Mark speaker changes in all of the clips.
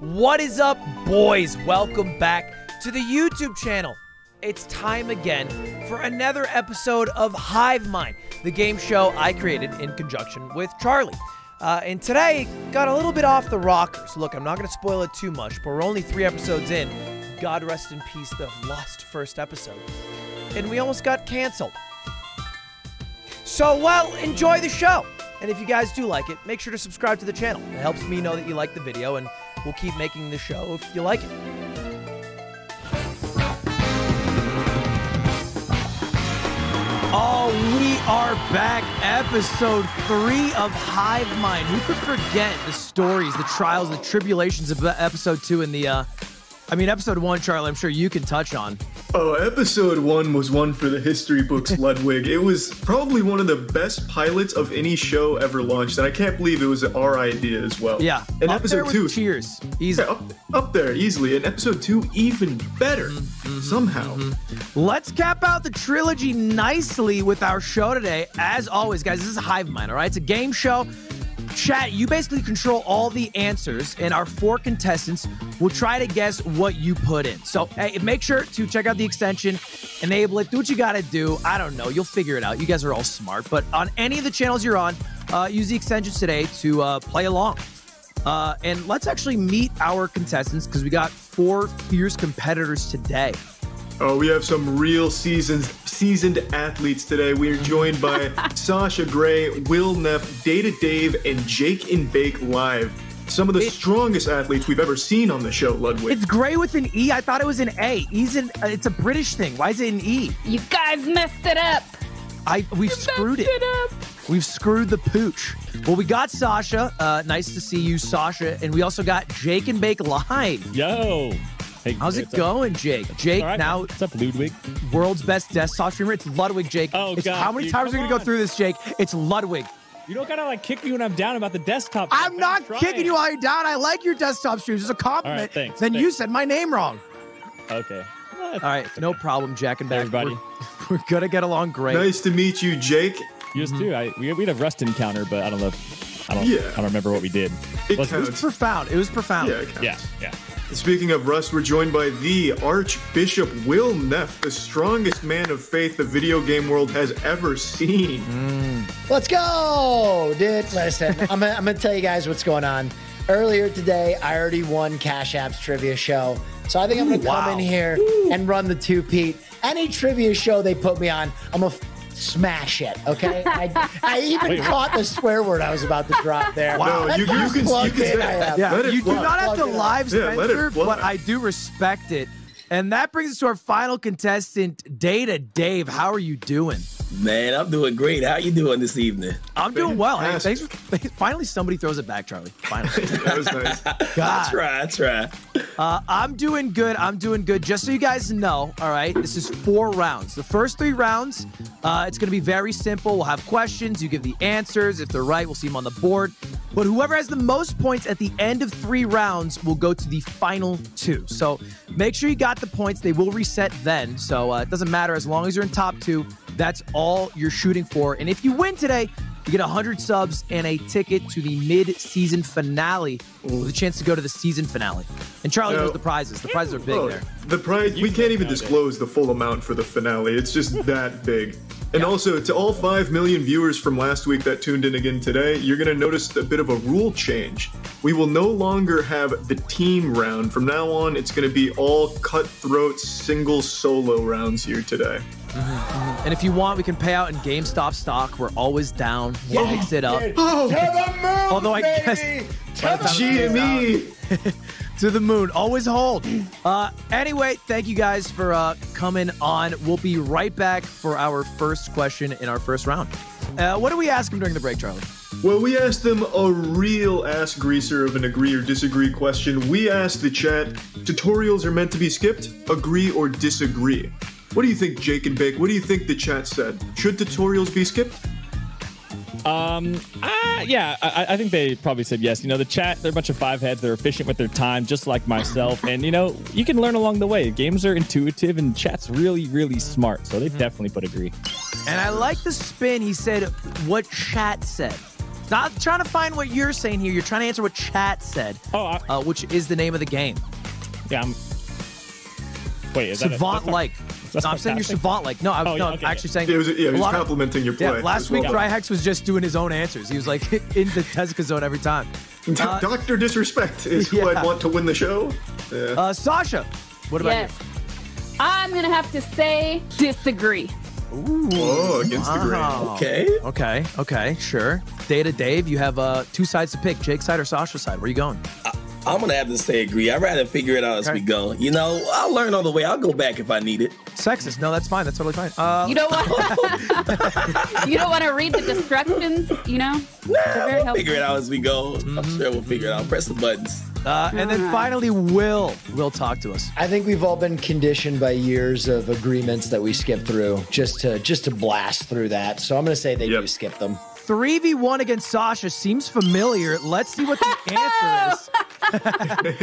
Speaker 1: What is up, boys? Welcome back to the YouTube channel. It's time again for another episode of Hive Mind, the game show I created in conjunction with Charlie. Uh, and today got a little bit off the rockers. Look, I'm not going to spoil it too much, but we're only three episodes in. God rest in peace, the lost first episode. And we almost got canceled. So, well, enjoy the show. And if you guys do like it, make sure to subscribe to the channel. It helps me know that you like the video, and we'll keep making the show if you like it. Oh, we are back. Episode three of Hive Mind. Who could forget the stories, the trials, the tribulations of episode two and the, uh, I mean, episode one, Charlie, I'm sure you can touch on.
Speaker 2: Oh, episode one was one for the history books, Ludwig. It was probably one of the best pilots of any show ever launched, and I can't believe it was our idea as well.
Speaker 1: Yeah.
Speaker 2: And
Speaker 1: Up there
Speaker 2: episode
Speaker 1: with
Speaker 2: two,
Speaker 1: Cheers. Easy.
Speaker 2: yeah, up, up there easily, and episode two even better
Speaker 1: Mm-hmm,
Speaker 2: somehow.
Speaker 1: Let's cap out the trilogy nicely with our show today. As always, guys, this is Hive Mind, all right? It's a game show. Chat, you basically control all the answers, and our four contestants will try to guess what you put in. So, hey, make sure to check out the extension, enable it, do what you gotta do. I don't know, you'll figure it out. You guys are all smart, but on any of the channels you're on, uh, use the extensions today to uh, play along. Uh, and let's actually meet our contestants because we got four fierce competitors today.
Speaker 2: Oh, we have some real seasoned seasoned athletes today. We are joined by Sasha Gray, Will Neff, Data Dave, and Jake and Bake Live. Some of the strongest athletes we've ever seen on the show, Ludwig.
Speaker 1: It's gray with an E. I thought it was an A. E's an, uh, it's a British thing. Why is it an E?
Speaker 3: You guys messed it up.
Speaker 1: I we've screwed it.
Speaker 3: Messed up.
Speaker 1: We've screwed the pooch. Well, we got Sasha. Uh, nice to see you, Sasha. And we also got Jake and Bake Live.
Speaker 4: Yo. Hey,
Speaker 1: How's it
Speaker 4: what's up?
Speaker 1: going, Jake? Jake,
Speaker 4: All right,
Speaker 1: now
Speaker 4: what's up, Ludwig?
Speaker 1: world's best desktop streamer. It's Ludwig, Jake.
Speaker 4: Oh,
Speaker 1: It's-
Speaker 4: God,
Speaker 1: How many
Speaker 4: dude,
Speaker 1: times are we
Speaker 4: come
Speaker 1: gonna go
Speaker 4: on.
Speaker 1: through this, Jake? It's Ludwig.
Speaker 4: You don't gotta like kick me when I'm down about the desktop.
Speaker 1: I'm not
Speaker 4: trying.
Speaker 1: kicking you while you're down. I like your desktop streams. It's a compliment.
Speaker 4: thanks,
Speaker 1: then you
Speaker 4: thanks.
Speaker 1: said my name wrong.
Speaker 4: Okay.
Speaker 1: All right, no problem, Jack and
Speaker 4: Hey,
Speaker 1: Back.
Speaker 4: everybody.
Speaker 1: We're, we're gonna get along great.
Speaker 2: Nice to meet you, Jake.
Speaker 4: Yours
Speaker 1: mm-hmm.
Speaker 4: too. I we we'd have rust encounter, but I don't know. If, I don't.
Speaker 2: Yeah.
Speaker 4: I don't remember what we did.
Speaker 2: It
Speaker 4: Was it-
Speaker 1: It was profound. It was profound.
Speaker 2: Yeah, it counts.
Speaker 4: Yeah. Yeah.
Speaker 2: Speaking of Rust, we're joined by the Archbishop Will Neff, the strongest man of faith the video game world has ever seen.
Speaker 5: Let's go, dude. Listen, I'm gonna, I'm gonna tell you guys what's going on. Earlier today, I already won Cash App's trivia show, so I think I'm gonna
Speaker 1: Ooh, wow.
Speaker 5: come in here and run the two Pete. Any trivia show they put me on, I'm gonna f- smash it. Okay, I, I even
Speaker 4: Wait, what?
Speaker 5: caught the swear word I was about to drop there.
Speaker 2: Wow. No,
Speaker 5: That's
Speaker 2: you- you
Speaker 5: how
Speaker 2: can- you
Speaker 5: plugged
Speaker 2: can
Speaker 5: in
Speaker 2: say
Speaker 5: I
Speaker 2: that.
Speaker 5: am.
Speaker 1: Yeah,
Speaker 2: Let it
Speaker 1: you do
Speaker 2: fly.
Speaker 1: not have to
Speaker 5: Plug it up.
Speaker 1: live
Speaker 2: Yeah, let it
Speaker 1: censor,
Speaker 2: fly.
Speaker 1: but I do respect it. And that brings us to our final contestant, Data Dave. How are you doing?
Speaker 6: Man, I'm doing great. How you doing this evening?
Speaker 1: I'm doing well. Hey, thanks.
Speaker 2: Fantastic.
Speaker 1: For, finally, somebody throws it back, Charlie. Finally,
Speaker 2: that was nice.
Speaker 6: I
Speaker 1: God,
Speaker 6: try, I try.
Speaker 1: uh, I'm doing good. I'm doing good. Just so you guys know, all right, this is four rounds. The first three rounds, uh, it's going to be very simple. We'll have questions. You give the answers. If they're right, we'll see them on the board. But whoever has the most points at the end of three rounds will go to the final two. So make sure you got the points. They will reset then. So uh, it doesn't matter. As long as you're in top two, that's all you're shooting for. And if you win today, you get 100 subs and a ticket to the mid-season finale with a chance to go to the season finale. And Charlie
Speaker 2: No.
Speaker 1: knows the prizes. The prizes are big
Speaker 2: Oh,
Speaker 1: there.
Speaker 2: the prize, we can't even
Speaker 4: found it.
Speaker 2: disclose the full amount for the finale. It's just that big. And also, to all 5 million viewers from last week that tuned in again today, you're going to notice a bit of a rule change. We will no longer have the team round. From now on, it's going to be all cutthroat single solo rounds here today.
Speaker 1: And if you want, we can pay out in GameStop stock. We're always down. We'll mix it up.
Speaker 5: Dude,
Speaker 2: Oh.
Speaker 5: to the moon,
Speaker 1: Although I
Speaker 5: baby.
Speaker 1: guess-
Speaker 5: To the moon.
Speaker 2: GME!
Speaker 1: to the moon. Always hold. Uh, anyway, thank you guys for uh, coming on. We'll be right back for our first question in our first round. Uh, what do we ask him during the break, Charlie?
Speaker 2: Well, we asked them a real ass greaser of an agree or disagree question. We asked the chat tutorials are meant to be skipped, agree or disagree. What do you think, Jake and Bake? What do you think the chat said? Should tutorials be skipped?
Speaker 4: Um. Ah. yeah. I, I think they probably said yes. You know, the chat. They're a bunch of five heads. They're efficient with their time, just like myself. and you know, you can learn along the way. Games are intuitive, and chat's really, really smart.
Speaker 1: Mm-hmm.
Speaker 4: So they definitely put agree.
Speaker 1: And I like the spin. He said what chat said. Not trying to find what you're saying here. You're trying to answer what chat said,
Speaker 4: Oh, I,
Speaker 1: uh, which is the name of the game.
Speaker 4: yeah. I'm, wait, is that a-
Speaker 1: Savant like.
Speaker 4: that's
Speaker 1: No, I'm saying you're
Speaker 4: sarcastic?
Speaker 1: savant like. No, I was
Speaker 4: Oh, yeah,
Speaker 1: no,
Speaker 4: okay,
Speaker 1: I'm actually saying
Speaker 2: Yeah, it was, yeah,
Speaker 1: a
Speaker 2: he was
Speaker 1: lot of-
Speaker 2: complimenting your
Speaker 1: Yeah,
Speaker 2: play.
Speaker 1: last
Speaker 2: It was
Speaker 1: week
Speaker 2: well done.
Speaker 1: Dryhex was just doing his own answers. He was like in the Tezuka zone every time. uh,
Speaker 2: Doctor Disrespect is who
Speaker 1: yeah.
Speaker 2: I'd want to win the show. Yeah.
Speaker 1: Uh, Sasha, what about
Speaker 3: Yes. I'm gonna have to say disagree.
Speaker 2: oh, against the
Speaker 1: you?
Speaker 2: grain.
Speaker 1: Wow.
Speaker 6: Okay.
Speaker 1: Uh-huh. Okay, okay, sure. Data Dave, you have uh, two sides to pick Jake's side or Sasha's side. Where you going?
Speaker 6: I'm gonna have to say agree. I'd rather figure it out as
Speaker 1: Okay.
Speaker 6: we go. You know, I'll learn on the way. I'll go back if I need it.
Speaker 1: Sexist. No, that's fine. That's totally fine. Uh,
Speaker 3: You don't want you don't want to read the destructions, you know?
Speaker 6: Nah,
Speaker 3: very
Speaker 6: we'll
Speaker 3: helpful.
Speaker 6: figure it out as we go.
Speaker 1: Mm-hmm,
Speaker 6: I'm sure we'll figure it out. Press the buttons.
Speaker 1: uh, and then
Speaker 3: Alright.
Speaker 1: finally, Will. Will talk to us.
Speaker 5: I think we've all been conditioned by years of agreements that we skip through just to just to blast through that. So I'm going to say they
Speaker 2: Yep.
Speaker 5: do skip them.
Speaker 1: 3v1 against Sasha seems familiar. Let's see what the answer
Speaker 2: Hey.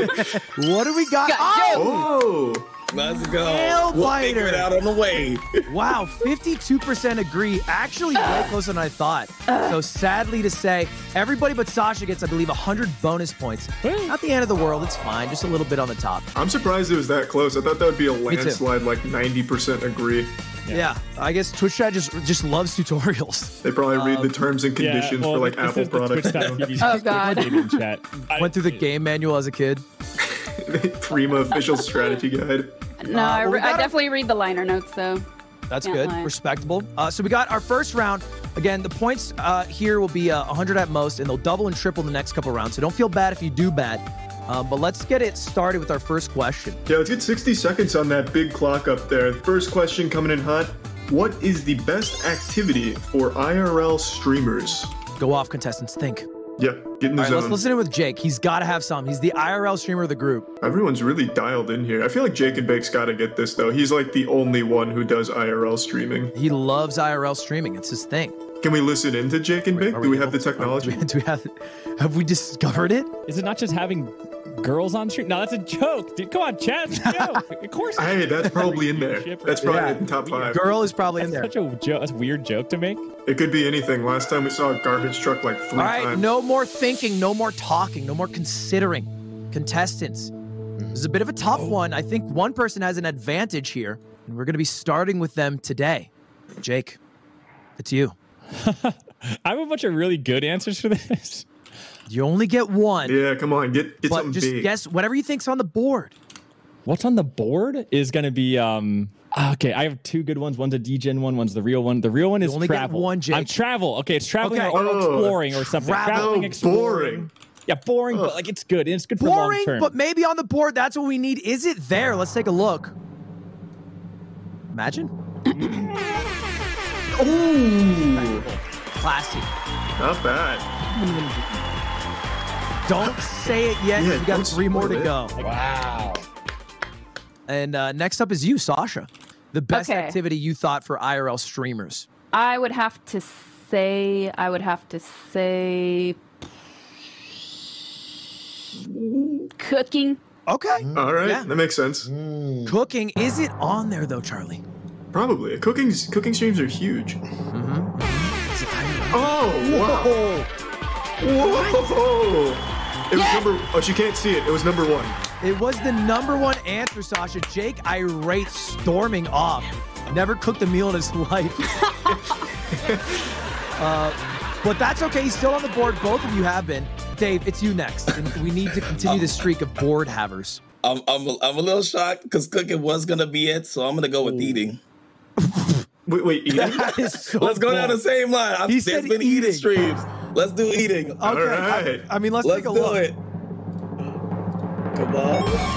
Speaker 1: is. What do we got?
Speaker 3: Got
Speaker 1: oh,
Speaker 2: oh,
Speaker 6: Let's go.
Speaker 1: Nail
Speaker 6: we'll figure
Speaker 1: biter.
Speaker 6: it out on the way.
Speaker 1: wow. 52% agree. Actually, way closer than I thought. So sadly to say, everybody but Sasha gets, I believe, 100 bonus points. Not the end of the world. It's fine. Just a little bit on the top.
Speaker 2: I'm surprised it was that close. I thought that would be a
Speaker 1: too.
Speaker 2: landslide, like 90% agree.
Speaker 1: Yeah. I guess Twitch chat just, just loves tutorials.
Speaker 2: They probably read
Speaker 1: Um,
Speaker 2: the terms and
Speaker 4: Yeah,
Speaker 2: conditions
Speaker 4: well,
Speaker 2: for like
Speaker 4: this
Speaker 2: Apple
Speaker 4: is the
Speaker 2: products. now.
Speaker 4: twitch.tv
Speaker 3: Oh, God.
Speaker 4: coordinating chat. I-
Speaker 1: Went through the game manual as a kid.
Speaker 2: Prima official strategy guide.
Speaker 3: No, I,
Speaker 1: well, we
Speaker 3: re- I
Speaker 1: gotta-
Speaker 3: definitely read the liner notes though.
Speaker 1: That's
Speaker 3: Can't
Speaker 1: good.
Speaker 3: lie.
Speaker 1: Respectable. Uh, so we got our first round. Again, the points uh, here will be uh, 100 at most, and they'll double and triple in the next couple rounds. So don't feel bad if you do bad. Um, but let's get it started with our first question.
Speaker 2: Yeah, let's get 60 seconds on that big clock up there. First question coming in hot. What is the best activity for IRL streamers?
Speaker 1: Go off, contestants. Think.
Speaker 2: Yeah, get in the
Speaker 1: All right, let's
Speaker 2: zone.
Speaker 1: listen in with Jake. He's got to have some. He's the IRL streamer of the group.
Speaker 2: Everyone's really dialed in here. I feel like Jake and Bake's got to get this though. He's like the only one who does IRL streaming.
Speaker 1: He loves IRL streaming. It's his thing.
Speaker 2: Can we listen into Jake and Bake?
Speaker 1: Are
Speaker 2: Do we have
Speaker 1: able-
Speaker 2: the technology?
Speaker 1: Are we- do we have? Have we discovered it?
Speaker 4: Is it not just having girls on stream? No, that's a joke, dude. Come on, chat. It's a joke. of course. it's-
Speaker 2: Hey, that's probably in there. That's probably
Speaker 1: Yeah.
Speaker 2: in the top five.
Speaker 1: Girl is probably in
Speaker 4: That's
Speaker 1: there.
Speaker 4: such a joke. That's a weird joke to make.
Speaker 2: It could be anything. Last time we saw a garbage truck like three
Speaker 1: All right,
Speaker 2: times.
Speaker 1: no more thinking, no more talking, no more considering. Contestants, this is a bit of a tough
Speaker 2: Oh.
Speaker 1: one. I think one person has an advantage here, and we're going to be starting with them today. Jake, it's you.
Speaker 4: I have a bunch of really good answers for this.
Speaker 1: You only get one,
Speaker 2: Yeah, come on, get get
Speaker 1: but
Speaker 2: something
Speaker 1: just
Speaker 2: big.
Speaker 1: guess whatever you think's on the board.
Speaker 4: What's on the board is going to be um okay. I have two good ones. One's a DGen one. One's the real one. The real one is
Speaker 1: You only get
Speaker 4: travel.
Speaker 1: one, Jake.
Speaker 4: I'm travel. Okay, it's traveling
Speaker 1: Okay.
Speaker 4: or
Speaker 2: Oh,
Speaker 4: exploring or something.
Speaker 1: travel.
Speaker 4: Traveling,
Speaker 2: Oh,
Speaker 4: exploring.
Speaker 2: boring.
Speaker 4: Yeah, boring, but like it's good. And it's good for long
Speaker 1: Boring,
Speaker 4: term.
Speaker 1: but maybe on the board. That's what we need. Is it there? Let's take a look. Imagine.
Speaker 2: Ooh,
Speaker 1: Classy.
Speaker 2: not bad.
Speaker 1: Don't say it yet.
Speaker 2: Yeah,
Speaker 1: we got
Speaker 2: don't
Speaker 1: three more to
Speaker 2: spoil it.
Speaker 1: go.
Speaker 5: Wow.
Speaker 1: And uh, next up is you, Sasha. The best
Speaker 3: Okay.
Speaker 1: activity you thought for IRL streamers.
Speaker 3: I would have to say I would have to say cooking.
Speaker 1: Okay.
Speaker 2: All right,
Speaker 1: Yeah.
Speaker 2: that makes sense.
Speaker 1: Cooking, is it on there though, Charlie?
Speaker 2: Probably. Cooking's cooking streams are huge.
Speaker 1: Mm-hmm.
Speaker 2: Oh wow! Whoa! It was number. Oh, she can't see it. It was number one.
Speaker 1: It was the number one answer, Sasha. Jake irate storming off. Never cooked a meal in his life. uh, but that's okay. He's still on the board. Both of you have been. Dave, it's you next. And we need to continue the streak of board havers.
Speaker 6: I'm I'm a, I'm a little shocked because cooking was gonna be it, so I'm gonna go with eating.
Speaker 2: Wait, wait. Ian?
Speaker 1: That is so
Speaker 6: Let's go down
Speaker 1: bold.
Speaker 6: the same line. I'm,
Speaker 1: He
Speaker 6: he
Speaker 1: said
Speaker 6: has been
Speaker 1: eating.
Speaker 6: eating streams. Let's do eating.
Speaker 1: Okay. I-
Speaker 2: Alright.
Speaker 1: I, mean, let's,
Speaker 6: Let's
Speaker 1: take a
Speaker 6: do
Speaker 1: look.
Speaker 6: it. Come on.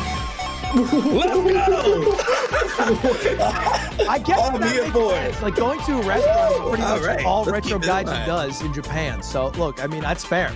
Speaker 6: Let's go.
Speaker 1: I guess
Speaker 6: All
Speaker 1: that
Speaker 6: beer
Speaker 1: makes
Speaker 6: boy.
Speaker 1: sense. Like going to a restaurant is pretty
Speaker 6: All
Speaker 1: much
Speaker 6: right,
Speaker 1: all
Speaker 6: let's
Speaker 1: retro
Speaker 6: keep it
Speaker 1: gaijin
Speaker 6: alive.
Speaker 1: does in Japan. So look, I mean that's fair.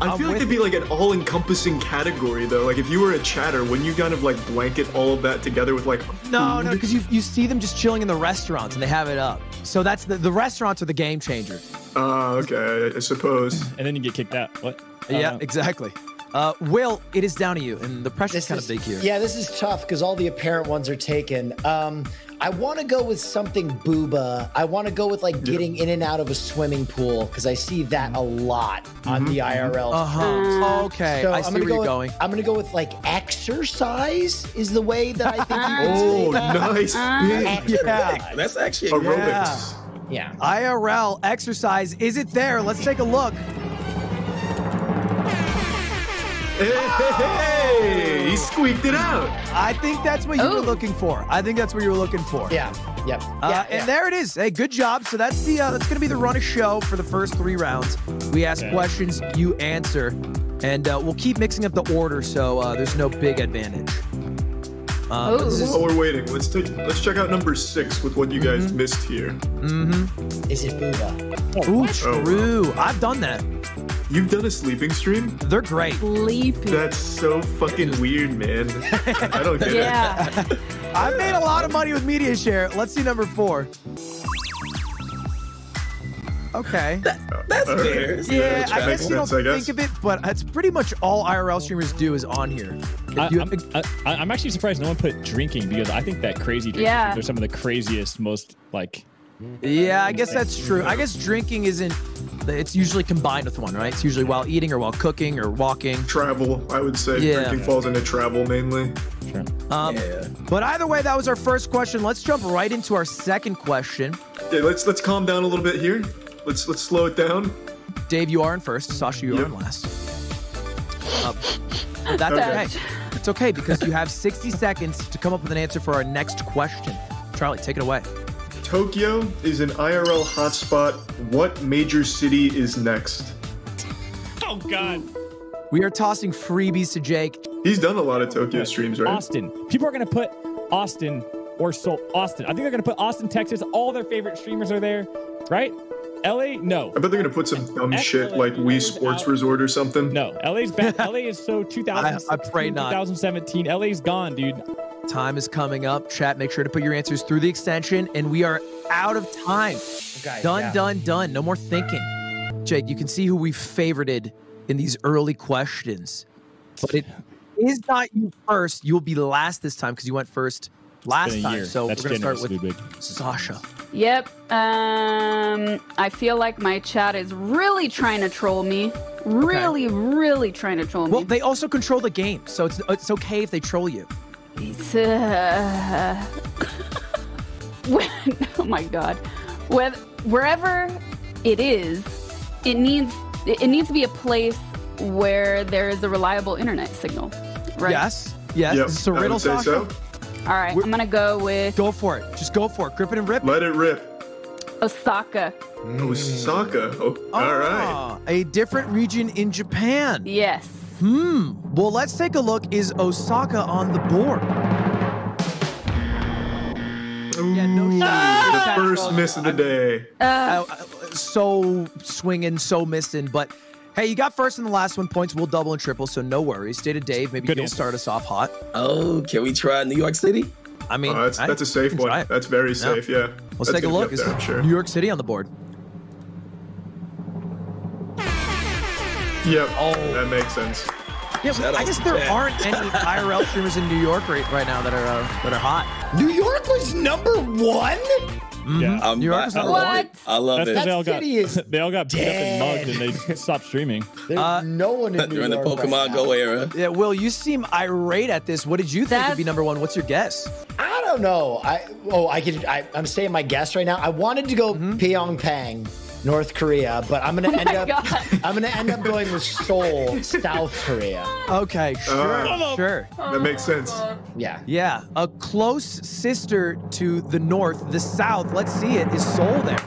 Speaker 2: I
Speaker 1: I'm
Speaker 2: feel like
Speaker 1: with
Speaker 2: it'd be like an all-encompassing category though. Like if you were a chatter, wouldn't you kind of like blanket all of that together with like
Speaker 1: No, no, because you you see them just chilling in the restaurants and they have it up. So that's the the restaurants are the game changer.
Speaker 2: Uh, okay, I suppose.
Speaker 4: and then you get kicked out. What?
Speaker 1: yeah,
Speaker 4: Uh,
Speaker 1: exactly. Uh, Will, it is down to you, and the pressure's
Speaker 5: This
Speaker 1: kind
Speaker 5: is-
Speaker 1: of big here.
Speaker 5: Yeah, this is tough because all the apparent ones are taken. Um, I I want to go with something booba. I want to go with like getting in and out of a swimming pool because I see that a lot on the IRL.
Speaker 1: Uh huh. Okay,
Speaker 5: So
Speaker 1: I
Speaker 5: I'm
Speaker 1: see
Speaker 5: gonna
Speaker 1: where
Speaker 5: go
Speaker 1: you're
Speaker 5: with-
Speaker 1: going.
Speaker 5: I'm gonna go with like exercise is the way that I think you would
Speaker 2: Oh,
Speaker 5: say that.
Speaker 2: nice. Yeah.
Speaker 5: Yeah.
Speaker 6: That's actually a
Speaker 2: Aerobics.
Speaker 5: Yeah.
Speaker 1: IRL exercise. Is it there? Let's take a look.
Speaker 2: Hey, he squeaked it out.
Speaker 1: I think that's what you were
Speaker 5: Oh.
Speaker 3: Ooh.
Speaker 1: looking for. I think that's what you were looking for.
Speaker 5: Yeah. Yep.
Speaker 1: Uh,
Speaker 5: yeah,
Speaker 1: and
Speaker 5: yeah.
Speaker 1: there it is. Hey, good job. So that's the uh, that's gonna be the run of show for the first three rounds. We ask
Speaker 4: Okay.
Speaker 1: questions, you answer, and uh, we'll keep mixing up the order so uh, there's no big advantage.
Speaker 5: Oh.
Speaker 1: Uh, but this is-
Speaker 2: While we're waiting, let's take let's check out number six with what you guys
Speaker 1: Mm-hmm.
Speaker 2: missed here.
Speaker 5: Is it booba?
Speaker 1: ooh,
Speaker 2: Oh, wow.
Speaker 1: true. I've done that.
Speaker 2: You've done a sleeping stream?
Speaker 1: They're great.
Speaker 3: Sleepy.
Speaker 2: That's so fucking weird, man. I don't get it.
Speaker 3: yeah.
Speaker 1: I made a lot of money with media share. Let's see number four. Okay.
Speaker 6: That's
Speaker 2: All right.
Speaker 6: fair.
Speaker 1: Yeah,
Speaker 2: which
Speaker 1: I
Speaker 2: makes
Speaker 1: guess you don't
Speaker 2: sense, I guess.
Speaker 1: think of it, but that's pretty much all IRL streamers do is on here.
Speaker 4: I,
Speaker 1: You-
Speaker 4: I'm, I, I'm actually surprised no one put drinking because I think that crazy drinking
Speaker 3: Yeah.
Speaker 4: are some of the craziest, most like.
Speaker 1: yeah, I guess that's true. I guess drinking isn't. It's usually combined with one, right? It's usually while eating or while cooking or walking.
Speaker 2: Travel, I would say.
Speaker 1: Yeah.
Speaker 2: Drinking falls into travel mainly.
Speaker 4: Sure.
Speaker 1: Um,
Speaker 6: Yeah.
Speaker 1: But either way, that was our first question. Let's jump right into our second question.
Speaker 2: Yeah, let's let's calm down a little bit here. Let's let's slow it down.
Speaker 1: Dave, you are in first. Sasha, you are
Speaker 2: Yep.
Speaker 1: in last. Um, that's okay.
Speaker 2: Okay.
Speaker 1: It's okay because you have 60 seconds to come up with an answer for our next question. Charlie, take it away.
Speaker 2: Tokyo is an IRL hotspot. What major city is next?
Speaker 4: Oh God,
Speaker 1: We are tossing freebies to Jake.
Speaker 2: He's done a lot of Tokyo streams, right?
Speaker 4: Austin. People are gonna put Austin or so Austin. I think they're gonna put Austin, Texas. All their favorite streamers are there, right? L.A. No,
Speaker 2: I bet they're gonna put some dumb shit like Wii Sports Resort or something.
Speaker 4: no. L.A.'s back. L.A. is so 2000.
Speaker 1: I- I pray not.
Speaker 4: 2017. L.A.'s gone, dude.
Speaker 1: Time is coming up. Chat, make sure to put your answers through the extension, and we are out of time.
Speaker 5: Okay,
Speaker 1: Done,
Speaker 5: yeah.
Speaker 1: done, done. No more thinking. Jake, you can see who we favorited in these early questions, but it is not you first. You'll be last this time because you went first last
Speaker 4: Been a
Speaker 1: time.
Speaker 4: year.
Speaker 1: So
Speaker 4: That's
Speaker 1: we're going to
Speaker 4: generous,
Speaker 1: start
Speaker 4: dude,
Speaker 1: with
Speaker 4: big.
Speaker 1: Sasha.
Speaker 3: Yep. Um, I feel like my chat is really trying to troll me. Really, really trying to troll
Speaker 1: Well,
Speaker 3: me.
Speaker 1: they also control the game, so it's it's okay if they troll you.
Speaker 3: It's, uh, when, oh my god. When, wherever it is, it needs it it needs to be a place where there is a reliable internet signal. Right.
Speaker 1: Yes, yes.
Speaker 2: Yep,
Speaker 1: It's a
Speaker 2: I
Speaker 1: riddle,
Speaker 2: would say
Speaker 1: Sasha.
Speaker 2: so.
Speaker 3: All right. I'm gonna go with
Speaker 1: Go for it. Just go for it. Grip it and rip. it.
Speaker 2: Let it rip.
Speaker 3: Osaka.
Speaker 2: Osaka. Oh, all right.
Speaker 1: Mm. Ah, A different region in Japan.
Speaker 3: Yes.
Speaker 1: Hmm. Well, let's take a look. Is Osaka on the board? Yeah, no shot.
Speaker 2: Mm. The first miss of the day.
Speaker 1: Uh, uh, so swinging, so missing. But hey, you got first and the last one points. We'll double and triple, so no worries. Day to Dave, maybe
Speaker 4: Good
Speaker 1: you'll
Speaker 4: answer.
Speaker 1: start us off hot.
Speaker 6: Oh, can we try New York City?
Speaker 1: I mean,
Speaker 2: Oh, that's
Speaker 1: I-
Speaker 2: that's a safe
Speaker 1: you can
Speaker 2: one.
Speaker 1: try it.
Speaker 2: That's very safe. Yeah.
Speaker 1: Let's
Speaker 2: That's
Speaker 1: take a
Speaker 2: gonna be
Speaker 1: look.
Speaker 2: up
Speaker 1: Is
Speaker 2: there, I'm sure.
Speaker 1: New York City on the board?
Speaker 2: Yep.
Speaker 1: Oh.
Speaker 2: That makes sense.
Speaker 1: Yeah,
Speaker 6: Shout
Speaker 1: I
Speaker 6: out
Speaker 1: guess
Speaker 6: to
Speaker 1: there
Speaker 6: Jack.
Speaker 1: aren't any IRL streamers in New York right, right now that are uh, that are hot.
Speaker 5: New York was number one.
Speaker 4: Yeah.
Speaker 6: I'm
Speaker 1: New York
Speaker 6: I-
Speaker 1: is
Speaker 6: I
Speaker 1: not
Speaker 6: love
Speaker 3: What?
Speaker 6: it. I love
Speaker 4: That's 'cause
Speaker 6: it.
Speaker 4: they all got
Speaker 5: city is
Speaker 4: they all got beat up
Speaker 5: dead.
Speaker 4: and mugged and they stopped streaming.
Speaker 5: There's
Speaker 1: Uh,
Speaker 5: no one in New
Speaker 6: During the
Speaker 5: York right
Speaker 6: Pokemon
Speaker 5: now.
Speaker 6: Go era.
Speaker 1: Yeah, Will, you seem irate at this. What did you think would
Speaker 3: That's-
Speaker 1: be number one? What's your guess?
Speaker 5: I don't know. I oh, I could. I, I'm saying my guess right now. I wanted to go Pyongyang, North Korea, but I'm gonna end
Speaker 3: Mm-hmm. Oh my
Speaker 5: up.
Speaker 3: God.
Speaker 5: I'm gonna end up going with Seoul, South Korea.
Speaker 1: Okay, sure,
Speaker 2: Uh,
Speaker 1: sure.
Speaker 2: That makes
Speaker 1: Oh,
Speaker 2: sense.
Speaker 5: Yeah.
Speaker 1: Yeah, a close sister to the north, the south. Let's see it. Is Seoul there?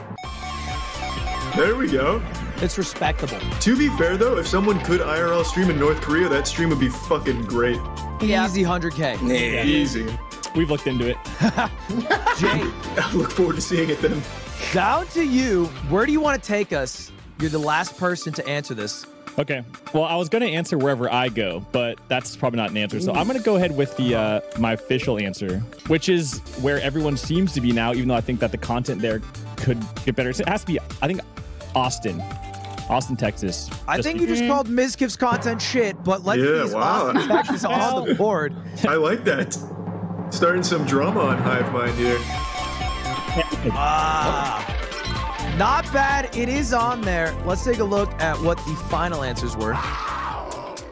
Speaker 2: There we go.
Speaker 1: It's respectable.
Speaker 2: To be fair though, if someone could IRL stream in North Korea, that stream would be fucking great.
Speaker 3: Yeah.
Speaker 1: Easy 100K.
Speaker 6: Yeah.
Speaker 2: Easy.
Speaker 4: We've looked into it.
Speaker 1: Jay,
Speaker 2: I look forward to seeing it then.
Speaker 1: down to you. Where do you want to take us? You're the last person to answer this.
Speaker 4: Okay. Well, I was going to answer wherever I go, but that's probably not an answer. So I'm going to go ahead with the uh, my official answer, which is where everyone seems to be now. Even though I think that the content there could get better, So it has to be. I think Austin, Austin, Texas.
Speaker 1: I
Speaker 4: Just
Speaker 1: think you just called Mizkiv's content shit, but let's
Speaker 2: Mhm. Yeah,
Speaker 1: these
Speaker 2: wow.
Speaker 1: Austin, Texas on the board.
Speaker 2: I like that. Starting some drama on Hive Mind here.
Speaker 1: Ah, not bad. It is on there. Let's take a look at what the final answers were.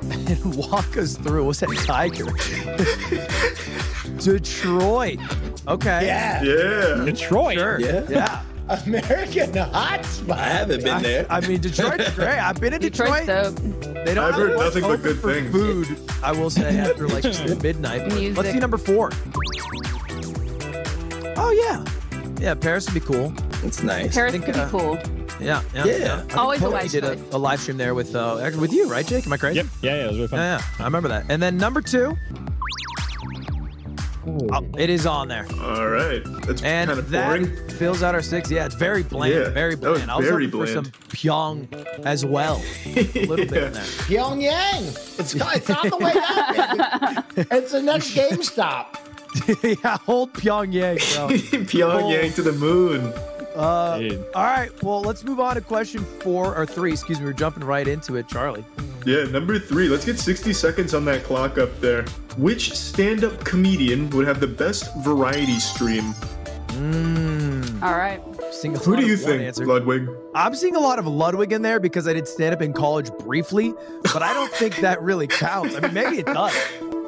Speaker 1: And walk us through. What's that tiger? Detroit. Okay.
Speaker 5: Yeah.
Speaker 2: Yeah.
Speaker 4: Detroit.
Speaker 1: Sure.
Speaker 6: Yeah.
Speaker 1: Yeah.
Speaker 5: American hotspot.
Speaker 6: I haven't been there.
Speaker 1: I mean, Detroit's great. I've been to Detroit.
Speaker 3: Detroit soap.
Speaker 1: They don't
Speaker 2: I've heard
Speaker 1: have
Speaker 2: nothing but
Speaker 1: open
Speaker 2: good
Speaker 1: for
Speaker 2: things.
Speaker 1: Food, I will say, after like midnight.
Speaker 3: Music.
Speaker 1: Let's see number four. Oh yeah, yeah. Paris would be cool.
Speaker 6: It's nice.
Speaker 3: Paris
Speaker 1: think,
Speaker 3: could be
Speaker 1: uh,
Speaker 3: cool.
Speaker 1: Yeah, yeah.
Speaker 6: Yeah.
Speaker 1: I think
Speaker 3: Always a
Speaker 1: Chloe
Speaker 3: wise
Speaker 1: did a,
Speaker 3: choice.
Speaker 1: a live stream there with uh, actually with you, right, Jake? Am I crazy?
Speaker 4: Yep. Yeah, yeah, it was really fun.
Speaker 1: Yeah, yeah, I remember that. And then number two, oh, it is on there,
Speaker 2: All right. That's
Speaker 1: and
Speaker 2: kind of
Speaker 1: that
Speaker 2: boring.
Speaker 1: fills out our six. Yeah, it's very bland,
Speaker 2: Yeah,
Speaker 1: very
Speaker 2: that was
Speaker 1: bland. I was
Speaker 2: very
Speaker 1: looking
Speaker 2: bland.
Speaker 1: for some Pyong as well, a little bit in there.
Speaker 5: Pyongyang. It's, it's on the way up. baby. it's the next GameStop.
Speaker 1: yeah, old Pyongyang, bro.
Speaker 2: Pyongyang
Speaker 1: Oh.
Speaker 2: to the moon.
Speaker 4: Dude.
Speaker 1: All right. Well, let's move on to question four or three. Excuse me. We're jumping right into it, Charlie.
Speaker 2: Yeah, number three. Let's get 60 seconds on that clock up there. Which stand up comedian would have the best variety stream?
Speaker 3: All right.
Speaker 1: Hmm, Seeing a
Speaker 2: Who
Speaker 1: lot
Speaker 2: do
Speaker 1: of
Speaker 2: you
Speaker 1: one
Speaker 2: think,
Speaker 1: answer.
Speaker 2: Ludwig?
Speaker 1: I'm seeing a lot of Ludwig in there because I did stand up in college briefly, but I don't think that really counts. I mean, maybe it does.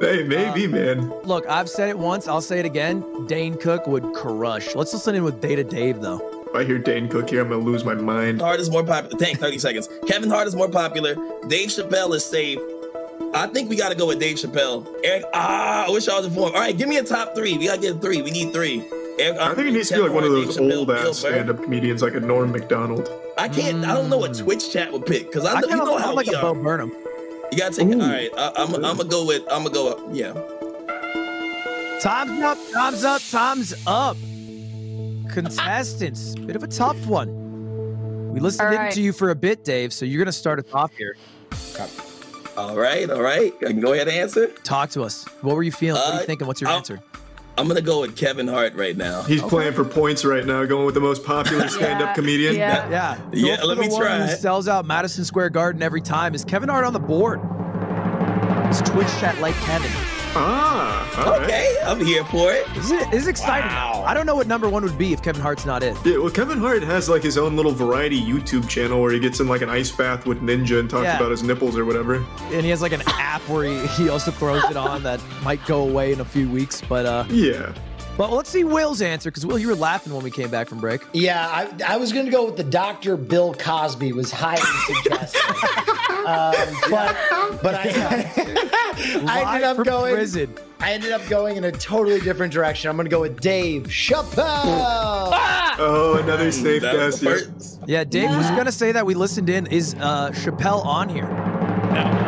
Speaker 2: Hey,
Speaker 1: Uh,
Speaker 2: maybe, man.
Speaker 1: Look, I've said it once. I'll say it again. Dane Cook would crush. Let's listen in with Data Dave, though.
Speaker 2: If I hear Dane Cook here, I'm going to lose my mind.
Speaker 1: Uh,
Speaker 6: Hart is more popular. Dang, 30 seconds. Kevin Hart is more popular. Dave Chappelle is safe. I think we got to go with Dave Chappelle. Eric, ah, I wish I was informed. All right, give me a top three. We got to get three. We need three. Eric,
Speaker 2: I think it needs to be like one of those old ass stand
Speaker 6: stand
Speaker 2: up comedians like a Norm MacDonald.
Speaker 6: I can't, I don't know what Twitch chat would pick because I,
Speaker 1: I
Speaker 6: know, you
Speaker 1: kind of
Speaker 6: know how
Speaker 1: I'm like
Speaker 6: we
Speaker 1: a Bo
Speaker 6: are.
Speaker 1: Burnham.
Speaker 6: You got to take it. All right, I, I'm, I'm going to go with, I'm going to go up. Yeah.
Speaker 1: Time's up. Time's up. Time's up. Contestants, bit of a tough one. We listened
Speaker 3: All
Speaker 1: in
Speaker 3: right.
Speaker 1: to you for a bit, Dave, so you're gonna start us off here.
Speaker 6: All right, all right. I can go ahead and answer.
Speaker 1: Talk to us. What were you feeling? what are you
Speaker 6: Uh,
Speaker 1: thinking? What's your
Speaker 6: I'll-
Speaker 1: answer?
Speaker 6: I'm going to go with Kevin Hart right now.
Speaker 2: He's playing for points right now, going with the most popular stand up comedian.
Speaker 3: Yeah.
Speaker 1: Yeah.
Speaker 6: Yeah,
Speaker 1: Go for
Speaker 6: let
Speaker 1: the
Speaker 6: me
Speaker 1: one
Speaker 6: try.
Speaker 1: Who sells out Madison Square Garden every time? Is Kevin Hart on the board? It's Twitch chat like Kevin.
Speaker 2: Ah, all right.
Speaker 6: Okay, I'm here for it.
Speaker 1: This is, this is exciting. I don't know what number one would be if Kevin Hart's not in.
Speaker 2: Yeah, well, Kevin Hart has like his own little variety YouTube channel where he gets in like an ice bath with Ninja and talks
Speaker 1: Yeah.
Speaker 2: about his nipples or whatever.
Speaker 1: And he has like an app where he, he also throws it on that might go away in a few weeks. But uh,
Speaker 2: Yeah.
Speaker 1: but let's see Will's answer because Will, you were laughing when we came back from break.
Speaker 5: Yeah, I, I was going to go with the Dr. Bill Cosby was highly suggested. um, but but
Speaker 1: Live
Speaker 5: I, I ended up
Speaker 1: from
Speaker 5: going
Speaker 1: prison.
Speaker 5: I ended up going in a totally different direction. I'm going to go with Dave
Speaker 1: Ah,
Speaker 5: Chappelle.
Speaker 2: Oh, another safe
Speaker 6: That
Speaker 2: guess.
Speaker 6: was the
Speaker 2: Yeah.
Speaker 6: first-
Speaker 1: Yeah, Dave was gonna say that we listened in. Is uh, Chappelle on here?
Speaker 4: No.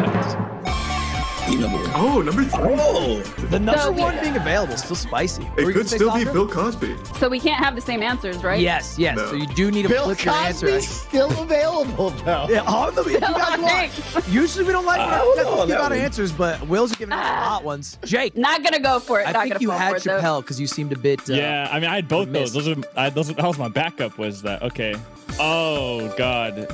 Speaker 6: You know what?
Speaker 2: Oh, number three.
Speaker 6: Oh,
Speaker 1: The number
Speaker 3: So-
Speaker 1: one being available still spicy. Were you
Speaker 2: It
Speaker 1: gonna
Speaker 2: could
Speaker 1: say
Speaker 2: still be
Speaker 1: soccer?
Speaker 2: Bill Cosby.
Speaker 3: So we can't have the same answers, right?
Speaker 1: Yes, yes.
Speaker 2: No.
Speaker 1: So you do need to
Speaker 5: Bill
Speaker 1: flip your answer.
Speaker 5: Cosby's still available though.
Speaker 1: Yeah, on the, you guys want- usually we don't like
Speaker 6: I
Speaker 1: uh,
Speaker 6: don't know on
Speaker 1: give
Speaker 6: that
Speaker 1: out
Speaker 6: one.
Speaker 1: answers, but Will's giving out some hot ones. Jake,
Speaker 3: Not gonna go for it.
Speaker 1: I
Speaker 3: Ah. Not
Speaker 1: think
Speaker 3: gonna
Speaker 1: you
Speaker 3: fall
Speaker 1: had
Speaker 3: for it, though.
Speaker 1: Chappelle because you seemed a bit. Uh,
Speaker 4: Yeah, I mean, I had both
Speaker 1: missed.
Speaker 4: those. Those are I, those. That was my backup. Was that okay? Oh God,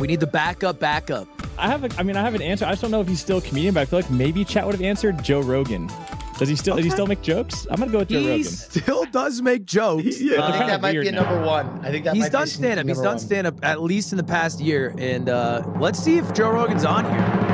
Speaker 1: We need the backup, backup.
Speaker 4: I have. A, I mean, I have an answer. I just don't know if he's still a comedian, but I feel like maybe chat would have answered Joe Rogan. Does he still? Does he still make jokes? I'm gonna go with Joe
Speaker 1: He
Speaker 4: Rogan.
Speaker 1: still does make jokes. Uh,
Speaker 2: Yeah.
Speaker 5: I think
Speaker 4: kinda
Speaker 5: that might
Speaker 4: weird
Speaker 5: be a
Speaker 4: now.
Speaker 5: number one. I think that
Speaker 1: He's
Speaker 5: might
Speaker 1: done
Speaker 5: be
Speaker 1: stand up. He's
Speaker 5: number
Speaker 1: done
Speaker 5: one.
Speaker 1: stand up at least in the past year. And uh, let's see if Joe Rogan's on here.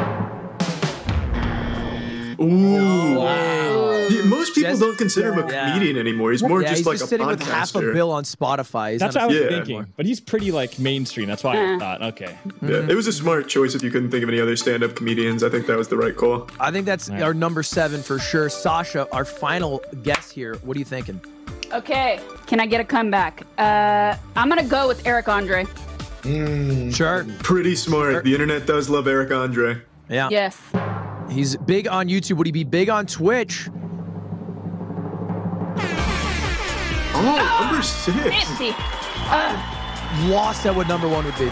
Speaker 2: Ooh. Yeah, most people
Speaker 1: Oh, Just-
Speaker 2: don't consider him a
Speaker 1: Yeah.
Speaker 2: comedian anymore. He's more
Speaker 1: yeah,
Speaker 2: just
Speaker 1: he's
Speaker 2: like
Speaker 1: just
Speaker 2: a
Speaker 1: sitting with half a
Speaker 2: podcaster.
Speaker 1: bill on Spotify. He's
Speaker 4: That's what
Speaker 1: not
Speaker 4: I was
Speaker 2: Yeah.
Speaker 4: thinking. But he's pretty like mainstream. That's why I
Speaker 3: Yeah.
Speaker 4: thought. Okay.
Speaker 2: Yeah, it was a smart choice if you couldn't think of any other stand-up comedians. I think that was the right call.
Speaker 1: I think that's
Speaker 4: Right.
Speaker 1: our number seven for sure. Sasha, our final guest here. What are you thinking?
Speaker 3: Okay. Can I get a comeback? Uh, I'm gonna go with Eric Andre.
Speaker 1: Sure.
Speaker 2: Pretty
Speaker 1: Er-
Speaker 2: smart. The internet does love Eric Andre.
Speaker 1: Yeah.
Speaker 3: Yes.
Speaker 1: He's big on YouTube. Would he be big on Twitch?
Speaker 2: Oh, number six.
Speaker 3: Fancy.
Speaker 1: Lost at what number one would be.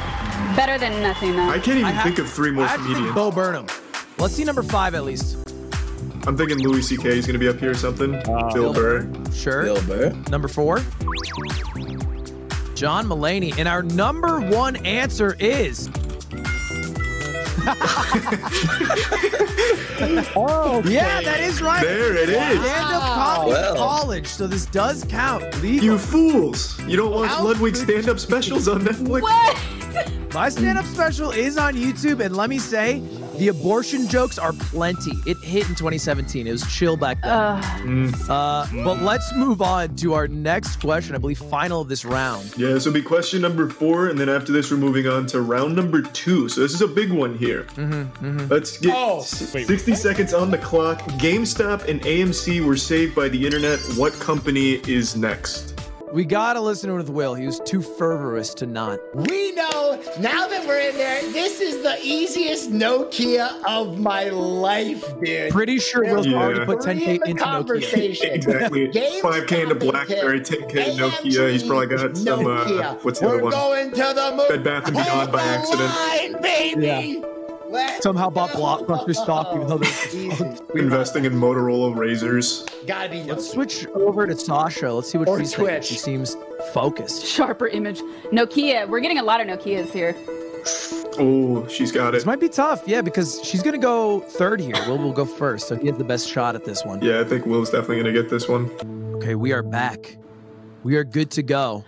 Speaker 3: Better than nothing though.
Speaker 2: I can't even
Speaker 1: I have-
Speaker 2: Hmm, think of three more
Speaker 1: I have to think
Speaker 2: comedians.
Speaker 1: Bo Burnham. Let's see number five at least.
Speaker 2: I'm thinking Louis C.K. is going to be up here or something.
Speaker 1: Oh.
Speaker 2: Bill Burr.
Speaker 1: Sure.
Speaker 6: Bill Burr.
Speaker 1: Number four. John Mullaney. And our number one answer is
Speaker 4: Oh,
Speaker 7: Yeah, that is right.
Speaker 2: There it is.
Speaker 7: Stand up comedy
Speaker 6: Wow.
Speaker 7: college, so this does count. Legal.
Speaker 2: You fools! You don't watch
Speaker 7: How
Speaker 2: Ludwig
Speaker 7: could-
Speaker 2: stand-up specials on Netflix?
Speaker 3: What?
Speaker 7: My
Speaker 1: stand up special is on YouTube, and let me say, the abortion jokes are plenty. It hit in 2017. It was chill back then.
Speaker 3: Uh,
Speaker 1: Uh, but let's move on to our next question. I believe final of this round.
Speaker 2: Yeah, this will be question number four, and then after this, we're moving on to round number two. So this is a big one here. Let's get
Speaker 5: Oh,
Speaker 2: s-
Speaker 4: wait.
Speaker 2: 60 seconds on the clock. GameStop and AMC were saved by the internet. What company is next?
Speaker 1: We got to listen with Will. He was too fervorous to not.
Speaker 5: We know now that we're in there, this is the easiest Nokia of my life, dude.
Speaker 1: Pretty sure Will's
Speaker 2: Yeah.
Speaker 1: already put
Speaker 5: We're
Speaker 1: 10K
Speaker 5: in the
Speaker 1: into Nokia.
Speaker 5: conversation.
Speaker 2: Exactly.
Speaker 5: Games
Speaker 2: 5K into
Speaker 5: Stop and
Speaker 2: BlackBerry,
Speaker 5: Pick,
Speaker 2: 10K Nokia. He's probably got
Speaker 5: AMG,
Speaker 2: some, uh,
Speaker 5: Nokia.
Speaker 2: what's the other
Speaker 5: We're
Speaker 2: one?
Speaker 5: going to the moon.
Speaker 2: Bed Bath and Beyond by
Speaker 5: Hold the
Speaker 2: accident.
Speaker 5: Line, baby. Let's
Speaker 1: Somehow bought
Speaker 5: go.
Speaker 1: Blockbuster stock, even though they're-
Speaker 5: Easy.
Speaker 2: Investing in Motorola Razors.
Speaker 5: Gotta be
Speaker 1: Let's switch over to Sasha. Let's see what
Speaker 5: Or
Speaker 1: she's thinking.
Speaker 5: Twitch.
Speaker 1: She seems focused.
Speaker 3: sharper image. Nokia. We're getting a lot of Nokias here.
Speaker 2: Oh, she's got it.
Speaker 1: This might be tough, yeah, because she's gonna go third here. Will will go first, so he has the best shot at this one.
Speaker 2: Yeah, I think Will's definitely gonna get this one.
Speaker 1: Okay, we are back. We are good to go.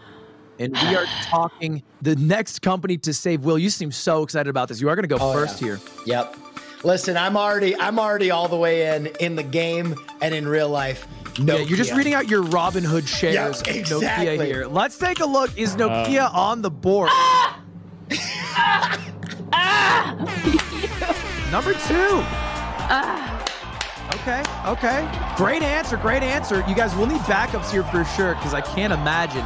Speaker 1: And we are talking the next company to save Will. You seem so excited about this. You are going to go
Speaker 5: Oh,
Speaker 1: first
Speaker 5: yeah.
Speaker 1: here.
Speaker 5: Yep. Listen, I'm already I'm already all the way in in the game and in real life. No,
Speaker 1: Yeah, you're just reading out your Robin Hood shares
Speaker 5: Yeah,
Speaker 1: of Nokia
Speaker 5: exactly. Um,
Speaker 1: here. Let's take a look. Is Nokia on the board? Number two.
Speaker 5: Ah.
Speaker 1: Okay, okay. Great answer, great answer. You guys will need backups here for sure because I can't imagine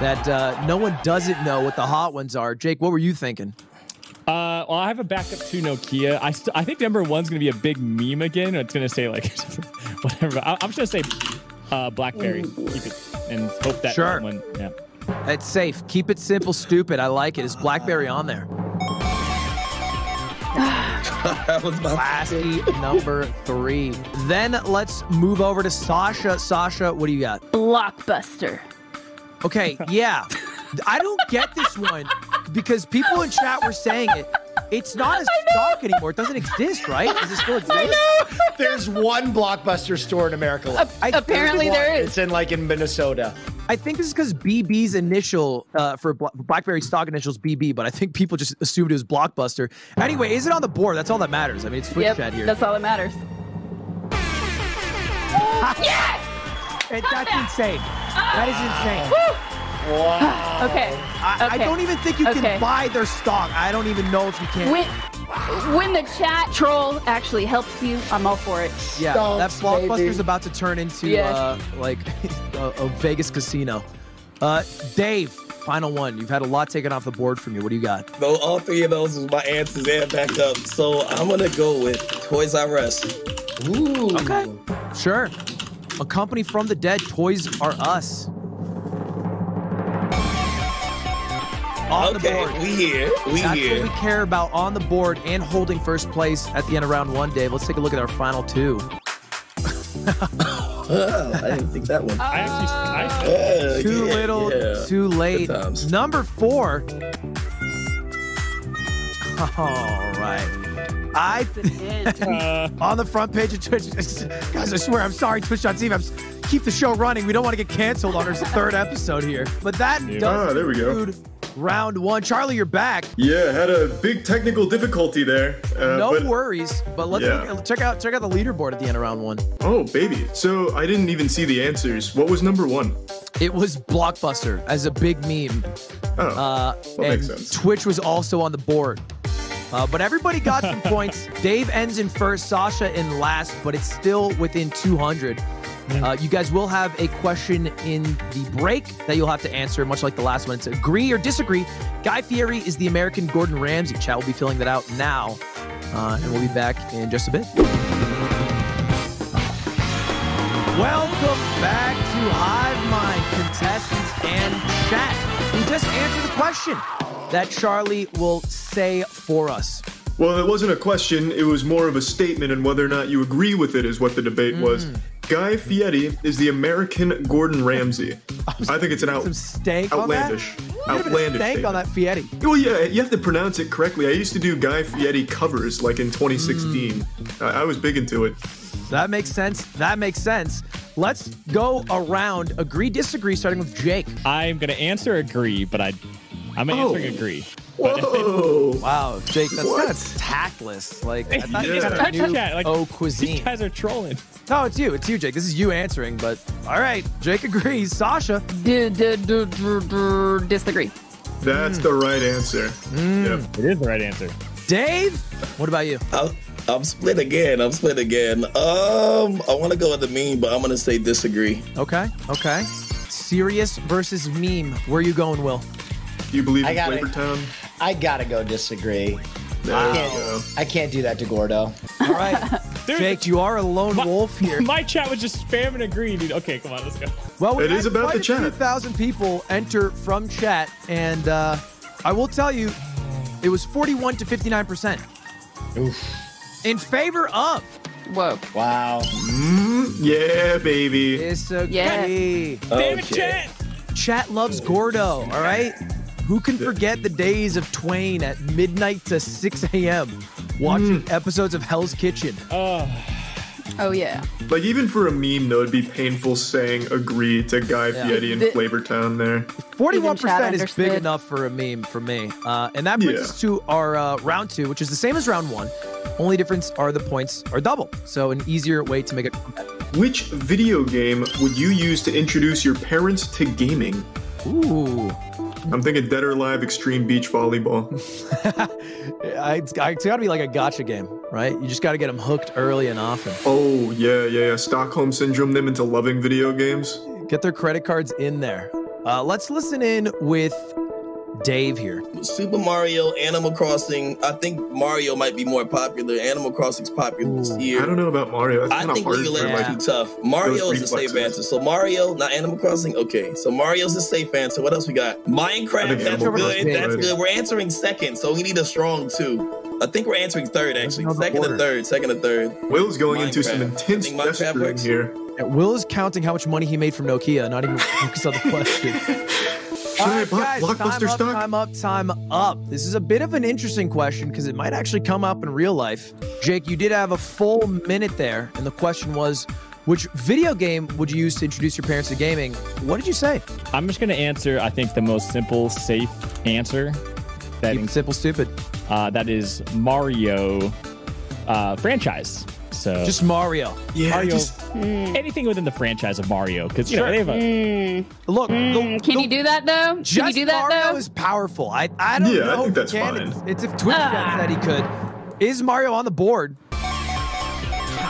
Speaker 1: that uh, no one doesn't know what the hot ones are. Jake, what were you thinking?
Speaker 4: Uh, well, I have a backup to Nokia. I, st- I think number one's gonna be a big meme again. It's gonna say like whatever. I- I'm just gonna say uh, BlackBerry. Keep it and hope that
Speaker 1: Sure.
Speaker 4: one. Yeah.
Speaker 1: That's safe. Keep it simple, stupid. I like it. Is BlackBerry on there?
Speaker 6: that was my
Speaker 1: Classy number three. Then let's move over to Sasha. Sasha, what do you got?
Speaker 3: Blockbuster.
Speaker 1: Okay, yeah. I don't get this one because people in chat were saying it. It's not a stock anymore. It doesn't exist, right? Does it still exist?
Speaker 5: There's one blockbuster store in America. left.
Speaker 1: I-
Speaker 3: Apparently there
Speaker 5: It's
Speaker 3: is.
Speaker 5: in like in Minnesota.
Speaker 1: I think this is because BB's initial uh, for Bla- BlackBerry stock initials BB, but I think people just assumed it was Blockbuster. Anyway, is it on the board? That's all that matters. I mean, it's Twitch
Speaker 3: Yep.
Speaker 1: chat here.
Speaker 3: That's all that matters.
Speaker 1: It- that's insane. That is insane.
Speaker 5: Wow.
Speaker 3: Okay.
Speaker 1: I, I
Speaker 3: Okay.
Speaker 1: don't even think you
Speaker 3: Okay.
Speaker 1: can buy their stock. I don't even know if you can.
Speaker 3: When, when the chat troll actually helps you, I'm all for it.
Speaker 1: yeah,
Speaker 5: Don't,
Speaker 1: that blockbuster's
Speaker 5: baby.
Speaker 1: about to turn into
Speaker 3: Yes.
Speaker 1: uh, like a, a Vegas casino. Uh, Dave, final one. You've had a lot taken off the board from you. What do you got?
Speaker 6: Though all three of those was my answers and back up. So I'm gonna go with Toys R Us.
Speaker 5: Ooh.
Speaker 1: Okay. Sure. A company from the dead, Toys Are Us. On the
Speaker 6: okay,
Speaker 1: board.
Speaker 6: we here, we
Speaker 1: That's
Speaker 6: here.
Speaker 1: what we care about on the board and holding first place at the end of round one, Dave. Let's take a look at our final two.
Speaker 6: Oh, I didn't think that one.
Speaker 4: I actually. I,
Speaker 6: Yeah,
Speaker 1: Too
Speaker 6: yeah,
Speaker 1: little,
Speaker 6: yeah.
Speaker 1: too late.
Speaker 6: Good times.
Speaker 1: Number four. All right. I
Speaker 4: uh,
Speaker 1: on the front page of Twitch. Guys, I swear, I'm sorry, Twitch.tv. I'm s- keep the show running. We don't want to get canceled on our third episode here. But that
Speaker 4: Yeah.
Speaker 1: does
Speaker 2: Ah, there we go.
Speaker 1: conclude round one. Charlie, you're back.
Speaker 2: Yeah, had a big technical difficulty there. Uh,
Speaker 1: No
Speaker 2: but-
Speaker 1: worries. But let's
Speaker 2: Yeah.
Speaker 1: look- check out check out the leaderboard at the end of round one.
Speaker 2: Oh, baby. So I didn't even see the answers. What was number one?
Speaker 1: It was blockbuster as a big meme.
Speaker 2: Oh,
Speaker 1: Uh,
Speaker 2: Well,
Speaker 1: and
Speaker 2: makes sense.
Speaker 1: Twitch was also on the board. Uh, but everybody got some points. Dave ends in first, Sasha in last, but it's still within 200. Uh, you guys will have a question in the break that you'll have to answer, much like the last one. It's agree or disagree. Guy Fieri is the American Gordon Ramsay. Chat will be filling that out now, uh, and we'll be back in just a bit. Welcome back to Hive Mind, contestants and chat. We just answered the question that Charlie will say for us.
Speaker 2: well, it wasn't a question. It was more of a statement, and whether or not you agree with it is what the debate was. Guy Fieri is the American Gordon Ramsay. I think it's an out-
Speaker 1: Some steak on that?
Speaker 2: outlandish.
Speaker 1: Could've been a
Speaker 2: outlandish.
Speaker 1: stank on
Speaker 2: statement.
Speaker 1: that Fietti.
Speaker 2: Well, yeah, you have to pronounce it correctly. I used to do Guy Fieri covers like in 2016. I, I was big into it.
Speaker 8: That makes sense. That makes sense. Let's go around. Agree, disagree, starting with Jake.
Speaker 4: I'm gonna answer agree, but I, I'm
Speaker 2: Oh.
Speaker 4: answering agree.
Speaker 2: Whoa!
Speaker 1: Wow, Jake, that's
Speaker 2: What?
Speaker 1: kind of tactless. Like, I thought you
Speaker 2: Yeah.
Speaker 1: had a new
Speaker 4: Chat, like,
Speaker 1: oh
Speaker 4: These
Speaker 1: cuisine.
Speaker 4: guys are trolling.
Speaker 1: No, it's you. It's you, Jake. This is you answering, but all right. Jake agrees. Sasha,
Speaker 3: D- d- d- d- d- disagree.
Speaker 2: That's the right answer. Yep.
Speaker 4: It is the right answer.
Speaker 1: Dave, what about you?
Speaker 6: I'm, I'm split again. I'm split again. Um, I want to go with the meme, but I'm gonna say disagree.
Speaker 1: Okay, okay.
Speaker 8: Serious versus meme. Where you going, Will?
Speaker 2: Do you believe
Speaker 5: I
Speaker 2: in
Speaker 5: got it.
Speaker 2: Flavor Town?
Speaker 5: I gotta go disagree.
Speaker 2: There
Speaker 5: I
Speaker 2: you go.
Speaker 5: can't, I can't do that to Gordo.
Speaker 8: All right,
Speaker 4: Dude,
Speaker 8: Jake, you are a lone
Speaker 4: my-
Speaker 8: wolf here.
Speaker 4: My chat was just spamming agree, dude. Okay, come on, let's go.
Speaker 1: Well,
Speaker 2: It is about the chat.
Speaker 1: Two thousand people enter from chat, and uh, I will tell you, it was forty-one to fifty-nine percent in favor of
Speaker 3: Whoa.
Speaker 5: Wow.
Speaker 2: Yeah, baby.
Speaker 1: disagree.
Speaker 4: Damn it,
Speaker 6: Okay.
Speaker 4: chat.
Speaker 1: Chat loves Gordo. All right, who can forget the days of Twain at midnight to six a.m. watching
Speaker 2: Hmm.
Speaker 1: episodes of Hell's Kitchen?
Speaker 4: Oh,
Speaker 3: Oh yeah.
Speaker 2: Like even for a meme though, it'd be painful saying agree to Guy Fieri and
Speaker 3: The-
Speaker 2: Flavor Town there.
Speaker 1: Forty-one
Speaker 3: Even Chad
Speaker 1: percent is big
Speaker 3: understood.
Speaker 1: enough for a meme for me, uh, and that brings
Speaker 2: Yeah.
Speaker 1: us to our uh, round two, which is the same as round one. Only difference are the points are double, so an easier way to make it.
Speaker 2: Which video game would you use to introduce your parents to gaming?
Speaker 1: Ooh,
Speaker 2: I'm thinking Dead or Alive Extreme Beach Volleyball.
Speaker 1: I, it's, it's got to be like a gotcha game, right? You just got to get them hooked early and often.
Speaker 2: Oh, yeah, yeah, yeah. Stockholm Syndrome them into loving video games.
Speaker 1: Get their credit cards in there. Uh, let's listen in with Dave here.
Speaker 6: Super Mario, Animal Crossing. I think Mario might be more popular. Animal Crossing's popular this year.
Speaker 2: I don't know about Mario. That's
Speaker 6: I
Speaker 2: kind of
Speaker 6: think
Speaker 2: hard
Speaker 6: League of
Speaker 2: for
Speaker 6: Legends
Speaker 2: like
Speaker 6: is too tough. Mario is the safe
Speaker 2: reflexes.
Speaker 6: answer. So Mario, not Animal Crossing. Okay, so Mario's the safe answer. What else we got?
Speaker 2: I
Speaker 6: Minecraft.
Speaker 2: think
Speaker 6: That's
Speaker 2: Animal Crossing
Speaker 6: good. That's
Speaker 2: is.
Speaker 6: good. We're answering second, so we need a strong two. I think we're answering third actually.
Speaker 1: Another
Speaker 6: Second
Speaker 1: order.
Speaker 6: and third. Second and third.
Speaker 2: Will's going into some
Speaker 6: Minecraft.
Speaker 2: intense
Speaker 6: I think Minecraft
Speaker 2: gesturing
Speaker 6: works.
Speaker 2: here.
Speaker 1: Yeah, Will is counting how much money he made from Nokia, not even focused on the question.
Speaker 2: Should I
Speaker 1: All
Speaker 2: buy
Speaker 1: right, guys,
Speaker 2: Blockbuster
Speaker 1: time Up,
Speaker 2: stock?
Speaker 1: time up, time up. This is a bit of an interesting question because it might actually come up in real life. Jake, you did have a full minute there, and the question was, which video game would you use to introduce your parents to gaming? What did you say?
Speaker 4: I'm just gonna answer. I think the most simple, safe answer. That
Speaker 1: Keep it simple, stupid.
Speaker 4: uh, that is Mario uh, franchise. So
Speaker 1: Just Mario.
Speaker 2: Yeah,
Speaker 4: Mario.
Speaker 2: just
Speaker 4: anything within the franchise of Mario, because you know
Speaker 1: Sure.
Speaker 4: they have a
Speaker 1: Look, the-
Speaker 3: Mm, Can
Speaker 1: the-
Speaker 3: you do that though? Can you
Speaker 1: Mm, just
Speaker 3: do that
Speaker 1: Mario
Speaker 3: though?
Speaker 1: is powerful. I, I don't
Speaker 2: Yeah, I
Speaker 1: know. if
Speaker 2: think
Speaker 1: he
Speaker 2: that's
Speaker 1: can.
Speaker 2: fine.
Speaker 1: It's, it's if Twitch
Speaker 3: Ah.
Speaker 1: said that he could. Is Mario on the board?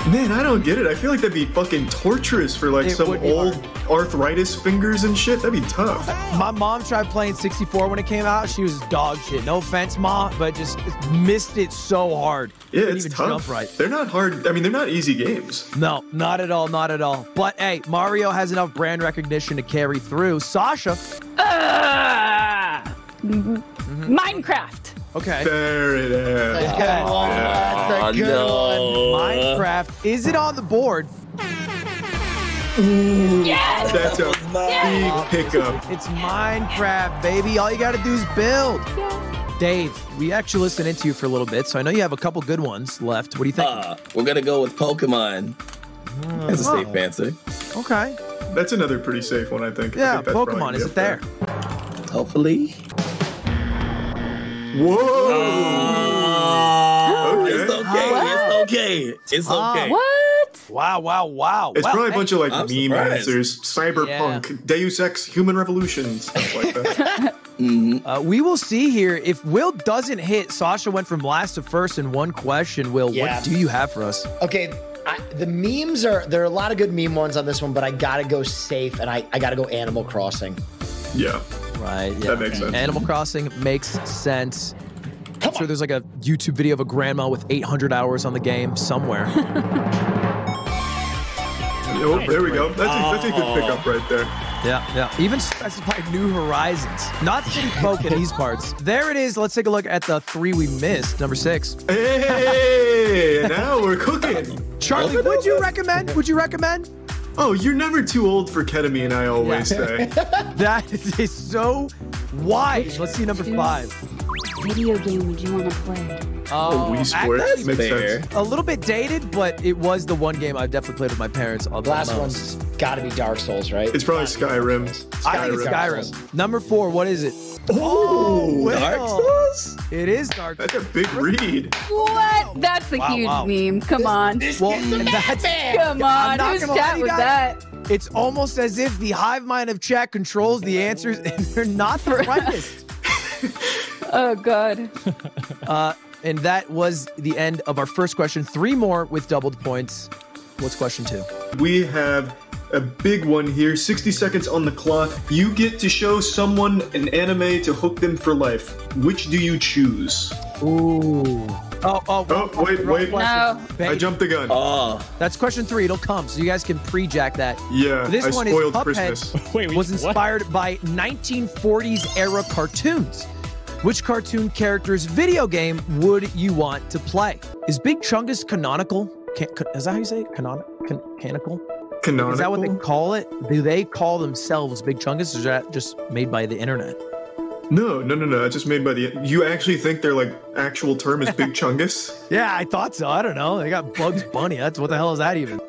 Speaker 2: Man, I don't get it. I feel like that'd be fucking torturous for like
Speaker 1: It
Speaker 2: some
Speaker 1: would be
Speaker 2: old arthritis fingers and shit. That'd be tough.
Speaker 1: My mom tried playing 64 when it came out. She was dog shit. No offense, ma, but just missed it so hard.
Speaker 2: Yeah,
Speaker 1: Couldn't
Speaker 2: it's
Speaker 1: even
Speaker 2: tough.
Speaker 1: jump right.
Speaker 2: They're not hard. I mean, they're not easy games.
Speaker 1: No, not at all, not at all. But hey, Mario has enough brand recognition to carry through. Sasha,
Speaker 3: Ah! Mm-hmm. Minecraft.
Speaker 1: okay.
Speaker 2: There it is.
Speaker 5: Good one. That's a good
Speaker 6: Ah,
Speaker 5: one.
Speaker 1: Minecraft, is it on the board?
Speaker 3: Yes.
Speaker 2: That's a
Speaker 3: Yeah.
Speaker 2: big pickup.
Speaker 1: It's Minecraft, baby. All you got to do is build. Dave, we actually listened into you for a little bit, so I know you have a couple good ones left. What do you think?
Speaker 6: Uh, we're gonna go with Pokemon as a
Speaker 2: Hmm.
Speaker 6: safe
Speaker 2: Oh.
Speaker 6: answer.
Speaker 1: okay.
Speaker 2: That's another pretty safe one, I think. I
Speaker 1: Yeah,
Speaker 2: think that's probably
Speaker 1: Pokemon.
Speaker 2: gonna
Speaker 1: Is
Speaker 2: be
Speaker 1: it
Speaker 2: up
Speaker 1: there?
Speaker 6: Hopefully.
Speaker 2: Whoa!
Speaker 6: It's
Speaker 2: okay.
Speaker 6: okay.
Speaker 3: What? Ah,
Speaker 6: It's okay. It's okay.
Speaker 3: What?
Speaker 1: Wow, wow, wow.
Speaker 2: It's
Speaker 1: Well,
Speaker 2: probably a
Speaker 1: hey,
Speaker 2: bunch of like
Speaker 6: I'm
Speaker 2: meme
Speaker 6: surprised.
Speaker 2: answers, cyberpunk, Deus Ex, human revolution, stuff like that.
Speaker 1: Uh, we will see here. If Will doesn't hit, Sasha went from last to first in one question. Will,
Speaker 5: Yeah.
Speaker 1: what do you have for us?
Speaker 5: Okay, I, the memes are there are a lot of good meme ones on this one, but I gotta go safe and I, I gotta go Animal Crossing.
Speaker 2: yeah.
Speaker 1: Right. Yeah.
Speaker 2: That makes sense.
Speaker 1: Animal Crossing makes sense. I'm sure there's like a YouTube video of a grandma with 800 hours on the game somewhere.
Speaker 2: Oh, there we go. That's a, that's a
Speaker 6: Oh.
Speaker 2: good pickup right there.
Speaker 1: yeah, yeah. Even specified New Horizons, not City Folk in these parts. There it is. Let's take a look at the three we missed. Number six,
Speaker 2: Hey, now we're cooking.
Speaker 1: Charlie. Would you recommend? Would you recommend?
Speaker 2: Oh, you're never too old for ketamine, I always say.
Speaker 1: That is so
Speaker 8: Why?
Speaker 1: Let's see number five.
Speaker 3: Video game would you want to play?
Speaker 1: Oh,
Speaker 2: Wii Sport.
Speaker 1: actually,
Speaker 2: Makes
Speaker 6: fair.
Speaker 2: sense.
Speaker 1: a little bit dated, but it was the one game I've definitely played with my parents. I'll be
Speaker 5: Last
Speaker 1: honest.
Speaker 5: one's got to be Dark Souls, right?
Speaker 2: It's probably Skyrim.
Speaker 1: I think it's
Speaker 5: Skyrim.
Speaker 1: Skyrim. Number four, what is it?
Speaker 2: Oh,
Speaker 1: well.
Speaker 6: Dark Souls?
Speaker 1: It is Dark
Speaker 2: that's a big read.
Speaker 3: What? That's a
Speaker 1: Wow,
Speaker 3: huge
Speaker 1: wow.
Speaker 3: meme. Come on.
Speaker 1: Well, and that's,
Speaker 3: Come
Speaker 1: I'm
Speaker 3: on.
Speaker 1: not
Speaker 3: Who's
Speaker 1: gonna lie
Speaker 3: chat
Speaker 1: to you
Speaker 3: with
Speaker 1: guys.
Speaker 3: that?
Speaker 1: it's almost as if the hive mind of chat controls the answers, and they're not the brightest.
Speaker 3: Oh, God.
Speaker 1: Uh, and that was the end of our first question. Three more with doubled points. What's question two?
Speaker 2: We have a big one here 60 seconds on the clock. You get to show someone an anime to hook them for life. Which do you choose?
Speaker 1: Oh, oh,
Speaker 2: Oh, wait, wait.
Speaker 3: No.
Speaker 2: I jumped the
Speaker 1: Uh,
Speaker 2: gun.
Speaker 6: Oh,
Speaker 1: That's question three. It'll come, so you guys can pre-jack that.
Speaker 2: yeah,
Speaker 1: this
Speaker 2: I
Speaker 1: one is
Speaker 2: spoiled
Speaker 1: Cuphead.
Speaker 2: Christmas.
Speaker 4: Wait, we
Speaker 1: was inspired by 1940s era cartoons. Which cartoon character's video game would you want to play? Is Big Chungus canonical? Can, can- is that how you say it? Canonic, can, canonical?
Speaker 2: Canonical.
Speaker 1: Is that what they call it? Do they call themselves Big Chungus? Or is that just made by the internet?
Speaker 2: No, no, no, no. It's just made by the. You actually think their like actual term is Big Chungus?
Speaker 1: Yeah, I thought so. I don't know. They got Bugs Bunny. That's what the hell is that even? Well,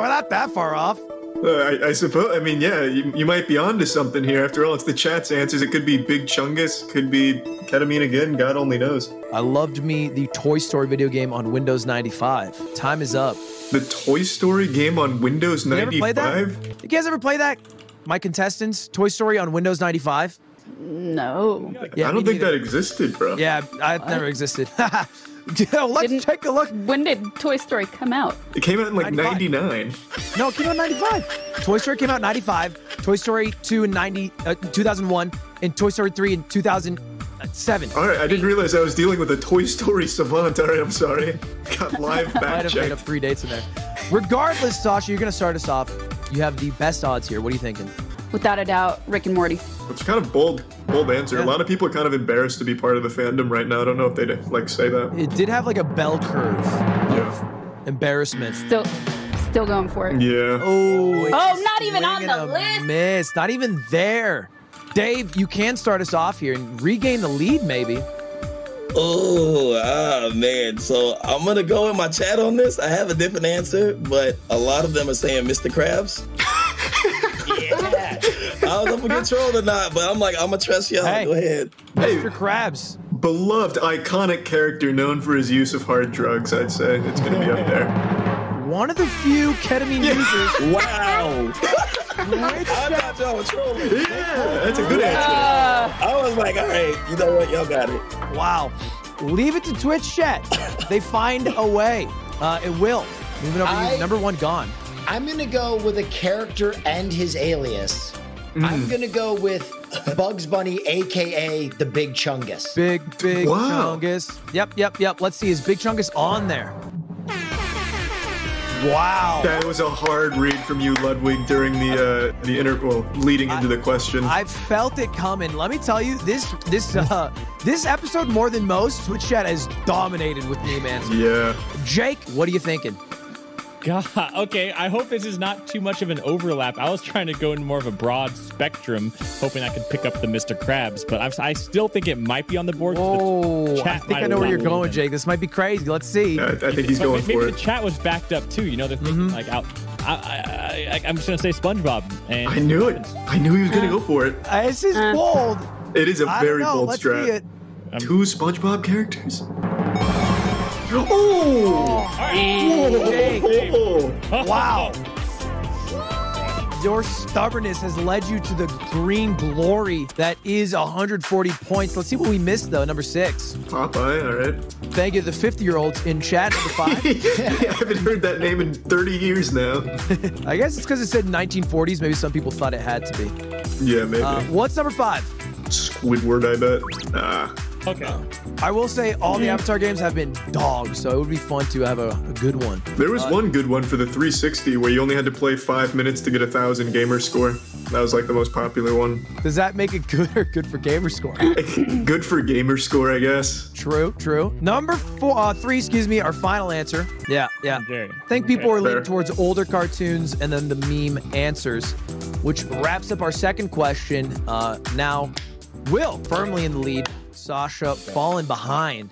Speaker 1: we're not that far off.
Speaker 2: Uh, I, I suppose. I mean, yeah, you, you might be onto something here. After all, it's the chat's answers. It could be Big Chungus. Could be ketamine again. God only knows.
Speaker 1: I loved me the Toy Story video game on Windows 95. Time is up.
Speaker 2: The Toy Story game on Windows
Speaker 1: You ever
Speaker 2: ninety
Speaker 1: played that?
Speaker 2: five.
Speaker 1: You guys ever play that? My contestants, Toy Story on Windows 95.
Speaker 3: No.
Speaker 1: Yeah,
Speaker 2: I
Speaker 1: me
Speaker 2: don't think that
Speaker 1: neither.
Speaker 2: existed, bro.
Speaker 1: Yeah, I- it never existed. Yo, let's
Speaker 3: Didn't-
Speaker 1: take a look.
Speaker 3: When did Toy Story come out?
Speaker 2: It came out in like
Speaker 1: 95.
Speaker 2: ninety nine.
Speaker 1: No, it came out in 95. Toy Story came out in 95. Toy Story 2 in 90, uh, 2001, and Toy Story 3 in 2007.
Speaker 2: All right, I didn't realize I was dealing with a Toy Story savant. All right, I'm sorry. Got live
Speaker 1: Might
Speaker 2: back
Speaker 1: have made up
Speaker 2: checked.
Speaker 1: three dates in there. Regardless, Sasha, you're going to start us off. You have the best odds here. What are you thinking?
Speaker 3: Without a doubt, Rick and Morty.
Speaker 2: It's kind of bold, bold answer. A lot of people are kind of embarrassed to be part of the fandom right now. I don't know if they'd like say that.
Speaker 1: It did have like a bell curve
Speaker 2: Yeah.
Speaker 1: of embarrassment.
Speaker 3: Still, still going for it.
Speaker 2: Yeah.
Speaker 1: Oh, it's
Speaker 3: Oh, not even on
Speaker 1: swinging
Speaker 3: the
Speaker 1: a
Speaker 3: list.
Speaker 1: Miss, not even there. Dave, you can start us off here and regain the lead, maybe.
Speaker 6: oh, ah, man. So I'm gonna go in my chat on this. I have a different answer, but a lot of them are saying Mr. Krabs. yeah. I was up for control or not, but I'm like, I'm gonna trust y'all.
Speaker 1: Hey.
Speaker 6: Go ahead.
Speaker 2: Hey,
Speaker 1: Mr. Krabs.
Speaker 2: beloved, iconic character known for his use of hard drugs. I'd say it's gonna be up there.
Speaker 1: One of the few ketamine users.
Speaker 6: Wow. I thought y'all were trolling.
Speaker 2: Yeah, that's a good answer.
Speaker 6: I was like, all right, you know what? Y'all got it.
Speaker 1: Wow. Leave it to Twitch chat. They find a way. Uh, it will. Moving over to
Speaker 5: I-
Speaker 1: you, number one gone.
Speaker 5: I'm gonna go with a character and his alias. I'm gonna go with Bugs Bunny, aka the Big Chungus.
Speaker 1: Big, big
Speaker 2: Wow.
Speaker 1: Chungus. Yep, yep, yep. Let's see. Is Big Chungus on there? Wow.
Speaker 2: That was a hard read from you, Ludwig, during the uh, the inter well, leading into the question.
Speaker 1: I felt it coming. Let me tell you, this this uh, this episode more than most, Twitch chat has dominated with me, man.
Speaker 2: yeah.
Speaker 1: Jake, what are you thinking?
Speaker 4: God. Okay. I hope this is not too much of an overlap. I was trying to go in more of a broad spectrum, hoping I could pick up the Mr. Krabs, but I've, I still think it might be on the board. so the
Speaker 1: Oh,
Speaker 4: chat
Speaker 1: I think
Speaker 4: might
Speaker 1: I know where
Speaker 4: not
Speaker 1: you're
Speaker 4: believe
Speaker 1: going,
Speaker 4: it.
Speaker 1: Jake. This might be crazy. Let's see.
Speaker 2: I, I think he's
Speaker 4: But
Speaker 2: going
Speaker 4: maybe
Speaker 2: for
Speaker 4: the
Speaker 2: it. Mm-hmm.
Speaker 4: chat was backed up too. You know, they're thinking like out. I, I, I, I'm just gonna say SpongeBob. And
Speaker 2: I knew it. I knew he was gonna go for it.
Speaker 1: Uh, This is bold.
Speaker 2: It is a
Speaker 1: I don't
Speaker 2: very
Speaker 1: know.
Speaker 2: bold
Speaker 1: Let's
Speaker 2: strat.
Speaker 1: see it.
Speaker 2: Two SpongeBob characters. Oh!
Speaker 1: Jake,
Speaker 2: Oh!
Speaker 1: wow. Your stubbornness has led you to the green glory that is 140 points. Let's see what we missed, though. Number six.
Speaker 2: Popeye, alright.
Speaker 1: Thank you, to the 50 year olds in chat. Number five.
Speaker 2: I haven't heard that name in 30 years now.
Speaker 1: I guess it's because it said 1940s. Maybe some people thought it had to be. Um,
Speaker 2: Yeah, maybe.
Speaker 1: Uh, what's number five?
Speaker 2: Squidward, I bet. Ah,
Speaker 4: Okay.
Speaker 1: I will say all the Avatar games have been dogs, so it would be fun to have a, a good one.
Speaker 2: There was one good one for the 360 where you only had to play five minutes to get a thousand gamer score. That was like the most popular one.
Speaker 1: Does that make it good or good for gamer score?
Speaker 2: Good for gamer score, I guess.
Speaker 1: true, true. Number four, uh, three, excuse me, our final answer. Yeah, yeah.
Speaker 4: Jerry.
Speaker 1: I think people are leaning
Speaker 2: Fair.
Speaker 1: towards older cartoons and then the meme answers, which wraps up our second question. Uh, now, Will firmly in the lead, Sasha falling behind.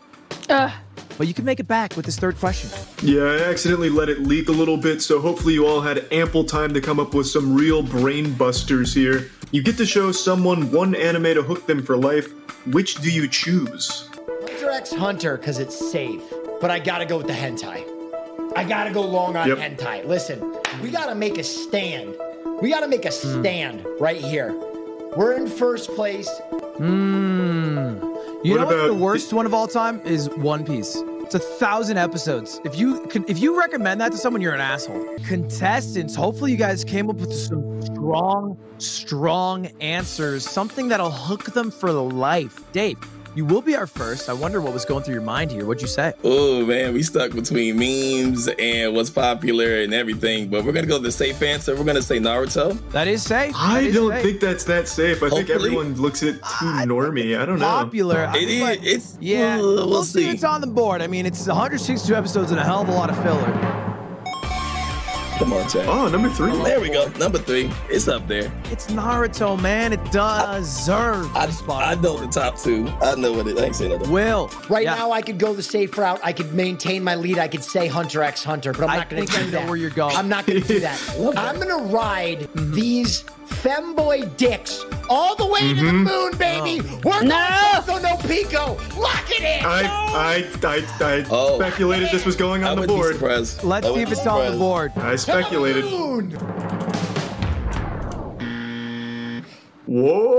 Speaker 3: Ugh.
Speaker 1: But you can make it back with this third question.
Speaker 2: Yeah, I accidentally let it leak a little bit, so hopefully you all had ample time to come up with some real brain busters here. You get to show someone one anime to hook them for life. Which do you choose?
Speaker 5: Hunter X Hunter because it's safe, but I gotta go with the hentai. I gotta go long on
Speaker 2: Yep.
Speaker 5: hentai. Listen, we gotta make a stand. We gotta make a stand right here. We're in first place.
Speaker 1: You
Speaker 2: What
Speaker 1: know what's the
Speaker 2: about-
Speaker 1: worst one of all time is One Piece. It's a thousand episodes. If you could, if you recommend that to someone, you're an asshole. Contestants, hopefully you guys came up with some strong, strong answers, something that'll hook them for life. Dave, you will be our first. I wonder what was going through your mind here. What'd you say?
Speaker 6: Oh man, we stuck between memes and what's popular and everything, but we're gonna go the safe answer. We're gonna say Naruto.
Speaker 1: That is safe. That
Speaker 2: I
Speaker 1: is
Speaker 2: don't
Speaker 1: safe.
Speaker 2: think that's that safe. I think
Speaker 6: Hopefully. Ah,
Speaker 2: everyone looks at it too normy. I don't know.
Speaker 1: popular. I
Speaker 6: It
Speaker 1: mean,
Speaker 6: is.
Speaker 1: but-
Speaker 6: It's
Speaker 1: Yeah,
Speaker 6: uh, we'll,
Speaker 1: see.
Speaker 6: see.
Speaker 1: It's on the board. I mean, it's 162 episodes and a hell of a lot of filler.
Speaker 6: Come on, Chad.
Speaker 2: Oh, number three.
Speaker 6: There we go. Number three. It's up there.
Speaker 1: It's Naruto, man. It deserves
Speaker 6: I,
Speaker 1: a spot.
Speaker 6: I know the top two. I know what it. I ain't say nothing.
Speaker 1: Will.
Speaker 5: Right
Speaker 1: Yeah.
Speaker 5: now, I could go the safe route. I could maintain my lead. I could say Hunter X Hunter, but I'm
Speaker 1: I
Speaker 5: not gonna
Speaker 1: think I
Speaker 5: do
Speaker 1: know
Speaker 5: that.
Speaker 1: where you're going. Mm-hmm.
Speaker 5: I'm not gonna do that. I'm gonna ride these femboy dicks all the way to the
Speaker 2: Mm-hmm.
Speaker 5: moon, baby. We're
Speaker 3: No!
Speaker 5: going no Pico. Lock it in.
Speaker 2: I I I, I
Speaker 6: Oh.
Speaker 2: speculated this was going
Speaker 6: I
Speaker 2: on the
Speaker 6: wouldn't be
Speaker 2: board.
Speaker 6: surprised.
Speaker 1: Let's
Speaker 6: I
Speaker 1: see
Speaker 6: wouldn't
Speaker 1: if
Speaker 6: be
Speaker 1: it's on the
Speaker 6: surprised.
Speaker 1: board.
Speaker 2: I speculated.
Speaker 5: Moon.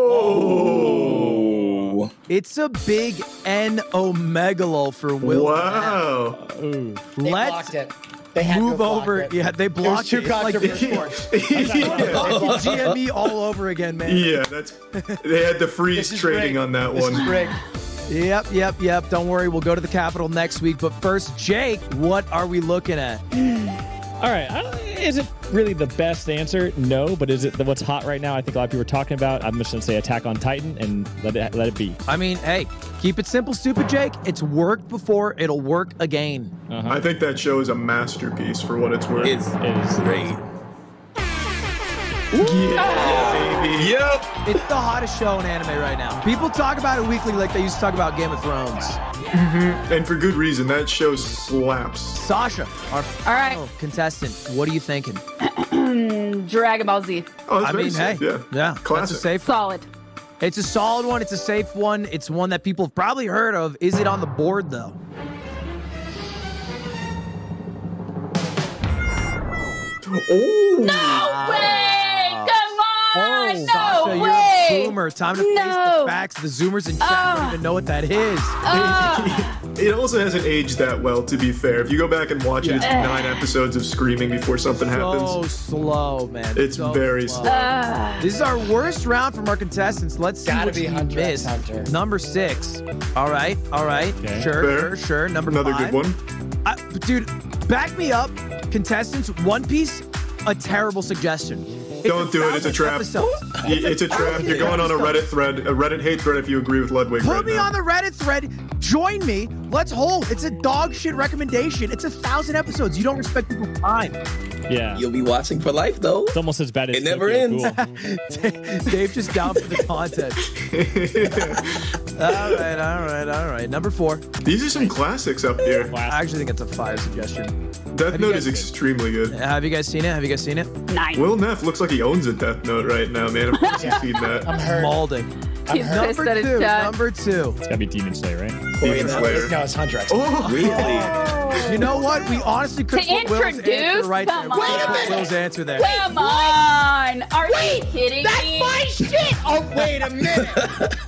Speaker 2: Whoa!
Speaker 6: Ooh.
Speaker 1: It's a big N omegalo for Will.
Speaker 2: Wow!
Speaker 5: They
Speaker 1: Let's
Speaker 5: blocked it. They had to have
Speaker 1: move
Speaker 5: blocked
Speaker 1: over.
Speaker 5: It.
Speaker 1: Yeah, they
Speaker 5: It was
Speaker 1: blocked
Speaker 5: too
Speaker 1: it. It's like-
Speaker 5: controversial.
Speaker 2: yeah.
Speaker 1: it's GME E all over again, man.
Speaker 2: yeah, that's they had to freeze
Speaker 5: is
Speaker 2: trading
Speaker 5: rigged.
Speaker 2: on that
Speaker 5: This is
Speaker 2: one.
Speaker 5: rigged.
Speaker 1: Yep, yep, yep. Don't worry, we'll go to the Capitol next week. But first, Jake, what are we looking at?
Speaker 4: All right. I don't- Is it really the best answer? No, but is it the, what's hot right now? I think a lot of people are talking about. I'm just gonna say Attack on Titan and let it let it be.
Speaker 1: I mean, hey, keep it simple, stupid Jake. It's worked before, it'll work again.
Speaker 2: I think that show is a masterpiece for what it's worth.
Speaker 6: It's
Speaker 4: It is.
Speaker 6: great.
Speaker 2: yeah, baby. Yep.
Speaker 1: It's the hottest show in anime right now. People talk about it weekly like they used to talk about Game of Thrones.
Speaker 2: And for good reason, that show slaps.
Speaker 1: Sasha, our
Speaker 3: All right.
Speaker 1: final contestant, what are you thinking?
Speaker 3: Dragon Ball Z.
Speaker 2: Oh, that's
Speaker 1: I
Speaker 2: very
Speaker 1: mean, hey,
Speaker 2: safe,
Speaker 1: yeah,
Speaker 2: yeah.
Speaker 1: that's a
Speaker 2: Classic.
Speaker 1: safe.
Speaker 3: Solid.
Speaker 1: It's a solid one. It's a safe one. It's one that people have probably heard of. Is it on the board though?
Speaker 2: Oh,
Speaker 3: No way! Come on! Ah, no
Speaker 1: Oh, Sasha,
Speaker 3: way!
Speaker 1: you're a boomer. Time to face the
Speaker 3: No.
Speaker 1: facts. The zoomers in chat don't
Speaker 3: Ah.
Speaker 1: even know what that is.
Speaker 3: Oh. Ugh.
Speaker 2: it also hasn't aged that well, to be fair. If you go back and watch it, it's
Speaker 3: Yeah.
Speaker 2: nine episodes of screaming before something
Speaker 1: So
Speaker 2: happens.
Speaker 1: slow, man.
Speaker 2: It's
Speaker 1: So
Speaker 2: very slow.
Speaker 3: Ugh.
Speaker 1: This is our worst round from our contestants. Let's see
Speaker 5: Gotta
Speaker 1: what
Speaker 5: be
Speaker 1: you
Speaker 5: Hunter x
Speaker 1: missed.
Speaker 5: Hunter.
Speaker 1: Number six. All right, all right.
Speaker 4: Okay.
Speaker 1: Sure,
Speaker 2: Fair.
Speaker 1: sure, sure. Number
Speaker 2: Another
Speaker 1: five.
Speaker 2: good one.
Speaker 1: I, dude, back me up, contestants. One Piece, a terrible suggestion. It's
Speaker 2: Don't do it, it's a
Speaker 1: 1,000
Speaker 2: trap.
Speaker 1: episodes.
Speaker 2: Y- It's a trap. You're going on a Reddit thread, a Reddit hate thread if you agree with Ludwig.
Speaker 1: Put
Speaker 2: right
Speaker 1: me
Speaker 2: now.
Speaker 1: on the Reddit thread. Join me. Let's hold. It's a dog shit recommendation. It's a thousand episodes. You don't respect people's time.
Speaker 4: Yeah.
Speaker 6: You'll be watching for life though.
Speaker 4: It's almost as bad as
Speaker 6: It never
Speaker 4: Tokyo
Speaker 6: ends.
Speaker 4: Ghoul.
Speaker 1: Dave just down for the content. all right, all right, all right. Number four.
Speaker 2: These are some classics up here.
Speaker 4: Wow.
Speaker 1: I actually think it's a fire suggestion.
Speaker 2: Death
Speaker 1: Have you
Speaker 2: Note
Speaker 1: guys
Speaker 2: is
Speaker 1: seen-
Speaker 2: extremely good.
Speaker 1: Have you guys seen it? Have you guys seen it?
Speaker 3: Nice.
Speaker 2: Will Neff looks like he owns a Death Note right now, man. Of course you've seen
Speaker 5: I'm
Speaker 2: that.
Speaker 5: hurt.
Speaker 1: Malding.
Speaker 3: He's pissed
Speaker 1: Number
Speaker 3: at his
Speaker 1: two.
Speaker 3: dad.
Speaker 1: Number two.
Speaker 4: It's gotta be Demon Slayer, right?
Speaker 2: Demon
Speaker 6: Wait,
Speaker 2: Slayer.
Speaker 5: No, it's Hunter X.
Speaker 2: Oh,
Speaker 6: Really?
Speaker 1: You know what? We honestly could
Speaker 3: To
Speaker 1: put Will's answer
Speaker 3: introduce?
Speaker 1: right there.
Speaker 3: Come
Speaker 1: We could
Speaker 3: on.
Speaker 1: put Will's answer there.
Speaker 3: Come on! Are you kidding
Speaker 5: That's
Speaker 3: me?
Speaker 5: my shit! Oh, wait a minute.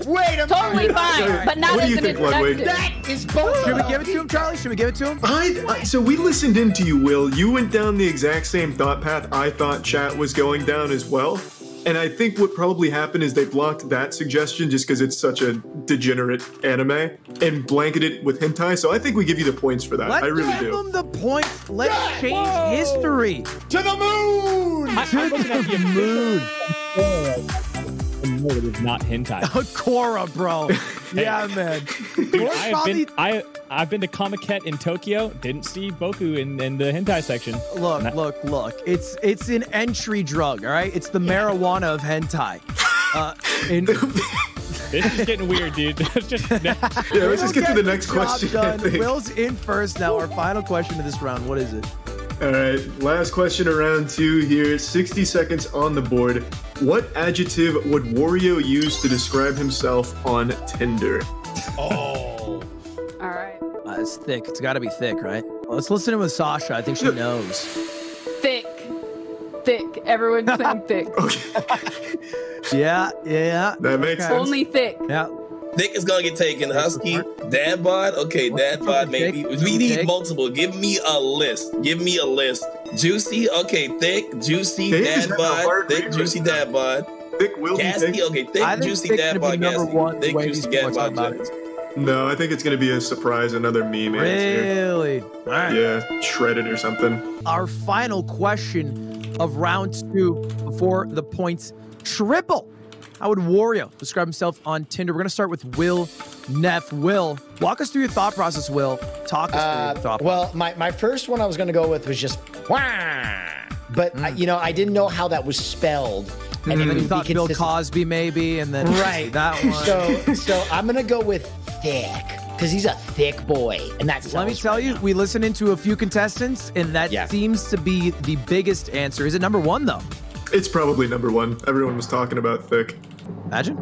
Speaker 5: Wait a
Speaker 3: Totally
Speaker 5: minute.
Speaker 3: fine, but not
Speaker 2: What do
Speaker 3: as
Speaker 2: you
Speaker 3: an
Speaker 2: think, Ludwig?
Speaker 3: introduction.
Speaker 5: That is bullshit.
Speaker 1: Should we give it to him, Charlie? Should we give it to him?
Speaker 2: I, I- so we listened into you, Will. You went down the exact same thought path I thought chat was going down as well. And I think what probably happened is they blocked that suggestion just because it's such a degenerate anime and blanketed it with hentai. So I think we give you the points for that.
Speaker 1: Let's
Speaker 2: I really
Speaker 1: give
Speaker 2: do.
Speaker 1: him the point. Let's
Speaker 5: Yeah.
Speaker 1: change history.
Speaker 5: To the moon!
Speaker 4: I, I'm looking at the moon. No, it is not hentai.
Speaker 1: Cora, bro. yeah, man.
Speaker 4: Dude,
Speaker 1: Yours
Speaker 4: I have
Speaker 1: probably-
Speaker 4: been, I, I've been to Comiket in Tokyo. Didn't see Boku in, in the hentai section.
Speaker 1: Look, look, look. It's it's an entry drug, all right? It's the marijuana of hentai. Uh, and
Speaker 4: This is getting weird, dude. It's just,
Speaker 2: Yeah, let's just
Speaker 1: We'll
Speaker 2: get to the
Speaker 1: this
Speaker 2: next
Speaker 1: job
Speaker 2: question. I
Speaker 1: done.
Speaker 2: think.
Speaker 1: Will's in first now. Our final question of this round. What is it?
Speaker 2: All right, last question around two here. 60 seconds on the board. What adjective would Wario use to describe himself on Tinder?
Speaker 3: All right.
Speaker 1: Uh, it's thick. It's got to be thick, right? Let's listen in with Sasha. I think she knows.
Speaker 3: Thick. Thick. Everyone's saying thick.
Speaker 1: Yeah, yeah.
Speaker 2: That makes sense.
Speaker 3: Only thick.
Speaker 1: Yeah.
Speaker 6: Nick is gonna get taken. Husky, dad bod. Okay, dad
Speaker 1: What's up
Speaker 6: bod.
Speaker 1: with
Speaker 6: Maybe
Speaker 1: Jake?
Speaker 6: we need
Speaker 1: Jake?
Speaker 6: multiple. Give me a list. Give me a list. Juicy. Okay, thick. Juicy
Speaker 2: Dave is
Speaker 6: dad
Speaker 2: having a
Speaker 6: bod.
Speaker 2: hard
Speaker 6: Thick
Speaker 2: read
Speaker 6: juicy
Speaker 2: right now.
Speaker 6: dad bod.
Speaker 2: Thick will be thick.
Speaker 6: Gassy. Okay,
Speaker 1: I
Speaker 6: thick
Speaker 1: think
Speaker 6: juicy
Speaker 1: thick's
Speaker 6: dad
Speaker 1: gonna be
Speaker 6: bod.
Speaker 1: number one
Speaker 6: Gassy.
Speaker 1: the
Speaker 6: Thick
Speaker 1: way
Speaker 6: juicy
Speaker 1: these
Speaker 6: dad
Speaker 1: people talk
Speaker 6: bod.
Speaker 1: about
Speaker 6: Jack.
Speaker 2: No, I think it's going to be a surprise, another meme answer.
Speaker 1: Really? All right.
Speaker 2: Yeah, shredded or something.
Speaker 1: Our final question of round two before the points triple. How would Wario describe himself on Tinder? We're going to start with Will Neff. Will, walk us through your thought process, Will. Talk us through
Speaker 5: Uh,
Speaker 1: your thought
Speaker 5: well, my, my first one I was going to go with was just wah. But, I, you know, I didn't know how that was spelled. And it
Speaker 1: And then Mm.
Speaker 5: would
Speaker 1: you
Speaker 5: be
Speaker 1: thought Bill
Speaker 5: consistent.
Speaker 1: Cosby, maybe, and then
Speaker 5: Right.
Speaker 1: that one.
Speaker 5: So, so I'm going to go with thick because he's a thick boy. And that's
Speaker 1: Let me tell you, we listened into a few contestants, and that
Speaker 5: Yeah.
Speaker 1: seems to be the biggest answer. Is it number one though?
Speaker 2: It's probably number one. Everyone was talking about thick.
Speaker 1: Imagine.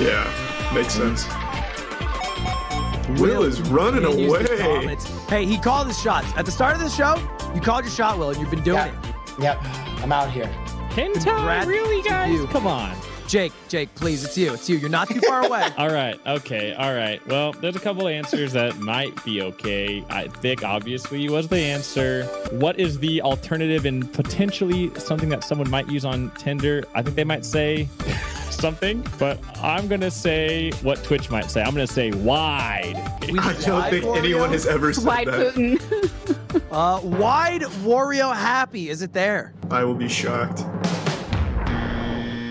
Speaker 2: Yeah, makes
Speaker 1: Mm-hmm.
Speaker 2: sense. Will is running
Speaker 1: Use the
Speaker 2: away.
Speaker 1: comments. Hey, he called his shots at the start of the show. You called your shot, Will, and you've been doing it.
Speaker 5: Yep. I'm out here.
Speaker 4: hentai?
Speaker 1: Congrats
Speaker 4: really,
Speaker 1: to
Speaker 4: guys?
Speaker 1: you.
Speaker 4: Come on.
Speaker 1: Jake, Jake, please, it's you. It's you. You're not too far away.
Speaker 4: All right. Okay. All right. Well, there's a couple of answers that might be okay. I think obviously was the answer. What is the alternative and potentially something that someone might use on Tinder? I think they might say something, but I'm gonna say what Twitch might say. I'm gonna say wide.
Speaker 2: I don't think anyone has ever said
Speaker 3: Wide
Speaker 2: that.
Speaker 3: Putin.
Speaker 1: Uh, wide Wario happy. Is it there?
Speaker 2: I will be shocked.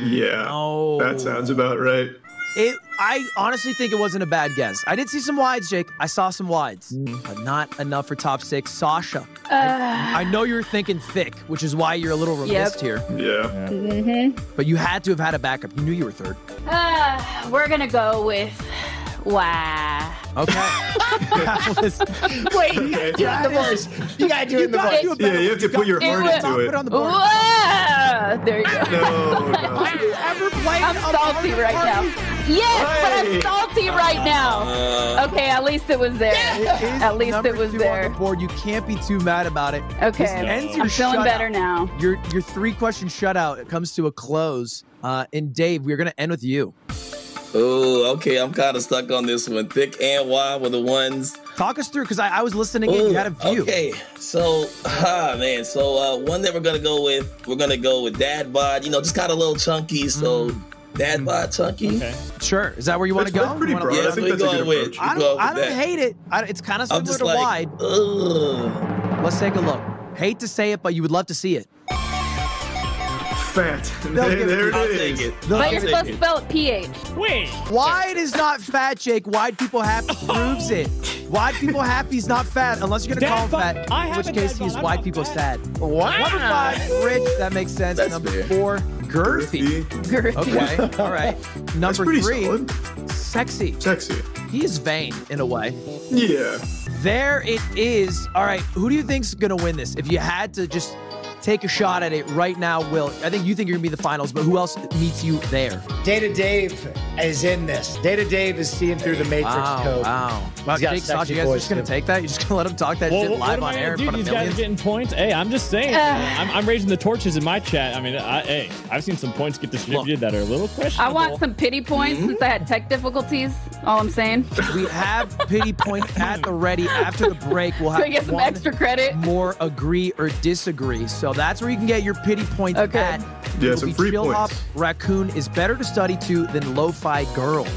Speaker 2: Yeah.
Speaker 1: No.
Speaker 2: That sounds about right.
Speaker 1: It. I honestly think it wasn't a bad guess. I did see some wides, Jake. I saw some wides,
Speaker 2: Mm.
Speaker 1: but not enough for top six. Sasha,
Speaker 3: Uh,
Speaker 1: I know you're thinking thick, which is why you're a little remiss here.
Speaker 2: Yeah.
Speaker 3: mhm.
Speaker 1: But you had to have had a backup. You knew you were third.
Speaker 3: Uh, we're gonna go with wow.
Speaker 1: Okay. That was-
Speaker 5: Wait, you
Speaker 2: Okay.
Speaker 5: gotta do it in the voice. You gotta do it in the
Speaker 1: gotta
Speaker 5: voice.
Speaker 1: do a
Speaker 2: Yeah,
Speaker 1: better-
Speaker 2: you have to put your
Speaker 3: It
Speaker 2: heart
Speaker 3: was-
Speaker 2: into
Speaker 1: Put
Speaker 2: it.
Speaker 1: on the board.
Speaker 3: Whoa! There you go.
Speaker 2: No, no.
Speaker 1: Have you ever played
Speaker 3: I'm
Speaker 1: a
Speaker 3: salty
Speaker 1: party
Speaker 3: right now.
Speaker 1: party?
Speaker 3: Yes,
Speaker 2: Hey!
Speaker 3: but I'm salty right now.
Speaker 6: Uh,
Speaker 3: Okay, at least it was there.
Speaker 1: is
Speaker 3: At least
Speaker 1: number
Speaker 3: it was
Speaker 1: two On
Speaker 3: there.
Speaker 1: the board. You can't be too mad about it. This
Speaker 3: Okay,
Speaker 1: ends your
Speaker 3: I'm feeling
Speaker 1: shutout.
Speaker 3: better now.
Speaker 1: Your your three question shutout it comes to a close. Uh, and Dave, we're gonna end with you.
Speaker 6: oh, okay. I'm kind of stuck on this one. Thick and wide were the ones
Speaker 1: Talk us through because I, I was listening and you
Speaker 6: Ooh,
Speaker 1: had a view.
Speaker 6: Okay, so ah man, so uh, one that we're gonna go with, we're gonna go with dad bod. You know, just kind of a little chunky. So
Speaker 1: Mm.
Speaker 6: dad bod chunky.
Speaker 4: Okay.
Speaker 1: Sure. Is that where you want to
Speaker 2: That's
Speaker 1: go?
Speaker 2: pretty
Speaker 1: You wanna-
Speaker 2: broad.
Speaker 6: Yeah,
Speaker 2: I
Speaker 6: that's
Speaker 2: think
Speaker 6: what
Speaker 2: that's a
Speaker 6: we
Speaker 2: good
Speaker 6: going with.
Speaker 2: approach.
Speaker 1: I
Speaker 6: Go
Speaker 1: don't.
Speaker 6: with
Speaker 1: I don't
Speaker 6: that.
Speaker 1: hate it. I, it's kind of
Speaker 6: I'm
Speaker 1: similar
Speaker 6: just
Speaker 1: to
Speaker 6: like,
Speaker 1: wide.
Speaker 6: ugh.
Speaker 1: Let's take a look. Hate to say it, but you would love to see it.
Speaker 2: Fat.
Speaker 1: They'll give
Speaker 2: There, there
Speaker 1: it
Speaker 2: it
Speaker 6: I'll
Speaker 2: is.
Speaker 6: take it.
Speaker 3: But
Speaker 6: I'll
Speaker 3: you're
Speaker 6: take
Speaker 3: supposed to
Speaker 6: it.
Speaker 3: spell it PH.
Speaker 4: Wait.
Speaker 1: Wide is not fat, Jake. Wide people happy proves it. Wide people happy is not fat unless you're gonna
Speaker 4: Dad
Speaker 1: call him
Speaker 4: bod.
Speaker 1: fat.
Speaker 4: I
Speaker 1: in
Speaker 4: have
Speaker 1: which
Speaker 4: a
Speaker 1: case
Speaker 4: dad
Speaker 1: he's
Speaker 4: bod. I'm
Speaker 1: wide
Speaker 4: not
Speaker 1: people
Speaker 4: fat.
Speaker 1: sad. Number
Speaker 5: Wow.
Speaker 1: five, rich. That makes sense.
Speaker 6: That's
Speaker 1: Number
Speaker 6: fair.
Speaker 1: four, girthy. Okay, all right.
Speaker 2: That's
Speaker 1: Number
Speaker 2: pretty
Speaker 1: three,
Speaker 2: solid.
Speaker 1: sexy.
Speaker 2: Sexy.
Speaker 1: He is vain in a way.
Speaker 2: Yeah.
Speaker 1: There it is. All right, who do you think's gonna win this? If you had to just take a shot at it right now, Will. I think you think you're gonna be the finals, but who else meets you there?
Speaker 5: Data Dave is in this. Data Dave is seeing through the Matrix code.
Speaker 1: wow. Wow,
Speaker 5: He's got
Speaker 1: Jake Sasha,
Speaker 5: sexy
Speaker 1: you guys are just
Speaker 5: voice,
Speaker 1: gonna
Speaker 5: too.
Speaker 1: take that? You're just gonna let him talk that
Speaker 4: Well,
Speaker 1: shit
Speaker 4: what- what
Speaker 1: live
Speaker 4: am I
Speaker 1: on
Speaker 4: gonna
Speaker 1: air in
Speaker 4: do?
Speaker 1: front of
Speaker 4: These guys
Speaker 1: millions?
Speaker 4: are getting points. Hey, I'm just saying. I'm, I'm raising the torches in my chat. I mean, I, hey, I've seen some points get distributed that are a little
Speaker 3: I
Speaker 4: questionable.
Speaker 3: want some pity
Speaker 1: hmm?
Speaker 3: points since I had tech difficulties. All I'm saying.
Speaker 1: we have pity points at the ready. After the break, we'll
Speaker 3: Can I
Speaker 1: have
Speaker 3: get some
Speaker 1: one
Speaker 3: extra credit?
Speaker 1: more agree or disagree. So that's where you can get your pity points
Speaker 3: Okay.
Speaker 1: at.
Speaker 2: Yeah,
Speaker 1: It'll
Speaker 2: some
Speaker 1: be
Speaker 2: free
Speaker 1: Chill Hop.
Speaker 2: points.
Speaker 1: Raccoon is better to study to than Lo-Fi Girl.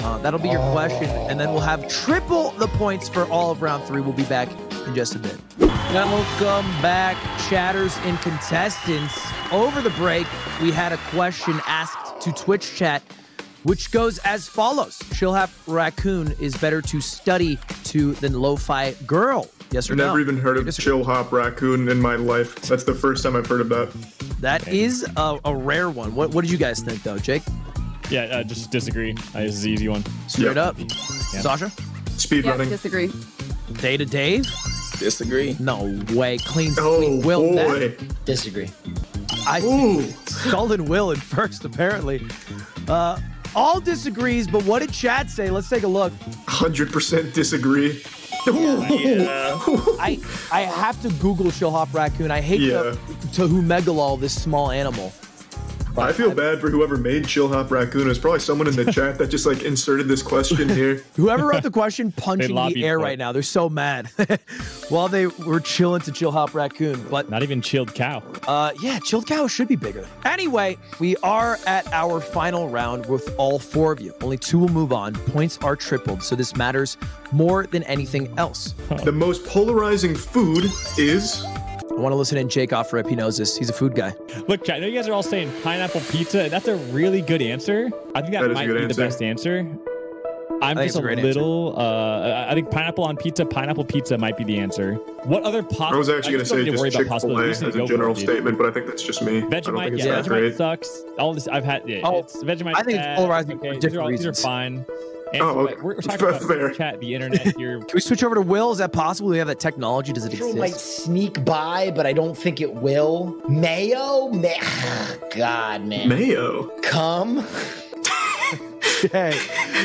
Speaker 1: Uh, that'll be your question, and then we'll have triple the points for all of round three. We'll be back in just a bit. Welcome back, chatters and contestants. Over the break, we had a question asked to Twitch chat, which goes as follows: Chill Hop Raccoon is better to study to than Lo-Fi Girl. Yes or
Speaker 2: I've
Speaker 1: no?
Speaker 2: never even heard
Speaker 1: You
Speaker 2: of
Speaker 1: disagree?
Speaker 2: Chill Hop Raccoon in my life. That's the first time I've heard of that.
Speaker 1: That is a, a rare one. What, what did you guys think, though, Jake?
Speaker 4: Yeah, uh, just disagree. Uh, this is the easy one.
Speaker 1: Straight
Speaker 2: Yep.
Speaker 1: up. Sasha?
Speaker 2: Speed
Speaker 3: Yeah,
Speaker 2: running.
Speaker 3: disagree.
Speaker 1: Day to Dave?
Speaker 6: Disagree.
Speaker 1: No way. Clean
Speaker 2: Oh
Speaker 1: sweep. Will
Speaker 2: boy.
Speaker 1: back.
Speaker 5: Disagree.
Speaker 1: I stolen Will in first, apparently. Uh, all disagrees, but what did Chad say? Let's take a look.
Speaker 2: Hundred percent disagree.
Speaker 1: I I have to Google Chill Hop Raccoon. I hate the to who megalol this small animal.
Speaker 2: I feel bad for whoever made Chill Hop Raccoon. It's probably someone in the chat that just like inserted this question here.
Speaker 1: Whoever wrote the question punching
Speaker 4: lobbied
Speaker 1: the air
Speaker 4: for it.
Speaker 1: right now. They're so mad. While they were chilling to Chill Hop Raccoon. But
Speaker 4: Not even chilled cow.
Speaker 1: Uh, yeah, chilled cow should be bigger. Anyway, we are at our final round with all four of you. Only two will move on. Points are tripled, so this matters more than anything else.
Speaker 2: The most polarizing food is
Speaker 1: I want to listen in Jake offer up. He knows this. He's a food guy.
Speaker 4: Look, Chad, I know you guys are all saying pineapple pizza. and That's a really good answer. I think that,
Speaker 2: That is a
Speaker 4: might
Speaker 2: good
Speaker 4: be
Speaker 2: answer.
Speaker 4: the best answer. I'm
Speaker 1: I think it's
Speaker 4: just
Speaker 1: a
Speaker 4: a,
Speaker 1: great
Speaker 4: little. Uh, I- I think pineapple on pizza. Pineapple pizza might be the answer. What other possible?
Speaker 2: I was actually going to say just Chick Fil A as a general statement, but I think that's just me. I don't think
Speaker 4: Vegemite,
Speaker 2: it's
Speaker 4: yeah,
Speaker 2: that
Speaker 4: Vegemite
Speaker 2: great.
Speaker 4: sucks. All this I've had. Yeah,
Speaker 1: Oh,
Speaker 4: it's Vegemite.
Speaker 1: I think it's
Speaker 4: bad,
Speaker 1: polarizing for
Speaker 4: Okay, these,
Speaker 1: different
Speaker 4: are all, these are
Speaker 1: reasons.
Speaker 4: fine. And
Speaker 2: Oh,
Speaker 4: so, like,
Speaker 2: okay.
Speaker 4: we're, we're talking about
Speaker 2: Fair.
Speaker 4: chat, the internet here.
Speaker 1: Can we switch over to Will? Is that possible? Do we have that technology? Does it
Speaker 5: Control might
Speaker 1: exist?
Speaker 5: sneak by, but I don't think it will. Mayo? Ma- God, man.
Speaker 2: Mayo.
Speaker 5: Come.
Speaker 1: Okay.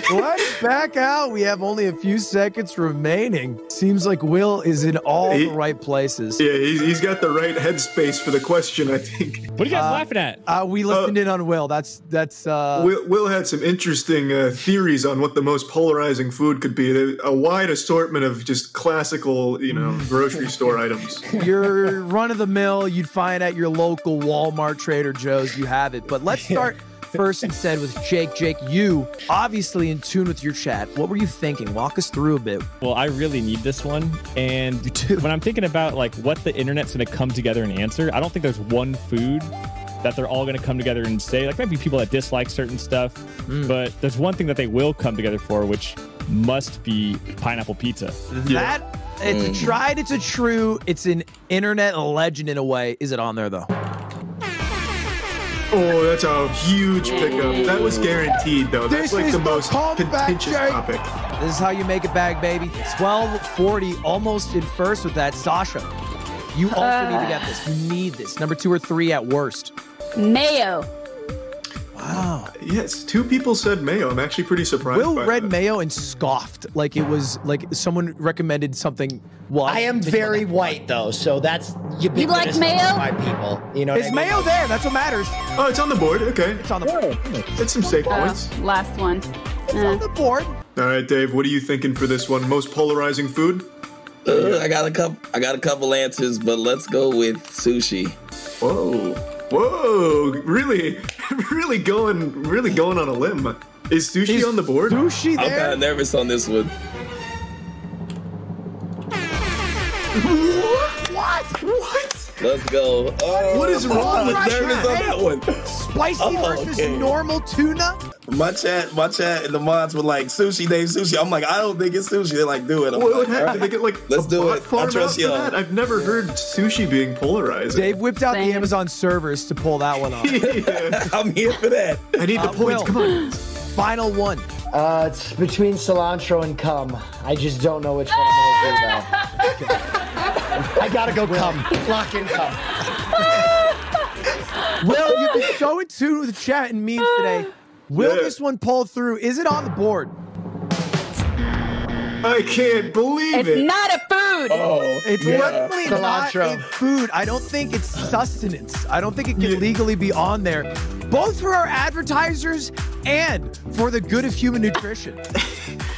Speaker 1: Let's back out. We have only a few seconds remaining. Seems like Will is in all
Speaker 2: He-
Speaker 1: the right places.
Speaker 2: Yeah, he's, he's got the right headspace for the question, I think.
Speaker 4: What are you guys
Speaker 1: Uh,
Speaker 4: laughing at?
Speaker 1: Uh, we listened in on Will. That's that's uh
Speaker 2: Will, Will had some interesting uh, theories on what the most polarizing food could be. There- A wide assortment of just classical, you know, grocery store items.
Speaker 1: your run of the mill you'd find at your local Walmart, Trader Joe's, you have it. But let's start first instead with Jake. Jake, you obviously in tune with your chat. What were you thinking? Walk us through a bit.
Speaker 4: Well, I really need this one. And
Speaker 1: too.
Speaker 4: when I'm thinking about like what the internet's going to come together and answer, I don't think there's one food that they're all going to come together and say. Like, maybe people that dislike certain stuff,
Speaker 1: Mm.
Speaker 4: but there's one thing that they will come together for, which must be pineapple pizza.
Speaker 1: Mm.
Speaker 2: Yeah.
Speaker 1: That it's a tried, it's a true, it's an internet legend in a way. Is it on there though?
Speaker 2: Oh, that's a huge pickup. That was guaranteed, though. That's
Speaker 1: This
Speaker 2: like
Speaker 1: is
Speaker 2: the
Speaker 1: the
Speaker 2: most
Speaker 1: comeback,
Speaker 2: contentious
Speaker 1: Jake.
Speaker 2: topic.
Speaker 1: This is how you make it back, baby. 1240 almost in first with that. Sasha, you also need to get this. You need this. Number two or three at worst.
Speaker 3: Mayo.
Speaker 1: Wow.
Speaker 2: Yes, two people said mayo. I'm actually pretty surprised.
Speaker 1: Will
Speaker 2: by
Speaker 1: read
Speaker 2: that.
Speaker 1: mayo and scoffed like it was like someone recommended something. Well,
Speaker 5: I am very white though, so that's
Speaker 3: like
Speaker 5: ubiquitous
Speaker 3: mayo?
Speaker 5: by people. You know, what I
Speaker 1: Is
Speaker 5: mean?
Speaker 1: mayo there? That's what matters.
Speaker 2: Oh, it's on the board. Okay,
Speaker 1: It's on the board.
Speaker 2: that's some safe
Speaker 3: Uh,
Speaker 2: points.
Speaker 3: last one.
Speaker 1: It's on
Speaker 3: Uh,
Speaker 1: the board.
Speaker 2: All right, Dave. What are you thinking for this one? Most polarizing food?
Speaker 6: Uh, I got a couple. I got a couple answers, but let's go with sushi.
Speaker 2: Whoa, whoa! Really, really going, really going on a limb. Is sushi
Speaker 1: Is
Speaker 2: on the board?
Speaker 1: Sushi
Speaker 6: I'm kind
Speaker 1: there.
Speaker 6: of nervous on this one.
Speaker 1: What? What?
Speaker 6: Let's go. Oh,
Speaker 2: What is
Speaker 6: I
Speaker 2: wrong
Speaker 6: was
Speaker 2: with
Speaker 6: nervous
Speaker 2: that?
Speaker 6: on that one.
Speaker 1: Spicy
Speaker 6: Oh,
Speaker 1: versus
Speaker 6: okay.
Speaker 1: normal tuna?
Speaker 6: My chat, my chat, and the mods were like, "Sushi, Dave, sushi." I'm like, "I don't think it's sushi." They're like, "Do it." I'm
Speaker 2: What would
Speaker 6: like,
Speaker 2: happen?
Speaker 6: "All
Speaker 2: They
Speaker 6: right."
Speaker 2: get like
Speaker 6: Let's
Speaker 2: a
Speaker 6: do
Speaker 2: bot
Speaker 6: it. I
Speaker 2: farm
Speaker 6: trust
Speaker 2: out for
Speaker 6: y'all.
Speaker 2: that? I've never heard sushi being polarizing.
Speaker 1: Dave whipped out the
Speaker 3: Same.
Speaker 1: Amazon servers to pull that one off.
Speaker 2: Yeah.
Speaker 6: I'm here for that.
Speaker 2: I need the
Speaker 1: Uh,
Speaker 2: points.
Speaker 1: Will.
Speaker 2: Come on.
Speaker 1: Final one.
Speaker 5: Uh, it's between cilantro and cum. I just don't know which one I'm gonna do though. I gotta go cum. Lock in cum.
Speaker 1: Will, you've been so in tune with chat and memes today. Will
Speaker 2: Yeah.
Speaker 1: this one pull through? Is it on the board?
Speaker 2: I can't believe
Speaker 3: it's
Speaker 2: it.
Speaker 3: not a food.
Speaker 1: Oh. It's luckily not
Speaker 5: Cilantro.
Speaker 1: a food. I don't think it's sustenance. I don't think it can
Speaker 2: Yeah.
Speaker 1: legally be on there, both for our advertisers and for the good of human nutrition.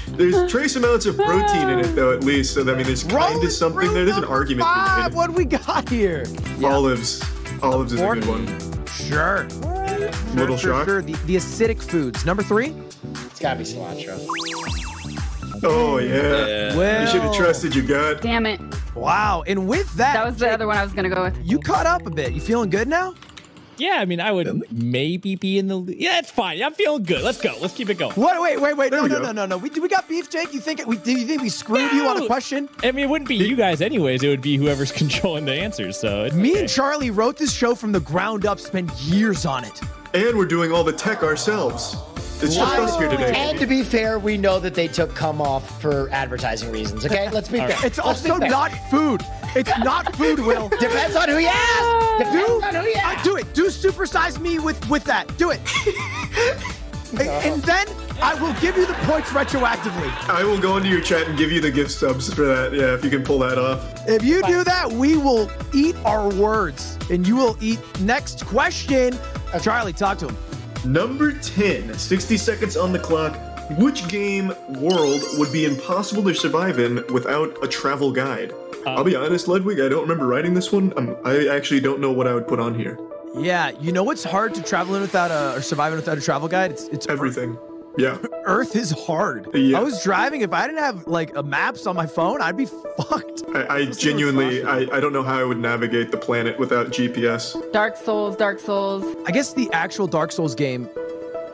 Speaker 2: There's trace amounts of protein in it, though, at least. So I mean, there's
Speaker 1: Rolling
Speaker 2: kind of something
Speaker 1: through
Speaker 2: there. There's an
Speaker 1: number
Speaker 2: argument. to be
Speaker 1: Five,
Speaker 2: made.
Speaker 1: what do we got here?
Speaker 2: Olives. Olives is a
Speaker 1: Pork.
Speaker 2: good one.
Speaker 8: Sure.
Speaker 2: Little shock.
Speaker 1: Sure, the, the acidic foods. Number three.
Speaker 5: It's gotta be cilantro.
Speaker 2: Oh yeah.
Speaker 6: Yeah.
Speaker 1: Well,
Speaker 2: You should have trusted your gut.
Speaker 3: Damn it.
Speaker 1: Wow. And with that,
Speaker 3: That was the other one I was gonna go with.
Speaker 1: you caught up a bit. You feeling good now?
Speaker 4: Yeah, I mean, I would maybe be in the. le- Yeah, it's fine. I'm feeling good. Let's go. Let's keep it going.
Speaker 1: What? Wait, wait, wait. No,
Speaker 2: we
Speaker 1: no,
Speaker 2: go.
Speaker 1: no, no, no. We we got beef, Jake. You think we? Do you think we screwed you on a
Speaker 4: No.
Speaker 1: question?
Speaker 4: I mean, it wouldn't be you guys anyways. It would be whoever's controlling the answers. So it's
Speaker 1: Me
Speaker 4: okay.
Speaker 1: and Charlie wrote this show from the ground up. Spent years on it.
Speaker 2: And we're doing all the tech ourselves. It's just us here
Speaker 5: And
Speaker 2: today.
Speaker 5: to be fair, we know that they took come off for advertising reasons. Okay, let's be fair.
Speaker 1: It's
Speaker 5: Let's be
Speaker 1: also
Speaker 5: fair.
Speaker 1: not food. It's not food, Will.
Speaker 5: Depends on who you ask. Depends
Speaker 1: Do,
Speaker 5: on who you
Speaker 1: I
Speaker 5: ask.
Speaker 1: do it. Do supersize me with with that. Do it. And- and then I will give you the points retroactively.
Speaker 2: I will go into your chat and give you the gift subs for that. Yeah, if you can pull that off.
Speaker 1: If you do that, we will eat our words and you will eat. Next question. Charlie, talk to him.
Speaker 2: Number 10, 60 seconds on the clock. Which game world would be impossible to survive in without a travel guide? I'll be honest, Ludwig, I don't remember writing this one. Um, I actually don't know what I would put on here.
Speaker 1: Yeah, you know what's hard to travel in without a or surviving without a travel guide? It's it's
Speaker 2: Everything. Yeah.
Speaker 1: Earth is hard.
Speaker 2: Yeah.
Speaker 1: I was driving. If I didn't have like a maps on my phone, I'd be fucked.
Speaker 2: I, I genuinely, I, I don't know how I would navigate the planet without GPS.
Speaker 3: Dark Souls, Dark Souls.
Speaker 1: I guess the actual Dark Souls game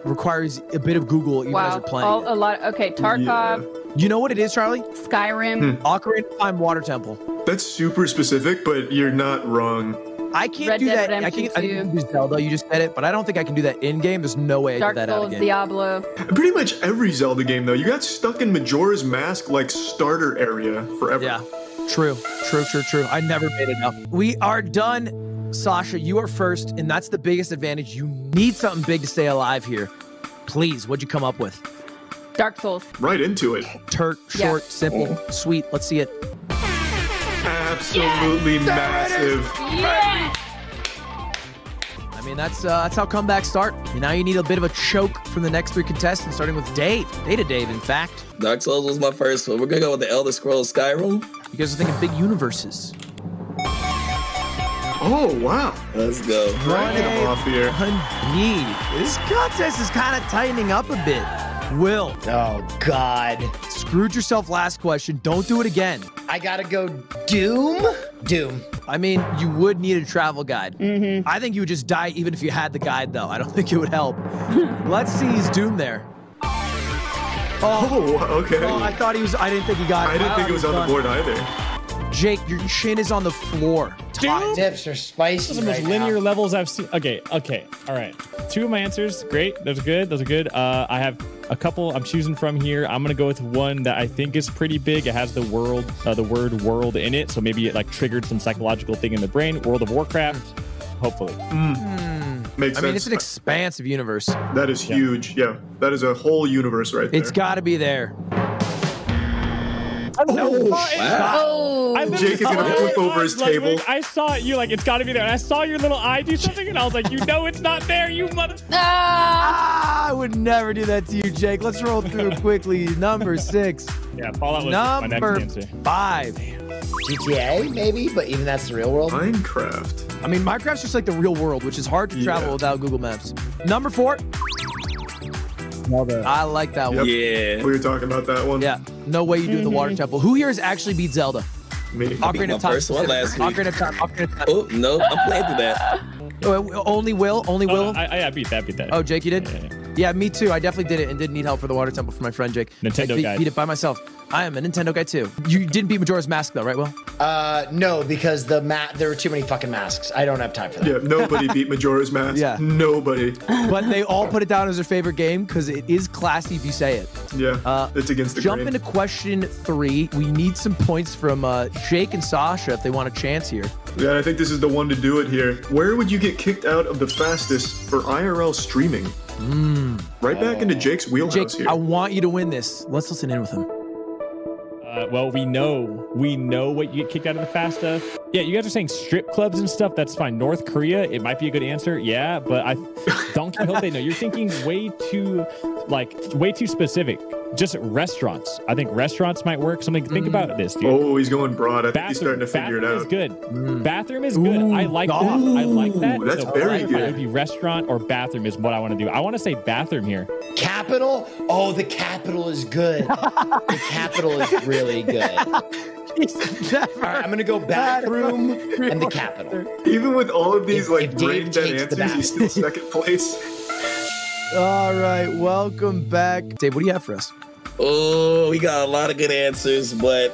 Speaker 1: requires a bit of Google. You guys
Speaker 3: wow.
Speaker 1: are playing.
Speaker 3: All, a lot okay, Tarkov,
Speaker 1: You know what it is, Charlie? Hmm.
Speaker 3: Skyrim,
Speaker 1: Ocarina of Time Water Temple.
Speaker 2: That's super specific, but you're not wrong.
Speaker 1: I can't
Speaker 3: Red
Speaker 1: do
Speaker 3: Dead
Speaker 1: that. I can't. I
Speaker 3: Redemption
Speaker 1: can do Zelda. You just said it, but I don't think I can do that in game. There's no way I
Speaker 3: Dark
Speaker 1: get that out
Speaker 3: Souls,
Speaker 1: of game.
Speaker 3: Diablo.
Speaker 2: Pretty much every Zelda game, though, you got stuck in Majora's Mask like starter area forever.
Speaker 1: Yeah. True. True, true, true. I never made it up. We are done. Sasha, you are first, and that's the biggest advantage. You need something big to stay alive here. Please, what'd you come up with?
Speaker 3: Dark Souls.
Speaker 2: Right into it.
Speaker 1: Turt,
Speaker 3: Yeah.
Speaker 1: short, simple, sweet. Let's see it.
Speaker 2: Absolutely massive.
Speaker 3: Yeah.
Speaker 1: I mean, that's uh, that's how comebacks start. And now you need a bit of a choke from the next three contestants, starting with Dave. Data Dave, in fact.
Speaker 6: Dark Souls was my first one. We're gonna go with the Elder Scrolls Skyrim.
Speaker 1: You guys are thinking big universes.
Speaker 2: Oh, wow.
Speaker 6: Let's go.
Speaker 2: Bragging him off here.
Speaker 1: Oh, Indeed. This contest is kind of tightening up a bit. Will,
Speaker 5: Oh God,
Speaker 1: screwed yourself last question. Don't do it again.
Speaker 5: I gotta go. Doom. Doom.
Speaker 1: I mean, you would need a travel guide. I think you would just die even if you had the guide, though. I don't think it would help. Let's see his doom there. Oh,
Speaker 2: Oh, okay.
Speaker 1: oh, I thought he was. I didn't think he got it.
Speaker 2: I didn't think it was on the
Speaker 1: Done.
Speaker 2: board either.
Speaker 1: Jake, your chin is on the floor.
Speaker 4: Dude,
Speaker 5: Dips are
Speaker 4: Those
Speaker 5: spicy
Speaker 4: are the most
Speaker 5: right
Speaker 4: linear
Speaker 5: now.
Speaker 4: levels I've seen. Okay, okay, all right. Two of my answers, great. Those are good. Those are good. Uh, I have a couple I'm choosing from here. I'm gonna go with one that I think is pretty big. It has the world, uh, the word "world" in it, so maybe it like triggered some psychological thing in the brain. World of Warcraft, hopefully.
Speaker 2: Makes
Speaker 1: I
Speaker 2: sense.
Speaker 1: mean, it's an expansive universe.
Speaker 2: that is huge. Yeah. That is a whole universe right there.
Speaker 1: It's got to be there.
Speaker 3: Oh.
Speaker 4: I literally
Speaker 2: Oh, Jake is
Speaker 4: saw
Speaker 2: gonna
Speaker 4: it.
Speaker 2: flip over his
Speaker 4: Ludwig,
Speaker 2: table.
Speaker 4: I saw it. You like it's got to be there. And I saw your little eye do something, and I was like, you know, it's not there, you mother.
Speaker 3: Ah.
Speaker 1: Ah, I would never do that to you, Jake. Let's roll through quickly. Number six,
Speaker 4: Yeah, Fallout was my
Speaker 1: number
Speaker 4: next answer.
Speaker 1: five.
Speaker 5: GTA maybe, but even that's the real world.
Speaker 2: Minecraft.
Speaker 1: I mean, Minecraft's just like the real world, which is hard to travel
Speaker 2: Yeah.
Speaker 1: without Google Maps. Number four.
Speaker 4: Uh,
Speaker 1: I like that one.
Speaker 2: Yep.
Speaker 6: Yeah.
Speaker 2: We were talking about that one.
Speaker 1: Yeah. No way you do the water temple. Who here has actually beat Zelda?
Speaker 2: Me.
Speaker 1: Ocarina
Speaker 6: my
Speaker 1: of Time.
Speaker 6: first one last week.
Speaker 1: Ocarina of Time. Ocarina of Time.
Speaker 6: Oh no, I'm playing through that.
Speaker 1: Oh, Only Will. Only
Speaker 4: Oh,
Speaker 1: Will.
Speaker 4: no, I, I beat that. Beat that.
Speaker 1: Oh, Jake, you did?
Speaker 4: Yeah, yeah,
Speaker 1: Yeah, me too. I definitely did it and didn't need help for the water temple for my friend Jake.
Speaker 4: Nintendo
Speaker 1: I beat,
Speaker 4: guy.
Speaker 1: beat it by myself. I am a Nintendo guy too. You didn't beat Majora's Mask though, right, Will?
Speaker 5: Uh, no, because the mat there were too many fucking masks. I don't have time for that.
Speaker 2: Yeah, nobody beat Majora's Mask.
Speaker 1: Yeah.
Speaker 2: Nobody.
Speaker 1: But they all put it down as their favorite game because it is classy if you say it.
Speaker 2: Yeah.
Speaker 1: Uh,
Speaker 2: it's against the
Speaker 1: Jump
Speaker 2: grain.
Speaker 1: into question three. We need some points from uh, Jake and Sasha if they want a chance here.
Speaker 2: Yeah, I think this is the one to do it here. Where would you get kicked out of the fastest for IRL streaming? Right back into Jake's wheelhouse
Speaker 1: Hmm. Oh. Jake,
Speaker 2: here.
Speaker 1: I want you to win this. Let's listen in with him.
Speaker 4: Uh, well, we know we know what you get kicked out of the FAFSA. Yeah, you guys are saying strip clubs and stuff. That's fine. North Korea, it might be a good answer. Yeah, but I don't hope they know. You're thinking way too, like, way too specific. just restaurants. I think restaurants might work. Something think about this, dude.
Speaker 2: Oh, he's going broad. I think he's
Speaker 4: Bathroom,
Speaker 2: starting to figure it
Speaker 4: bathroom is
Speaker 2: out.
Speaker 4: good.
Speaker 1: Mm.
Speaker 4: Bathroom is good. I like that. I like that.
Speaker 2: Ooh, that's
Speaker 4: So
Speaker 2: very
Speaker 4: probably
Speaker 2: good.
Speaker 4: It'd be restaurant or bathroom is what I want to do. I want to say bathroom here.
Speaker 5: Capital? Oh, the capital is good. the capital is really good. All right, I'm going to go bathroom and the capital.
Speaker 2: Even with all of these
Speaker 5: If-
Speaker 2: like
Speaker 5: if
Speaker 2: brain
Speaker 5: Dave
Speaker 2: dead
Speaker 5: takes the
Speaker 2: answers, he's still second place.
Speaker 1: All right, welcome back. Dave, what do you have for us?
Speaker 6: Oh, we got a lot of good answers, but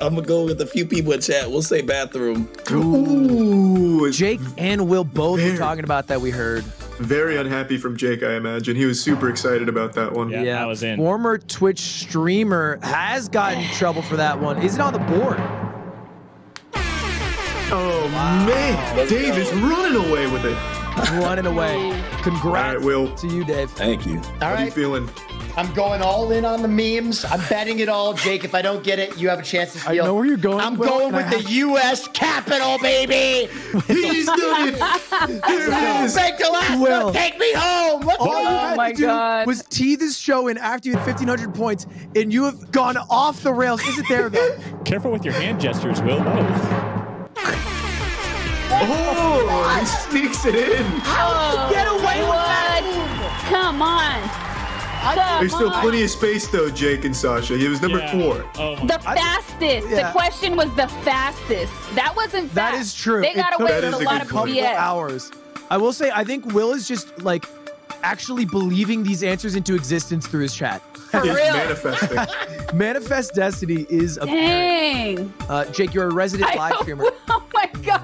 Speaker 6: I'm gonna go with a few people in chat. We'll say bathroom.
Speaker 2: Ooh,
Speaker 1: Jake and Will both were
Speaker 2: Very-
Speaker 1: talking about that we heard.
Speaker 2: very unhappy from Jake. I imagine he was super excited about that one.
Speaker 4: Yeah. I was in.
Speaker 1: Former Twitch streamer has gotten in trouble for that one. Is it on the board?
Speaker 2: Oh man, Dave is running away with it.
Speaker 1: Running away.
Speaker 2: All
Speaker 1: Congrats
Speaker 2: right, Will.
Speaker 1: to you, Dave.
Speaker 6: Thank you.
Speaker 5: All
Speaker 2: How are you
Speaker 5: right,
Speaker 2: feeling?
Speaker 5: I'm going all in on the memes. I'm betting it all, Jake. If I don't get it, you have a chance to steal.
Speaker 1: know where you're going,
Speaker 5: I'm
Speaker 1: Will,
Speaker 5: going
Speaker 1: and I
Speaker 5: with the U.S. capital, baby.
Speaker 2: He's done it. Here it is.
Speaker 5: Make the last
Speaker 1: Will.
Speaker 5: one. Take me home. Let's
Speaker 1: All you
Speaker 5: go.
Speaker 1: had
Speaker 3: Oh my
Speaker 1: to do
Speaker 3: God.
Speaker 1: was tee this show in after you had 1,500 points, and you have gone off the rails. Is it there, though?
Speaker 4: Careful with your hand gestures, Will. Oh.
Speaker 2: Oh, he sneaks it in.
Speaker 1: Get away with that!
Speaker 3: that! Come on. Come
Speaker 2: There's still
Speaker 3: on.
Speaker 2: plenty of space though, Jake and Sasha. He was number
Speaker 4: Yeah.
Speaker 2: four.
Speaker 4: Oh, my
Speaker 3: The fastest.
Speaker 1: yeah.
Speaker 3: The question was the fastest. That wasn't fast.
Speaker 1: That is true.
Speaker 3: They
Speaker 1: It
Speaker 3: got
Speaker 1: took
Speaker 3: away
Speaker 2: That
Speaker 3: with
Speaker 2: is
Speaker 3: a
Speaker 2: a
Speaker 3: lot
Speaker 2: good
Speaker 3: of
Speaker 2: call.
Speaker 1: couple
Speaker 3: BS.
Speaker 1: hours. I will say, I think Will is just like actually believing these answers into existence through his chat.
Speaker 3: For
Speaker 2: He's
Speaker 3: real.
Speaker 2: manifesting.
Speaker 1: Manifest Destiny is apparent.
Speaker 3: Dang.
Speaker 1: Uh, Jake, you're a resident
Speaker 3: I
Speaker 1: live
Speaker 3: know-
Speaker 1: streamer.
Speaker 3: Oh my god.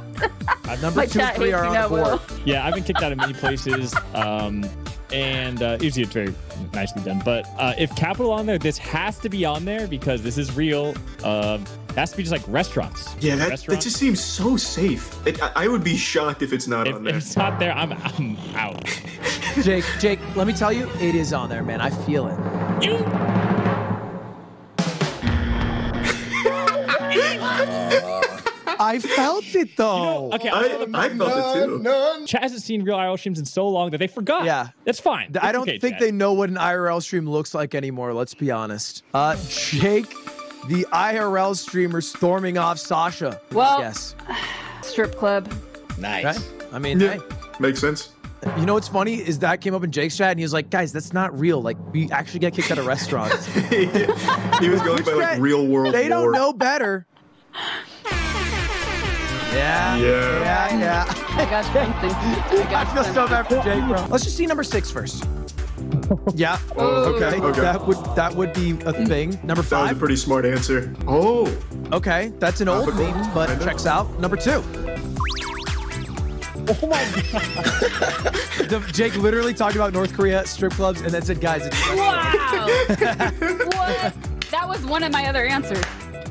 Speaker 1: Number
Speaker 3: My
Speaker 1: two and
Speaker 3: chat
Speaker 1: three
Speaker 3: hates
Speaker 1: are
Speaker 3: me
Speaker 1: on
Speaker 3: now,
Speaker 1: the board.
Speaker 3: Will.
Speaker 4: yeah, I've been kicked out of many places. Um, and uh, usually it's very nicely done. But uh, if capital on there, this has to be on there because this is real. Um, it has to be just like restaurants.
Speaker 2: Yeah, that, that
Speaker 4: restaurants.
Speaker 2: just seems so safe. It, I, I would be shocked if it's not
Speaker 4: if,
Speaker 2: on
Speaker 4: if
Speaker 2: there.
Speaker 4: it's not there, I'm, I'm out.
Speaker 1: Jake, Jake, let me tell you, it is on there, man. I feel it. I felt it though.
Speaker 4: Okay,
Speaker 2: I,
Speaker 4: I,
Speaker 2: I felt it too.
Speaker 5: None.
Speaker 4: Chad hasn't seen real IRL streams in so long that they forgot.
Speaker 1: Yeah.
Speaker 4: that's fine.
Speaker 1: I don't think they know what an IRL stream looks like anymore. Let's be honest. Uh, Jake, the IRL streamer storming off Sasha.
Speaker 3: Well-
Speaker 1: yes,
Speaker 3: uh, Strip club.
Speaker 5: Nice.
Speaker 1: right? I mean,
Speaker 2: Yeah, makes sense.
Speaker 1: hey, you know what's funny is that came up in Jake's chat, and he was like, "Guys, that's not real. Like, we actually get kicked out of restaurants.
Speaker 2: He was going by like
Speaker 1: that-
Speaker 2: real world.
Speaker 1: they don't
Speaker 2: lore.
Speaker 1: know better." Yeah.
Speaker 2: Yeah.
Speaker 1: Yeah. Yeah.
Speaker 3: I got something. I got
Speaker 1: I feel
Speaker 3: something.
Speaker 1: so bad for Jake, bro. Let's just see number six first. Yeah.
Speaker 2: Oh, okay, okay.
Speaker 1: That would that would be a thing. Number
Speaker 2: That was a
Speaker 1: five.
Speaker 2: pretty smart answer. Oh,
Speaker 1: Okay, that's an old
Speaker 2: Topical,
Speaker 1: meme, but
Speaker 2: kinda.
Speaker 1: checks out. Number two.
Speaker 4: Oh my god!
Speaker 1: The, Jake literally talked about North Korea strip clubs and then said, "Guys, it's
Speaker 3: Wow. what? That was one of my other answers.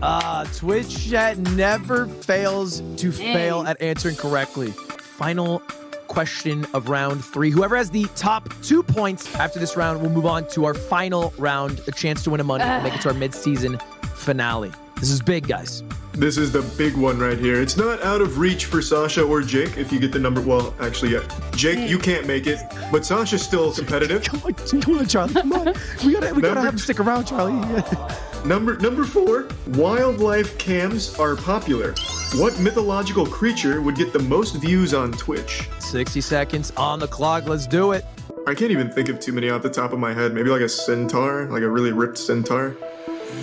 Speaker 1: uh, Twitch chat never fails to fail
Speaker 3: Dang.
Speaker 1: at answering correctly." Final question of round three. Whoever has the top two points after this round will move on to our final round, a chance to win a money and make it to our mid-season finale. This is big, guys.
Speaker 2: this is the big one right here. It's not out of reach for Sasha or Jake if you get the number. Well, actually, yeah. Jake, you can't make it, but Sasha's still competitive.
Speaker 1: Come on, come on, Charlie. Come on. We gotta, we gotta
Speaker 2: Number-
Speaker 1: have him stick around, Charlie.
Speaker 2: Number number four, wildlife cams are popular. What mythological creature would get the most views on Twitch?
Speaker 1: 60 seconds on the clock. Let's do it.
Speaker 2: I can't even think of too many off the top of my head. Maybe like a centaur, like a really ripped centaur.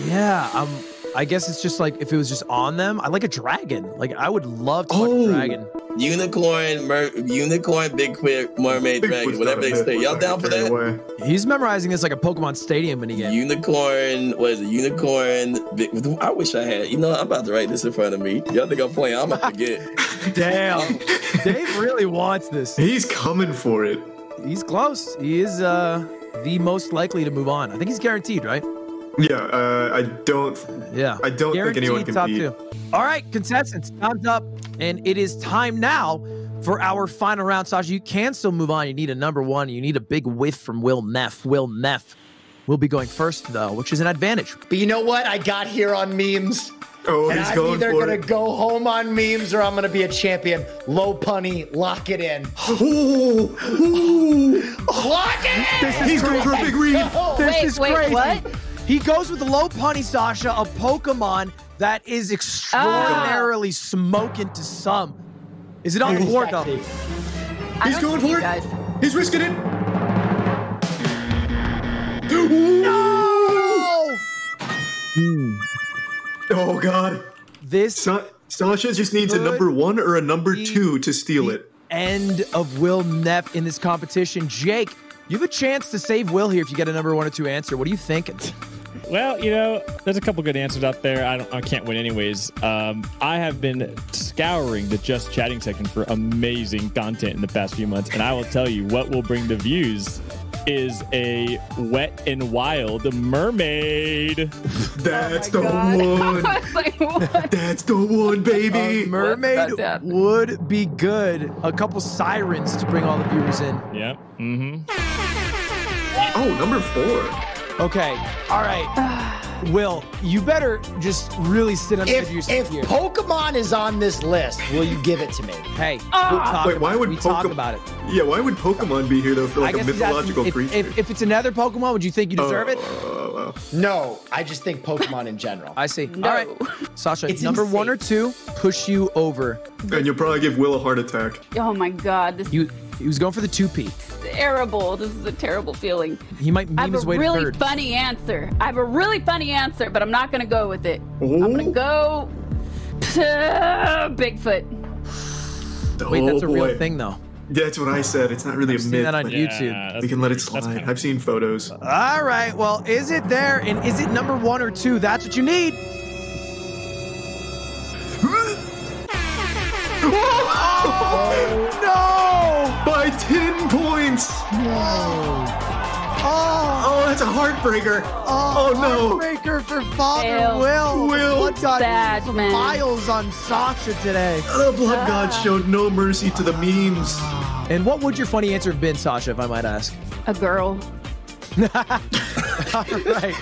Speaker 1: Yeah. Um. I guess it's just like if it was just on them. I like a dragon. Like I would love to watch a dragon.
Speaker 6: Unicorn, mer- unicorn, Bigfoot, mermaid, dragon,
Speaker 2: Bigfoot's
Speaker 6: whatever
Speaker 2: not a
Speaker 6: they say.
Speaker 2: myth,
Speaker 6: Y'all
Speaker 2: but
Speaker 6: down for that?
Speaker 2: anyway.
Speaker 1: He's memorizing this like a Pokemon Stadium minigame.
Speaker 6: Unicorn, what is it? Unicorn. Big, I wish I had. You know, I'm about to write this in front of me. Y'all think I'm playing? I'm gonna forget.
Speaker 1: Damn. Dave really wants this.
Speaker 2: He's coming for it.
Speaker 1: He's close. He is uh the most likely to move on. I think he's guaranteed, right?
Speaker 2: Yeah, uh, I don't.
Speaker 1: Yeah.
Speaker 2: I don't think
Speaker 1: Guaranteed
Speaker 2: anyone can
Speaker 1: top
Speaker 2: beat.
Speaker 1: two. All right, contestants, time's up, and it is time now for our final round. Sasha, you can still move on. You need a number one. You need a big whiff from Will Neff. Will Neff will be going first, though, which is an advantage.
Speaker 5: But you know what? I got here on memes.
Speaker 2: Oh,
Speaker 5: And
Speaker 2: he's
Speaker 5: I'm
Speaker 2: going
Speaker 5: either
Speaker 2: for
Speaker 5: gonna
Speaker 2: it.
Speaker 5: go home on memes or I'm gonna be a champion. Low punny, lock it in.
Speaker 2: Ooh, ooh,
Speaker 5: Lock it in!
Speaker 2: he's going for a big read.
Speaker 5: Oh,
Speaker 1: This
Speaker 3: wait,
Speaker 1: is
Speaker 3: wait,
Speaker 1: crazy.
Speaker 3: what?
Speaker 1: He goes with low punny Sasha, a Pokemon that is
Speaker 3: Ah.
Speaker 1: extraordinarily smoking to some. Is it on
Speaker 5: Very
Speaker 1: board though?
Speaker 5: sexy.
Speaker 3: I
Speaker 2: He's
Speaker 3: don't
Speaker 2: going
Speaker 3: see
Speaker 2: for
Speaker 3: you
Speaker 2: it.
Speaker 3: guys.
Speaker 2: He's risking it. No! Oh god.
Speaker 1: This
Speaker 2: Sa- Sasha just needs a number one or a number two to steal it.
Speaker 1: end of Will Neff in this competition. Jake, you have a chance to save Will here if you get a number one or two answer. What do you think?
Speaker 4: Well, you know, there's a couple good answers out there. I don't, I can't win anyways. Um, I have been scouring the just chatting section for amazing content in the past few months, and I will tell you what will bring the views is a wet and wild mermaid.
Speaker 2: That's the
Speaker 3: Oh my God. I
Speaker 2: one.
Speaker 3: was like, what?
Speaker 2: That's the one,
Speaker 1: A
Speaker 2: baby.
Speaker 1: mermaid
Speaker 3: That's bad.
Speaker 1: would be good. A couple sirens to bring all the viewers in.
Speaker 4: Yep. Mm-hmm.
Speaker 2: Oh, number four.
Speaker 1: Okay. All right. Will, you better just really sit on
Speaker 5: If,
Speaker 1: the views
Speaker 5: if
Speaker 1: here.
Speaker 5: Pokemon is on this list, will you give it to me?
Speaker 1: hey, we
Speaker 3: Ah!
Speaker 1: talk
Speaker 2: Wait, why
Speaker 1: about-
Speaker 2: would
Speaker 1: we talk
Speaker 2: Pokemon-
Speaker 1: about it?
Speaker 2: Yeah, why would Pokemon be here though for like a
Speaker 1: he's asking
Speaker 2: mythological
Speaker 1: if,
Speaker 2: creature? Uh,
Speaker 1: If, if it's another Pokemon, would you think you deserve it?
Speaker 2: Oh,
Speaker 5: No, I just think Pokemon in general.
Speaker 1: I see. All right, Sasha,
Speaker 5: It's
Speaker 1: number one or two,
Speaker 5: insane.
Speaker 1: push you over.
Speaker 2: and you'll probably give Will a heart attack.
Speaker 3: Oh my god, this
Speaker 1: You, he was going for the two P.
Speaker 3: is terrible. This is a terrible feeling.
Speaker 1: He might meme
Speaker 3: I have
Speaker 1: his
Speaker 3: a
Speaker 1: way to
Speaker 3: really
Speaker 1: third.
Speaker 3: funny answer. I have a really funny answer, but I'm not gonna go with it. I'm gonna
Speaker 2: Ooh.
Speaker 3: go to Bigfoot.
Speaker 1: Wait,
Speaker 2: oh,
Speaker 1: that's a
Speaker 2: boy.
Speaker 1: real thing though.
Speaker 2: That's what I said. It's not really a
Speaker 1: seen
Speaker 2: myth.
Speaker 1: that on
Speaker 2: but
Speaker 1: YouTube.
Speaker 4: that's-
Speaker 2: We can let it
Speaker 4: that's
Speaker 2: slide.
Speaker 4: kinda-
Speaker 2: I've seen photos.
Speaker 1: All right, well, is it there and is it number one or two? That's what you need. No!
Speaker 2: By 10 points!
Speaker 1: Oh!
Speaker 2: Oh, that's a heartbreaker. Oh, no.
Speaker 1: Heartbreaker for Father
Speaker 3: Fail.
Speaker 1: Will.
Speaker 2: Will.
Speaker 1: Blood God
Speaker 3: Sad,
Speaker 1: used
Speaker 3: man.
Speaker 1: miles on Sasha today.
Speaker 2: The blood god showed no mercy to the memes.
Speaker 1: And what would your funny answer have been, Sasha, if I might ask?
Speaker 3: A girl.
Speaker 1: All right.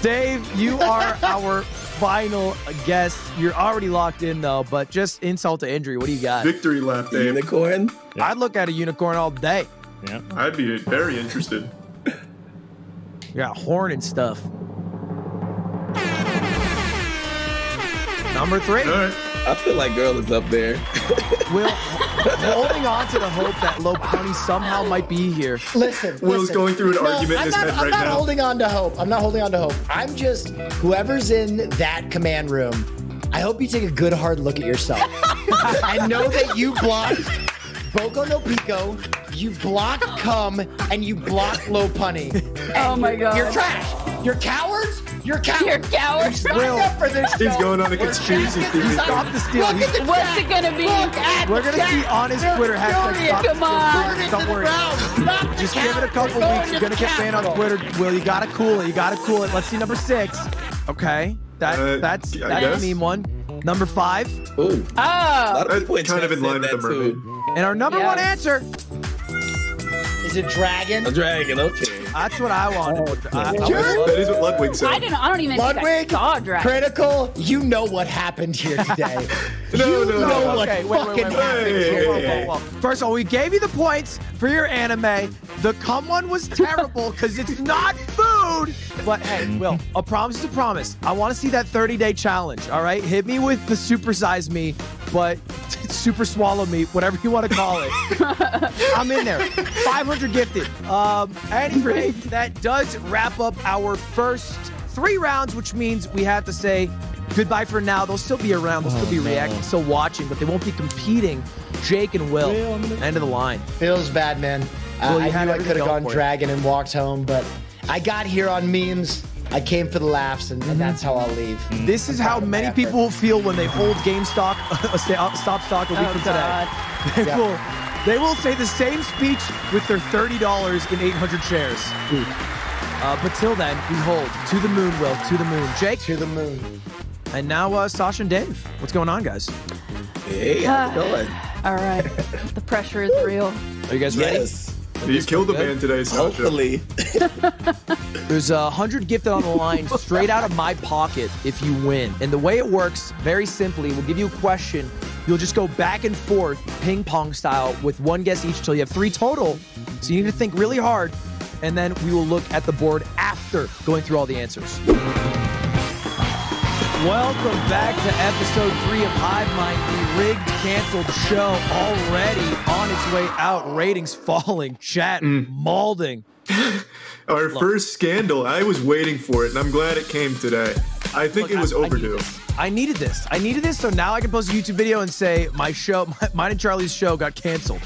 Speaker 1: Dave, you are our final guest. You're already locked in, though, but just insult to injury. What do you got?
Speaker 2: Victory lap, Dave.
Speaker 6: Unicorn.
Speaker 1: I'd look at a unicorn all day.
Speaker 4: Yep.
Speaker 2: I'd be very interested.
Speaker 1: You got a horn and stuff. Number three.
Speaker 2: All right.
Speaker 6: I feel like girl is up there.
Speaker 1: Will, holding on to the hope that Low Pony somehow might be here.
Speaker 5: Listen,
Speaker 2: Will's
Speaker 5: listen.
Speaker 2: going through an
Speaker 5: No,
Speaker 2: argument in
Speaker 5: I'm
Speaker 2: his
Speaker 5: not,
Speaker 2: head
Speaker 5: I'm
Speaker 2: right
Speaker 5: not
Speaker 2: now.
Speaker 5: holding on to hope. I'm not holding on to hope. I'm just whoever's in that command room. I hope you take a good hard look at yourself and know that you blocked Boko no Pico, you block Cum, and you block Low Punny.
Speaker 3: Oh my god.
Speaker 5: You're trash. You're cowards. You're
Speaker 3: You're
Speaker 5: cowards.
Speaker 3: cowards.
Speaker 5: Sign up for this
Speaker 2: He's
Speaker 5: show.
Speaker 2: going on a
Speaker 5: We're
Speaker 2: conspiracy
Speaker 5: back at-
Speaker 2: theory.
Speaker 5: sign-
Speaker 1: Stop the steal.
Speaker 5: Look at the
Speaker 3: What's it
Speaker 5: chat.
Speaker 3: gonna be?
Speaker 5: Look at
Speaker 1: We're
Speaker 5: the
Speaker 1: gonna see
Speaker 5: chat.
Speaker 1: honest
Speaker 5: They're
Speaker 1: Twitter hashtag.
Speaker 3: furious.
Speaker 1: Stop
Speaker 3: Come on.
Speaker 1: the
Speaker 5: burning
Speaker 1: steal.
Speaker 5: to
Speaker 1: Don't
Speaker 5: the
Speaker 1: worry.
Speaker 5: ground. Stop the
Speaker 1: Just give it a
Speaker 5: count.
Speaker 1: couple
Speaker 5: We're going
Speaker 1: weeks. You're
Speaker 5: to
Speaker 1: gonna
Speaker 5: the
Speaker 1: get banned on
Speaker 5: Capitol.
Speaker 1: Twitter. Will, you gotta cool it. You gotta cool it. Let's see number six. Okay, that
Speaker 2: Uh,
Speaker 1: that's
Speaker 2: I
Speaker 1: that's
Speaker 2: guess.
Speaker 1: a meme one. Number five,
Speaker 6: Ooh.
Speaker 3: Oh,
Speaker 2: That's kind of in line with the mermaid.
Speaker 1: and our number
Speaker 3: Yeah.
Speaker 1: one answer.
Speaker 5: Is it dragon?
Speaker 6: A dragon, okay.
Speaker 1: That's what I wanted.
Speaker 2: Oh,
Speaker 1: I- I-
Speaker 5: You're
Speaker 2: That is what Ludwig said.
Speaker 3: I didn't. I don't even
Speaker 5: Ludwig,
Speaker 3: think I saw a dragon.
Speaker 5: critical. You know what happened here today.
Speaker 2: No,
Speaker 5: you
Speaker 2: no,
Speaker 5: know
Speaker 2: no.
Speaker 5: what
Speaker 1: okay, wait,
Speaker 5: fucking
Speaker 1: wait, wait, wait,
Speaker 5: happened
Speaker 1: wait, wait,
Speaker 5: here
Speaker 1: whoa,
Speaker 5: today.
Speaker 1: whoa, whoa. First of all, we gave you the points for your anime. The cum one was terrible because it's not food. But hey, Will, a promise is a promise. I want to see that 30 day challenge, all right? Hit me with the supersize me, but super swallow me, whatever you want to call it. I'm in there. 500 gifted. Um, at any rate, that does wrap up our first three rounds, which means we have to say goodbye for now. They'll still be around. They'll still be reacting, still watching, but they won't be competing. Jake and Will, end of the line.
Speaker 5: Feels bad, man.
Speaker 1: Well,
Speaker 5: Uh,
Speaker 1: you
Speaker 5: I
Speaker 1: had
Speaker 5: knew I
Speaker 1: everything
Speaker 5: could have
Speaker 1: going
Speaker 5: gone
Speaker 1: for you.
Speaker 5: dragon and walked home, but I got here on memes. I came for the laughs, and, and that's how I'll leave.
Speaker 1: Mm-hmm. This is how
Speaker 5: proud of my
Speaker 1: many
Speaker 5: effort.
Speaker 1: people feel when they hold GameStop, a sta- stop stock a week
Speaker 3: Oh,
Speaker 1: from
Speaker 3: God.
Speaker 1: today. They
Speaker 5: Yeah.
Speaker 1: will, they will say the same speech with their thirty dollars in eight hundred shares. Uh, but till then, we hold to the moon, Will, to the moon, Jake,
Speaker 5: To the moon.
Speaker 1: and now uh, Sasha and Dave. What's going on, guys?
Speaker 6: Hey, how's it going?
Speaker 3: All right, the pressure is real.
Speaker 1: Are you guys ready?
Speaker 6: Yes.
Speaker 2: You killed a
Speaker 1: good.
Speaker 2: man today,
Speaker 6: Oh.
Speaker 2: Sasha.
Speaker 6: Hopefully.
Speaker 1: There's a hundred gifted on the line straight out of my pocket if you win. And the way it works, very simply, we'll give you a question. You'll just go back and forth, ping pong style, with one guess each till you have three total. So you need to think really hard. and then we will look at the board after going through all the answers. Welcome back to episode three of Hive Mind, the rigged, canceled show already on its way out. Ratings falling, chat malding.
Speaker 2: Our first scandal. I was waiting for it, and I'm glad it came today. I
Speaker 1: Look,
Speaker 2: think it was
Speaker 1: I- I need
Speaker 2: overdue.
Speaker 1: this. I needed this. I needed this. So now I can post a YouTube video and say my show, my, mine and Charlie's show got canceled.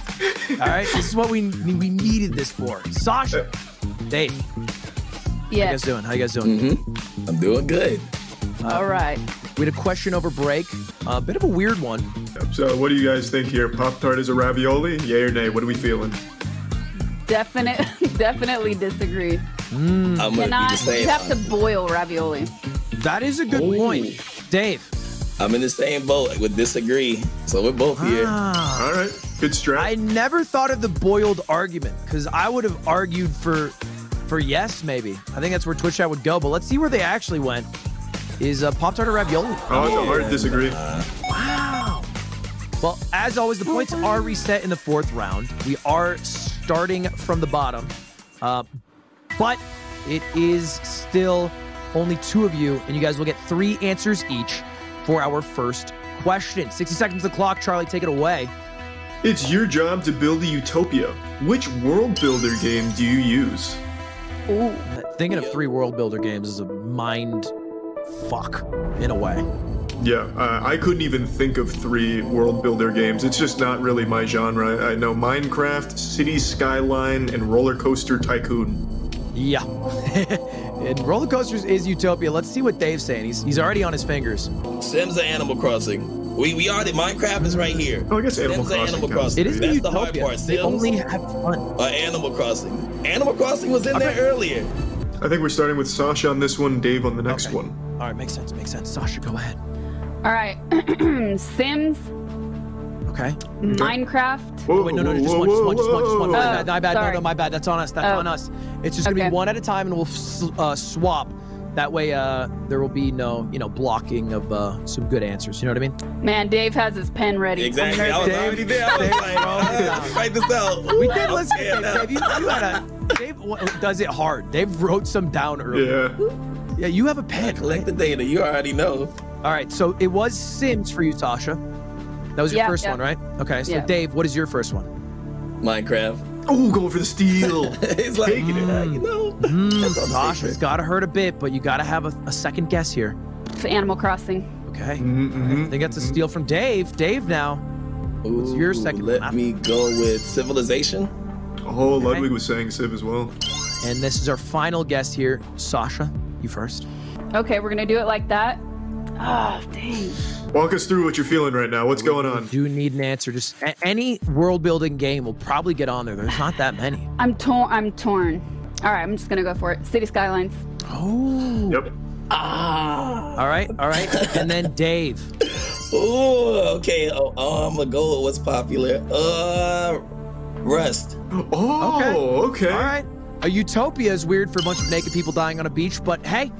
Speaker 1: All right, this is what we we needed this for. Sasha, Dave, how you
Speaker 3: Yeah.
Speaker 1: guys doing? How you guys doing?
Speaker 6: I'm doing good.
Speaker 3: All right.
Speaker 1: We had a question over break, a bit of a weird one.
Speaker 2: So, what do you guys think here? Pop Tart is a ravioli? Yay or nay? What are we feeling?
Speaker 3: Definite, definitely disagree.
Speaker 6: I'm gonna be
Speaker 3: Cannot.
Speaker 6: the same.
Speaker 3: You have to boil ravioli.
Speaker 1: That is a good
Speaker 6: Ooh.
Speaker 1: point, Dave.
Speaker 6: I'm in the same boat with disagree. So we're both here.
Speaker 1: Ah,
Speaker 2: All right, good strat.
Speaker 1: I never thought of the boiled argument because I would have argued for for yes, maybe. I think that's where Twitch chat would go. But let's see where they actually went. Is uh, Pop Tart or ravioli?
Speaker 2: oh, it's a hard disagree.
Speaker 1: Wow. Well, as always, the points are reset in the fourth round. We are starting from the bottom, uh, but it is still only two of you, and you guys will get three answers each for our first question. 60 seconds of the clock. Charlie, take it away.
Speaker 2: It's your job to build a utopia. Which world builder game do you use?
Speaker 3: Ooh.
Speaker 1: Uh, Thinking of three world builder games is a mind fuck in a way.
Speaker 2: Yeah, uh, I couldn't even think of three world builder games. It's just not really my genre. I know Minecraft, City Skyline, and Roller Coaster Tycoon.
Speaker 1: Yeah. and roller coasters is utopia. Let's see what Dave's saying. He's, he's already on his fingers.
Speaker 6: Sims and Animal Crossing. We we already Minecraft is right here.
Speaker 2: Oh, I guess Animal
Speaker 6: Sims
Speaker 2: Crossing
Speaker 6: and Animal
Speaker 2: counts.
Speaker 1: It
Speaker 6: Crossing.
Speaker 1: is
Speaker 6: That's
Speaker 1: a
Speaker 6: the hard
Speaker 1: utopia.
Speaker 6: part.
Speaker 1: they
Speaker 6: Sims
Speaker 1: only have fun.
Speaker 6: or Animal Crossing. Animal Crossing was in there earlier.
Speaker 2: I think we're starting with Sasha on this one, Dave on the next
Speaker 1: Okay.
Speaker 2: one.
Speaker 1: All right, makes sense. Makes sense. Sasha, go ahead.
Speaker 3: All right. Sims,
Speaker 1: Okay.
Speaker 3: Minecraft.
Speaker 2: Whoa,
Speaker 1: Oh, wait, no, no, no, just one, just one, just one, just one. My
Speaker 2: whoa, whoa.
Speaker 1: bad, my bad. No,
Speaker 3: sorry.
Speaker 1: no, my bad. That's on us. That's
Speaker 3: Oh.
Speaker 1: on us. It's just gonna
Speaker 3: Okay.
Speaker 1: be one at a time, and we'll s- uh, swap. That way, uh, there will be no, you know, blocking of uh, some good answers. You know what I mean?
Speaker 3: Man, Dave has his pen ready. I'm
Speaker 6: Exactly. I
Speaker 3: nervous.
Speaker 6: was already there. I was like, uh, write this out.
Speaker 1: We
Speaker 6: Ooh,
Speaker 1: did
Speaker 6: I'm
Speaker 1: listen,
Speaker 6: scared
Speaker 1: Dave.
Speaker 6: now.
Speaker 1: Dave, you, you had a. Dave w- does it hard. Dave wrote some down earlier.
Speaker 2: Yeah.
Speaker 1: Yeah, you have a pen.
Speaker 6: Collect the data. You already know.
Speaker 1: All right, so it was Sims for you, Tasha. That was your
Speaker 3: Yeah,
Speaker 1: first
Speaker 3: yeah.
Speaker 1: one, right? Okay, so
Speaker 3: Yeah.
Speaker 1: Dave, what is your first one?
Speaker 6: Minecraft.
Speaker 2: Oh, going for the steal.
Speaker 6: It's like,
Speaker 2: Taking it.
Speaker 6: uh, you know.
Speaker 1: Mm,
Speaker 6: That's what I'm
Speaker 1: Tasha's got to hurt a bit, but you got to have a, a second guess here.
Speaker 3: It's Animal Crossing.
Speaker 1: Okay.
Speaker 2: Mm-hmm.
Speaker 1: I think that's a steal from Dave. Dave now. What's your
Speaker 6: Ooh,
Speaker 1: second
Speaker 6: Let
Speaker 1: one?
Speaker 6: me go with Civilization.
Speaker 2: Oh, Ludwig was saying Civ as well.
Speaker 1: And this is our final guest here. Sasha, you first.
Speaker 3: Okay, we're gonna do it like that. Ah, dang.
Speaker 2: Walk us through what you're feeling right now. What's going on?
Speaker 1: Do need an answer. Just a- any world building game will probably get on there. There's not that many.
Speaker 3: I'm torn. I'm torn. All right, I'm just gonna go for it. City Skylines.
Speaker 1: Oh.
Speaker 2: Yep.
Speaker 1: All right. All right. And then Dave.
Speaker 6: Ooh, okay. Oh, oh, I'm gonna go with what's popular. Uh, Rust.
Speaker 2: Oh, okay.
Speaker 1: All right. A utopia is weird for a bunch of naked people dying on a beach, but hey,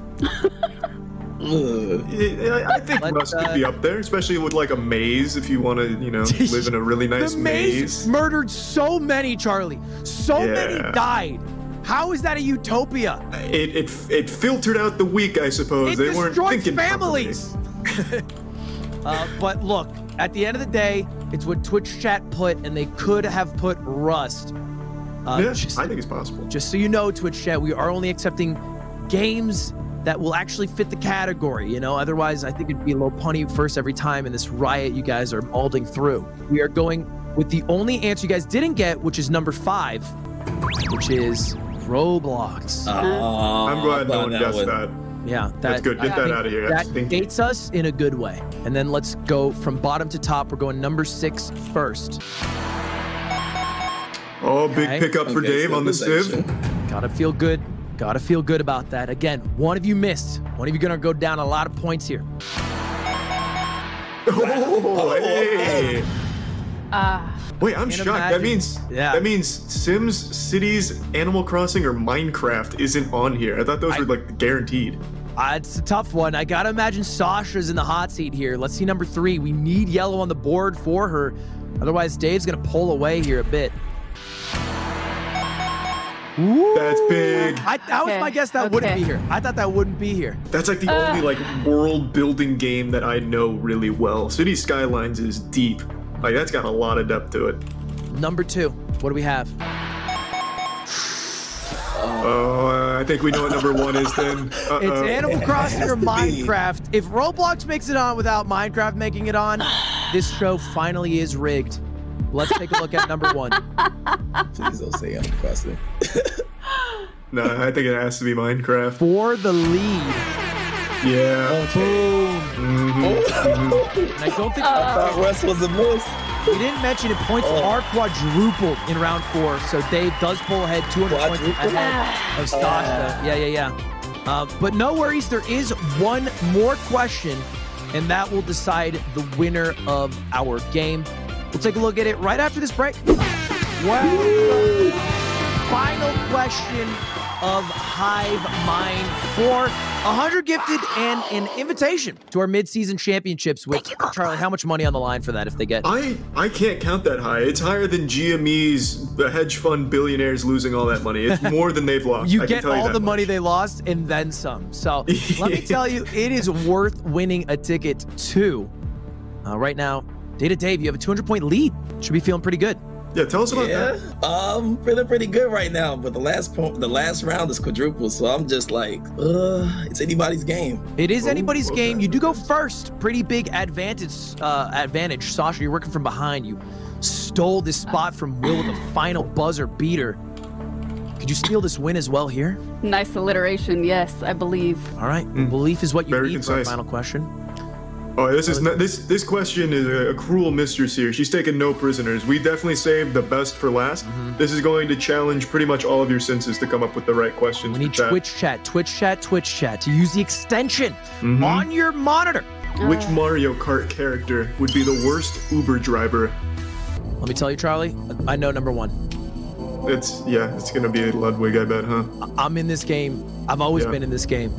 Speaker 6: Ugh.
Speaker 2: Yeah, I I think
Speaker 1: Let's,
Speaker 2: Rust could
Speaker 1: uh,
Speaker 2: be up there, especially with like a maze if you want to, you know, live in a really nice
Speaker 1: the maze murdered so many, Charlie. So
Speaker 2: Yeah.
Speaker 1: many died. How is that a utopia?
Speaker 2: It, it it filtered out the weak, I suppose.
Speaker 1: It
Speaker 2: they weren't
Speaker 1: destroys
Speaker 2: thinking
Speaker 1: families. uh, but look, at the end of the day, it's what Twitch chat put, and they could have put Rust. Uh,
Speaker 2: properly. Yeah,
Speaker 1: just,
Speaker 2: I think it's possible.
Speaker 1: just so you know, Twitch chat, we are only accepting games that will actually fit the category. You know, otherwise, I think it'd be a little punny first every time in this riot you guys are malding through. We are going with the only answer you guys didn't get, which is number five, which is Roblox.
Speaker 6: Aw,
Speaker 2: I'm glad no
Speaker 6: about
Speaker 2: one
Speaker 6: that
Speaker 2: guessed
Speaker 6: one.
Speaker 2: that.
Speaker 1: Yeah, that,
Speaker 2: That's good. Get
Speaker 1: I
Speaker 2: that
Speaker 1: think
Speaker 2: out of here. That's
Speaker 1: That
Speaker 2: stinky.
Speaker 1: dates us in a good way. And then let's go from bottom to top. We're going number six first.
Speaker 2: Oh, big
Speaker 1: Okay.
Speaker 2: pickup for
Speaker 6: Okay,
Speaker 2: Dave on the sieve.
Speaker 6: Civilization.
Speaker 1: Gotta feel good. Gotta feel good about that. Again, one of you missed. One of you gonna go down a lot of points here.
Speaker 2: Oh, hey.
Speaker 6: okay.
Speaker 3: Ah,
Speaker 2: Wait, I'm
Speaker 1: Can't
Speaker 2: shocked. That
Speaker 1: imagine.
Speaker 2: means
Speaker 1: Yeah.
Speaker 2: that means Sims, Cities, Animal Crossing, or Minecraft isn't on here. I thought those were like guaranteed.
Speaker 1: Uh, it's a tough one. I gotta imagine Sasha's in the hot seat here. Let's see number three. We need yellow on the board for her. Otherwise, Dave's gonna pull away here a bit.
Speaker 2: That's big.
Speaker 1: I, that was
Speaker 3: Okay,
Speaker 1: my guess. That wouldn't
Speaker 3: okay.
Speaker 1: be here. I thought that wouldn't be here.
Speaker 2: That's like the
Speaker 1: Ah.
Speaker 2: only like world building game that I know really well. City Skylines is deep. Like that's got a lot of depth to it.
Speaker 1: Number two. What do we have?
Speaker 2: Oh, uh, I think we know what number one is then. Uh-oh.
Speaker 1: It's Animal Crossing or
Speaker 6: to be.
Speaker 1: Minecraft. If Roblox makes it on without Minecraft making it on, this show finally is rigged. Let's take a look at number one.
Speaker 6: Please don't say I'm crossing.
Speaker 2: Nah, I think it has to be Minecraft.
Speaker 1: For the lead.
Speaker 2: Yeah.
Speaker 6: Okay.
Speaker 1: And I don't think
Speaker 6: I thought Russ was the voice.
Speaker 1: we didn't mention it. Points are quadrupled in round four. So Dave does pull ahead 200 points
Speaker 6: Quadrupled?
Speaker 1: ahead of Stasha. Yeah, yeah, yeah. Uh, but no worries. There is one more question, and that will decide the winner of our game. We'll take a look at it right after this break. Well, final question of Hive Mind for 100 gifted and an invitation to our mid-season championships with Charlie. How much money on the line for that if they get?
Speaker 2: I I can't count that high. It's higher than GME's the hedge fund billionaires losing all that money. It's more than they've lost.
Speaker 1: You
Speaker 2: I can
Speaker 1: get
Speaker 2: tell you
Speaker 1: all
Speaker 2: that
Speaker 1: the money
Speaker 2: much.
Speaker 1: they lost and then some. So let me tell you, it is worth winning a ticket to. Uh, right now, Data Dave, you have a 200 point lead. Should be feeling pretty good.
Speaker 2: Yeah, tell us about
Speaker 6: Yeah,
Speaker 2: that.
Speaker 6: I'm feeling pretty good right now, but the last point, the last round is quadruple, so I'm just like, uh, it's anybody's game.
Speaker 1: It is
Speaker 2: Ooh,
Speaker 1: anybody's
Speaker 2: Oh, okay.
Speaker 1: game. You do go first. Pretty big advantage. Uh, advantage, Sasha. You're working from behind. You stole this spot from Will with a final buzzer beater. Could you steal this win as well here?
Speaker 3: Nice alliteration, yes, I believe.
Speaker 1: All right. Belief is what you
Speaker 2: Hmm. Very
Speaker 1: need for a
Speaker 2: concise.
Speaker 1: final question.
Speaker 2: Oh, this is not, this this question is a, a cruel mistress here. She's taking no prisoners. We definitely saved the best for last.
Speaker 1: Mm-hmm.
Speaker 2: This is going to challenge pretty much all of your senses to come up with the right questions.
Speaker 1: We need
Speaker 2: for chat.
Speaker 1: Twitch chat, Twitch chat, Twitch chat to use the extension
Speaker 2: Mm-hmm.
Speaker 1: on your monitor.
Speaker 2: Which Mario Kart character would be the worst Uber driver?
Speaker 1: Let me tell you, Charlie. I know number one.
Speaker 2: It's yeah, it's gonna be Ludwig, I bet, huh?
Speaker 1: I- I'm in this game. I've always
Speaker 2: Yeah.
Speaker 1: been in this game.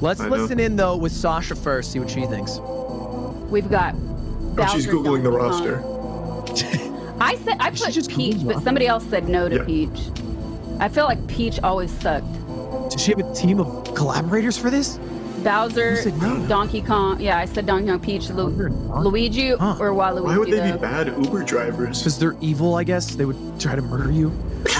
Speaker 1: Let's
Speaker 2: I know.
Speaker 1: listen in though with Sasha first. See what she thinks.
Speaker 3: We've got.
Speaker 2: Oh, she's
Speaker 3: Bowser,
Speaker 2: googling the
Speaker 3: Donkey Kong.
Speaker 2: roster.
Speaker 3: I said I
Speaker 1: She
Speaker 3: put
Speaker 1: just
Speaker 3: Peach,
Speaker 1: Googled
Speaker 3: but
Speaker 1: it.
Speaker 3: somebody else said no to
Speaker 2: Yeah.
Speaker 3: Peach. I feel like Peach always sucked.
Speaker 1: Does she have a team of collaborators for this?
Speaker 3: Bowser,
Speaker 1: said no.
Speaker 3: Donkey Kong. Yeah, I said Donkey Kong, Peach, Lu-
Speaker 1: Bowser and Donkey-
Speaker 3: Luigi,
Speaker 1: Huh.
Speaker 3: or Waluigi.
Speaker 2: Why would they
Speaker 3: though.
Speaker 2: be bad Uber drivers?
Speaker 1: Because they're evil, I guess. They would try to murder you.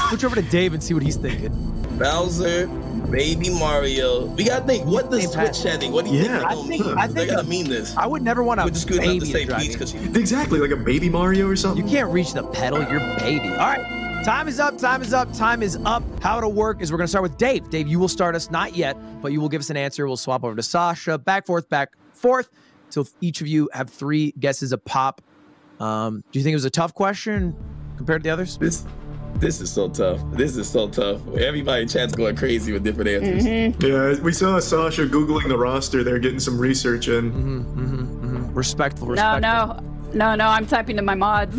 Speaker 1: Switch over to Dave and see what he's thinking.
Speaker 6: Bowser, Baby Mario. We gotta think. What does
Speaker 1: Same
Speaker 6: Twitch
Speaker 1: path.
Speaker 6: chatting? What do you
Speaker 2: Yeah,
Speaker 6: think?
Speaker 2: I
Speaker 6: they gonna
Speaker 1: think-
Speaker 6: mean?
Speaker 1: I
Speaker 6: they
Speaker 1: think-
Speaker 6: gotta mean this.
Speaker 1: I would never want
Speaker 6: We're just good enough
Speaker 1: baby
Speaker 6: to
Speaker 1: to
Speaker 6: say
Speaker 1: drive
Speaker 6: Peach
Speaker 1: me.
Speaker 6: because she.
Speaker 2: Exactly, like a baby Mario or
Speaker 1: You
Speaker 2: something.
Speaker 1: can't reach the pedal, you're baby. All right, time is up, time is up, time is up. How it'll work is we're gonna start with Dave. Dave, you will start us, not yet, but you will give us an answer. We'll swap over to Sasha, back, forth, back, forth, till each of you have three guesses a pop. Um, do you think it was a tough question compared to the others?
Speaker 6: This, this is so tough. This is so tough. Everybody in chat's going crazy with different answers.
Speaker 1: Mm-hmm.
Speaker 2: Yeah, we saw Sasha googling the roster there, getting some research in.
Speaker 1: Mm-hmm, Respectful,
Speaker 3: No,
Speaker 1: respectful.
Speaker 3: no, no, no. I'm typing to my mods.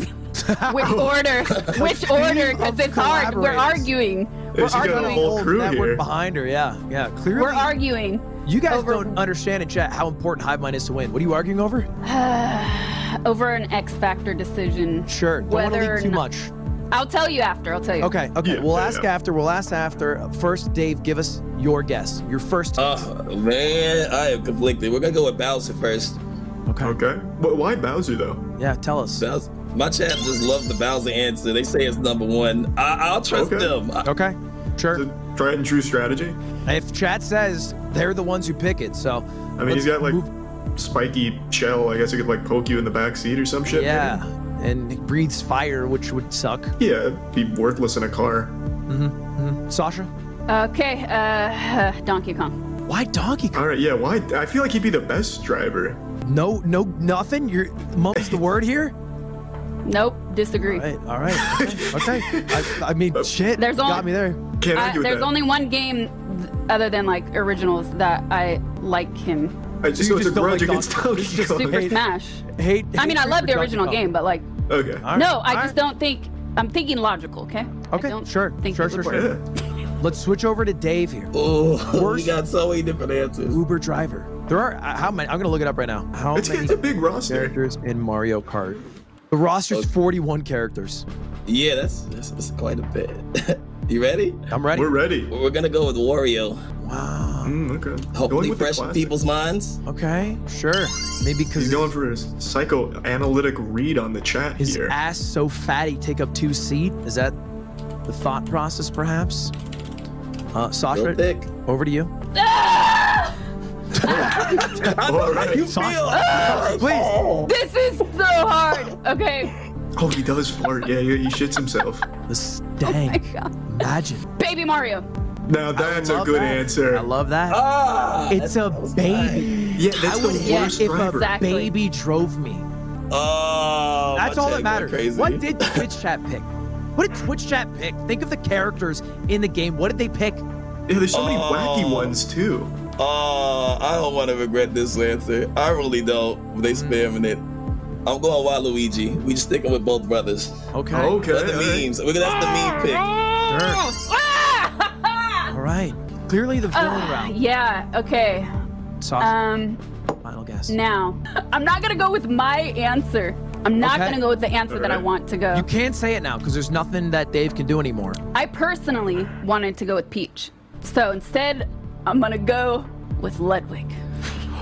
Speaker 3: Which
Speaker 1: Oh.
Speaker 3: order? Which order? Because
Speaker 1: of
Speaker 3: it's hard. We're
Speaker 1: collaborators.
Speaker 3: arguing. We're
Speaker 2: she got a
Speaker 3: arguing.
Speaker 2: whole crew
Speaker 1: network
Speaker 2: here.
Speaker 1: behind her, yeah, yeah. Clearly,
Speaker 3: We're arguing.
Speaker 1: you guys
Speaker 3: over-
Speaker 1: don't understand in chat how important Hive Mind is to win. What are you arguing over?
Speaker 3: over an X Factor decision.
Speaker 1: Sure, don't want to leak
Speaker 3: Whether or
Speaker 1: too
Speaker 3: not-
Speaker 1: much.
Speaker 3: I'll tell you after. I'll tell you.
Speaker 1: Okay, okay.
Speaker 2: Yeah,
Speaker 1: we'll
Speaker 2: yeah,
Speaker 1: ask
Speaker 2: yeah.
Speaker 1: after. We'll ask after. First, Dave, give us your guess. Your first.
Speaker 2: Uh,
Speaker 6: Oh man, I am conflicted. We're gonna go with Bowser first.
Speaker 1: okay.
Speaker 2: Okay. But why Bowser though?
Speaker 1: Yeah, tell us.
Speaker 6: Bowser. My chat just loves the Bowser answer. They say it's number one. I, I'll trust
Speaker 2: Okay.
Speaker 6: them. I-
Speaker 1: Okay. Sure.
Speaker 2: Is it tried and true strategy?
Speaker 1: if chat says they're the ones who pick it, so.
Speaker 2: I mean, he's got like spiky shell. I guess it could like poke you in the back seat or some shit.
Speaker 1: Yeah, and it breathes fire, which would suck.
Speaker 2: maybe? Yeah, it'd be worthless in a car.
Speaker 1: Sasha,
Speaker 3: Okay. Uh, Donkey Kong.
Speaker 1: why Donkey Kong?
Speaker 2: All right. Yeah. Why? I feel like he'd be the best driver.
Speaker 1: No, no, nothing. You're mum's the word here.
Speaker 3: Nope. Disagree.
Speaker 1: All right, all right. Okay. okay. I, I mean,
Speaker 2: Uh,
Speaker 1: shit.
Speaker 3: There's
Speaker 1: got
Speaker 3: only-
Speaker 1: me there.
Speaker 2: Can't
Speaker 3: I,
Speaker 2: argue with
Speaker 3: Uh, there's
Speaker 2: that.
Speaker 3: only one game th- other than like originals that I like him.
Speaker 2: I just
Speaker 1: You
Speaker 2: go
Speaker 1: just
Speaker 2: to
Speaker 1: don't
Speaker 2: grudge
Speaker 1: like
Speaker 2: against
Speaker 1: Donkey Kong. It's
Speaker 2: Donkey
Speaker 1: just
Speaker 2: Kong.
Speaker 3: Super
Speaker 1: Hey.
Speaker 3: Smash.
Speaker 1: Hate.
Speaker 3: I mean, I
Speaker 1: hate
Speaker 3: love the
Speaker 1: Donkey
Speaker 3: original
Speaker 1: Kong.
Speaker 3: game, but like,
Speaker 2: Okay.
Speaker 1: All right,
Speaker 3: no, I
Speaker 1: all right.
Speaker 3: just don't think. I'm thinking logical. Okay. I
Speaker 1: Okay,
Speaker 3: don't
Speaker 1: sure,
Speaker 3: think
Speaker 1: sure,
Speaker 3: it would
Speaker 1: sure,
Speaker 3: work.
Speaker 1: sure.
Speaker 2: Yeah.
Speaker 1: Let's switch over to Dave here.
Speaker 6: Oh, we
Speaker 1: Worst-
Speaker 6: got so many different answers.
Speaker 1: Uber driver. There are uh, how many? I'm gonna look it up right now. How
Speaker 2: It's,
Speaker 1: many
Speaker 2: it's a big roster.
Speaker 1: characters in Mario Kart? The roster's 41 characters.
Speaker 6: Yeah, that's that's, that's quite a bit. You ready?
Speaker 1: I'm ready.
Speaker 2: We're ready.
Speaker 6: We're gonna go with Wario.
Speaker 1: Wow.
Speaker 2: Mm, okay. Going
Speaker 6: Hopefully,
Speaker 2: with the
Speaker 6: fresh in
Speaker 2: classic.
Speaker 6: people's minds.
Speaker 1: Okay. Sure. Maybe
Speaker 2: He's
Speaker 1: because
Speaker 2: going for a psychoanalytic read on the chat
Speaker 1: his
Speaker 2: here.
Speaker 1: ass so fatty take up two seat. Is that the thought process, perhaps? Uh,
Speaker 6: Real
Speaker 1: Sasha,
Speaker 6: thick.
Speaker 1: over to you.
Speaker 3: Ah!
Speaker 1: Oh,
Speaker 2: All Oh, right.
Speaker 6: You
Speaker 2: Sasha-
Speaker 6: feel
Speaker 1: Please.
Speaker 3: This is so hard. Okay.
Speaker 2: Oh, he does fart. Yeah, he, he shits himself.
Speaker 1: The stank. Imagine.
Speaker 3: Baby Mario.
Speaker 2: Now that's a
Speaker 1: love
Speaker 2: good
Speaker 1: that.
Speaker 2: answer.
Speaker 1: I love that.
Speaker 6: ah,
Speaker 1: it's a baby.
Speaker 2: yeah, that's the
Speaker 1: would
Speaker 3: yeah,
Speaker 2: worst
Speaker 1: If a
Speaker 2: driver.
Speaker 3: Exactly.
Speaker 1: baby drove me.
Speaker 6: Oh,
Speaker 1: That's
Speaker 6: my
Speaker 1: all that
Speaker 6: chat
Speaker 1: matters.
Speaker 6: went Crazy.
Speaker 1: What did Twitch chat pick? What did Twitch chat pick? Think of the characters in the game. What did they pick?
Speaker 2: Yeah, there's so many wacky
Speaker 6: Oh.
Speaker 2: ones too.
Speaker 6: Oh, I don't want to regret this answer. I really don't. They spamming it. I'm going Waluigi. We just sticking with both brothers.
Speaker 1: Okay.
Speaker 2: Okay.
Speaker 6: Other
Speaker 2: all right.
Speaker 6: memes. We're gonna that's the meme
Speaker 1: Sure.
Speaker 3: Ah!
Speaker 1: All right. Clearly the villain
Speaker 3: Ah,
Speaker 1: round.
Speaker 3: yeah. Okay.
Speaker 1: Sauce.
Speaker 3: Um.
Speaker 1: final guess.
Speaker 3: Now, I'm not gonna go with my answer. I'm not
Speaker 1: Okay.
Speaker 3: gonna go with the answer that I
Speaker 2: Alright.
Speaker 3: want to go.
Speaker 1: You can't say it now because there's nothing that Dave can do anymore.
Speaker 3: I personally wanted to go with Peach. So instead, I'm gonna go with Ludwig.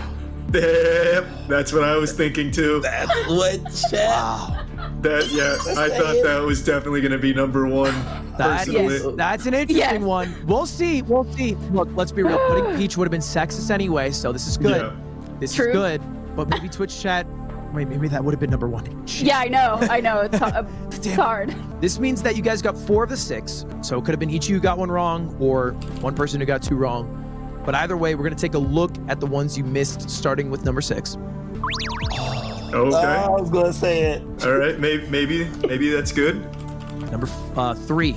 Speaker 2: Yep, that's what I was thinking too.
Speaker 6: pick. That's what chat.
Speaker 2: That yeah, I thought that was definitely gonna be number one.
Speaker 1: That
Speaker 2: Personally.
Speaker 1: is, that's an interesting
Speaker 3: Yes.
Speaker 1: one. We'll see. We'll see. Look, let's be real. Putting Peach would have been sexist anyway, so this is good.
Speaker 2: Yeah.
Speaker 1: This
Speaker 3: True.
Speaker 1: is good. But maybe Twitch chat, wait, maybe that would have been number one.
Speaker 3: Yeah, I know. I know. It's, ha- it's hard.
Speaker 1: This means that you guys got four of the six, so it could have been each of you got one wrong or one person who got two wrong. But either way, we're going to take a look at the ones you missed, starting with number six.
Speaker 2: Okay.
Speaker 6: I
Speaker 1: Uh,
Speaker 6: was gonna say it.
Speaker 2: All right. Maybe maybe maybe that's good.
Speaker 1: Number f- uh, three.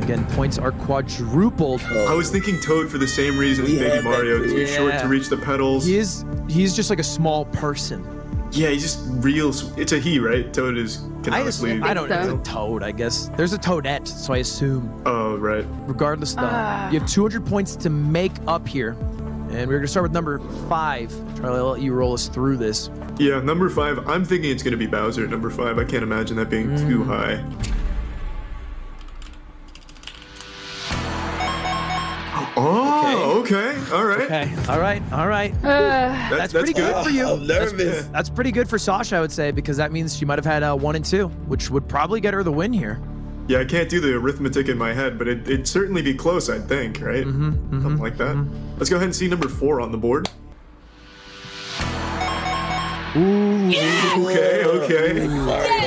Speaker 1: Again, points are quadrupled.
Speaker 2: I was thinking Toad for the same reason as
Speaker 6: Yeah,
Speaker 2: Baby
Speaker 6: that-
Speaker 2: Mario, too short
Speaker 1: yeah.
Speaker 2: to reach the pedals.
Speaker 1: He is, he's just like a small person.
Speaker 2: Yeah, he just reels. It's a he, right? Toad is
Speaker 1: I,
Speaker 2: canonically.
Speaker 1: assume, I don't know.
Speaker 3: so.
Speaker 1: It's a toad, I guess. There's a toadette, so I assume.
Speaker 2: Oh right.
Speaker 1: Regardless, though,
Speaker 3: Ah.
Speaker 1: you have 200 points to make up here. And we're going to start with number five. Charlie, I'll let you roll us through this.
Speaker 2: Yeah, number five. I'm thinking it's gonna be Bowser. at Number five. I can't imagine that being
Speaker 1: Mm.
Speaker 2: too high. Oh, okay. All right.
Speaker 1: Okay. All right. All right.
Speaker 3: Uh,
Speaker 1: That's,
Speaker 2: That's, that's
Speaker 1: pretty good,
Speaker 2: good.
Speaker 1: for you.
Speaker 6: I'm
Speaker 1: That's-
Speaker 6: nervous.
Speaker 1: That's, pretty good for Sasha, I would say, because that means she might have had uh, one and two, which would probably get her the win here.
Speaker 2: Yeah, I can't do the arithmetic in my head, but it, it'd certainly be close, I think, right? Mm-hmm, Something like that.
Speaker 1: mm-hmm.
Speaker 2: Let's go ahead and see number four on the board. Okay, okay.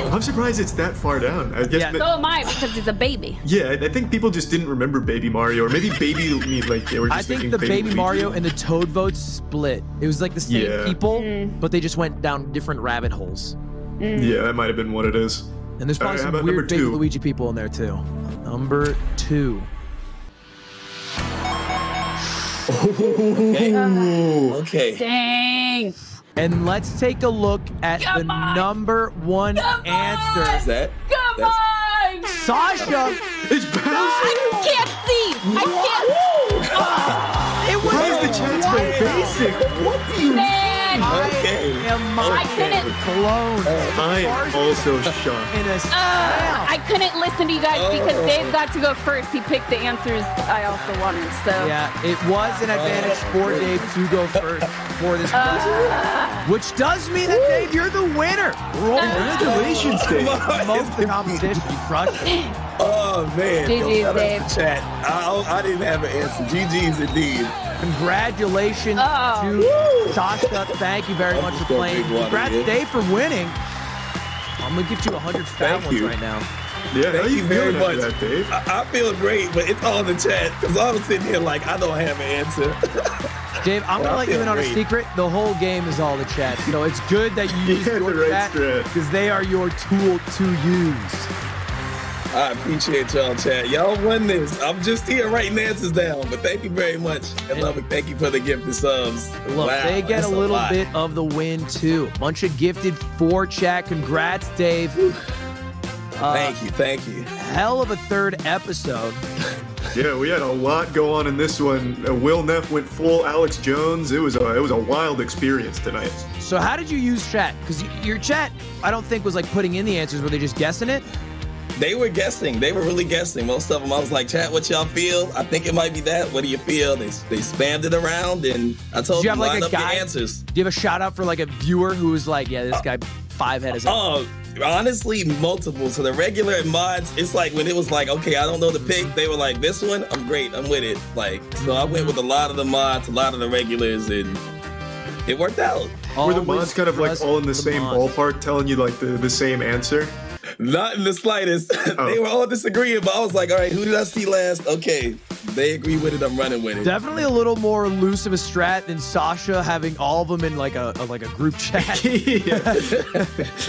Speaker 2: I'm surprised it's that far down. I guess.
Speaker 1: Yeah.
Speaker 2: that-
Speaker 3: so am I because he's a baby.
Speaker 2: Yeah, I I think people just didn't remember Baby Mario, or maybe Baby I mean, like they were just
Speaker 1: I
Speaker 2: thinking
Speaker 1: think the Baby
Speaker 2: Luigi.
Speaker 1: Mario and the Toad votes split. It was like the same
Speaker 2: Yeah.
Speaker 1: people,
Speaker 3: Mm.
Speaker 1: but they just went down different rabbit holes.
Speaker 2: Yeah, that might have been what it is.
Speaker 1: And there's
Speaker 2: All
Speaker 1: probably
Speaker 2: right, how
Speaker 1: some
Speaker 2: about
Speaker 1: weird
Speaker 2: number
Speaker 1: Baby
Speaker 2: two?
Speaker 1: Luigi people in there, too. Number two.
Speaker 6: Okay.
Speaker 3: Dang.
Speaker 1: And let's take a look at the
Speaker 3: Come on.
Speaker 1: number one
Speaker 3: Come
Speaker 6: Is
Speaker 1: answer.
Speaker 6: that?
Speaker 3: Come
Speaker 6: That's-
Speaker 3: on!
Speaker 1: Sasha,
Speaker 2: It's Bowser.
Speaker 3: I can't see. I
Speaker 1: it was
Speaker 2: Why is the chat so basic? What do you?
Speaker 3: can't. Man.
Speaker 6: Okay.
Speaker 1: am
Speaker 3: I
Speaker 1: my
Speaker 3: couldn't.
Speaker 1: clone
Speaker 2: I am also shocked.
Speaker 1: in a
Speaker 3: Uh, I couldn't listen to you guys
Speaker 1: Oh.
Speaker 3: because Dave got to go first. He picked the answers I also wanted. So
Speaker 1: Yeah, it was an advantage for Dave to go first for this question, which does mean that Dave, you're the winner. Roll
Speaker 2: Congratulations, Dave.
Speaker 1: most of the competition. You crushed it.
Speaker 6: Oh man.
Speaker 3: GG's,
Speaker 6: Yo, shout out to
Speaker 3: babe.
Speaker 6: Chat. I, I didn't have an answer. GG's indeed.
Speaker 1: Congratulations
Speaker 3: Oh.
Speaker 1: to Sasha. Thank you very
Speaker 6: I'm
Speaker 1: much
Speaker 6: just
Speaker 1: for
Speaker 6: gonna
Speaker 1: playing.
Speaker 6: drink water,
Speaker 1: Congrats,
Speaker 6: yeah.
Speaker 1: Dave, for winning. I'm gonna get you 100 fat
Speaker 6: Thank
Speaker 1: ones
Speaker 6: you.
Speaker 1: right now.
Speaker 2: Yeah, how
Speaker 6: Thank
Speaker 2: you
Speaker 6: you very
Speaker 2: feeling after
Speaker 6: much.
Speaker 2: that, Dave?
Speaker 6: I, I feel great, but it's all in the chat because I was sitting here like I don't have an answer.
Speaker 1: Dave, I'm
Speaker 6: Well,
Speaker 1: gonna
Speaker 6: I
Speaker 1: let you
Speaker 6: feel
Speaker 1: in on a
Speaker 6: great.
Speaker 1: secret. The whole game is all the chat, so it's good that you
Speaker 2: You
Speaker 1: use
Speaker 2: had
Speaker 1: your
Speaker 2: the right
Speaker 1: chat
Speaker 2: strat.
Speaker 1: because they are your tool to use.
Speaker 6: I appreciate y'all, chat. Y'all won this. I'm just here writing the answers down, but thank you very much. And love it. Thank you for the gift of subs.
Speaker 1: Look,
Speaker 6: Wow,
Speaker 1: they get
Speaker 6: that's
Speaker 1: a little
Speaker 6: lot.
Speaker 1: bit of the win too. Bunch of gifted four chat. Congrats, Dave. uh,
Speaker 6: thank you, thank you.
Speaker 1: Hell of a third episode.
Speaker 2: Yeah, we had a lot go on in this one. Uh, Will Neff went full Alex Jones. It was a it was a wild experience tonight.
Speaker 1: So how did you use chat? Because your chat, I don't think was like putting in the answers. Were they just guessing it?
Speaker 6: They were guessing. They were really guessing. Most of them, I was like, chat, what y'all feel? I think it might be that. What do you feel? They, they spammed it around, and I told
Speaker 1: Did you have,
Speaker 6: them,
Speaker 1: like,
Speaker 6: line
Speaker 1: a
Speaker 6: up your
Speaker 1: guy-
Speaker 6: answers.
Speaker 1: Do you have a shout out for like a viewer who was like, yeah, this guy five head is up.
Speaker 6: Oh, honestly, multiple. So the regular and mods, it's like when it was like, okay, I don't know the pick, they were like, this one, I'm great, I'm with it. Like, so I went with a lot of the mods, a lot of the regulars, and it worked out.
Speaker 2: Were the
Speaker 1: Always
Speaker 2: mods kind of like
Speaker 1: trust
Speaker 2: all in the same
Speaker 1: mods.
Speaker 2: ballpark, telling you like the, the same answer?
Speaker 6: Not in the slightest. they
Speaker 2: Oh.
Speaker 6: were all disagreeing, but I was like, all right, who did I see last? Okay, they agree with it, I'm running with it.
Speaker 1: Definitely a little more loose of a strat than Sasha having all of them in like a, a- like a group chat
Speaker 2: yeah.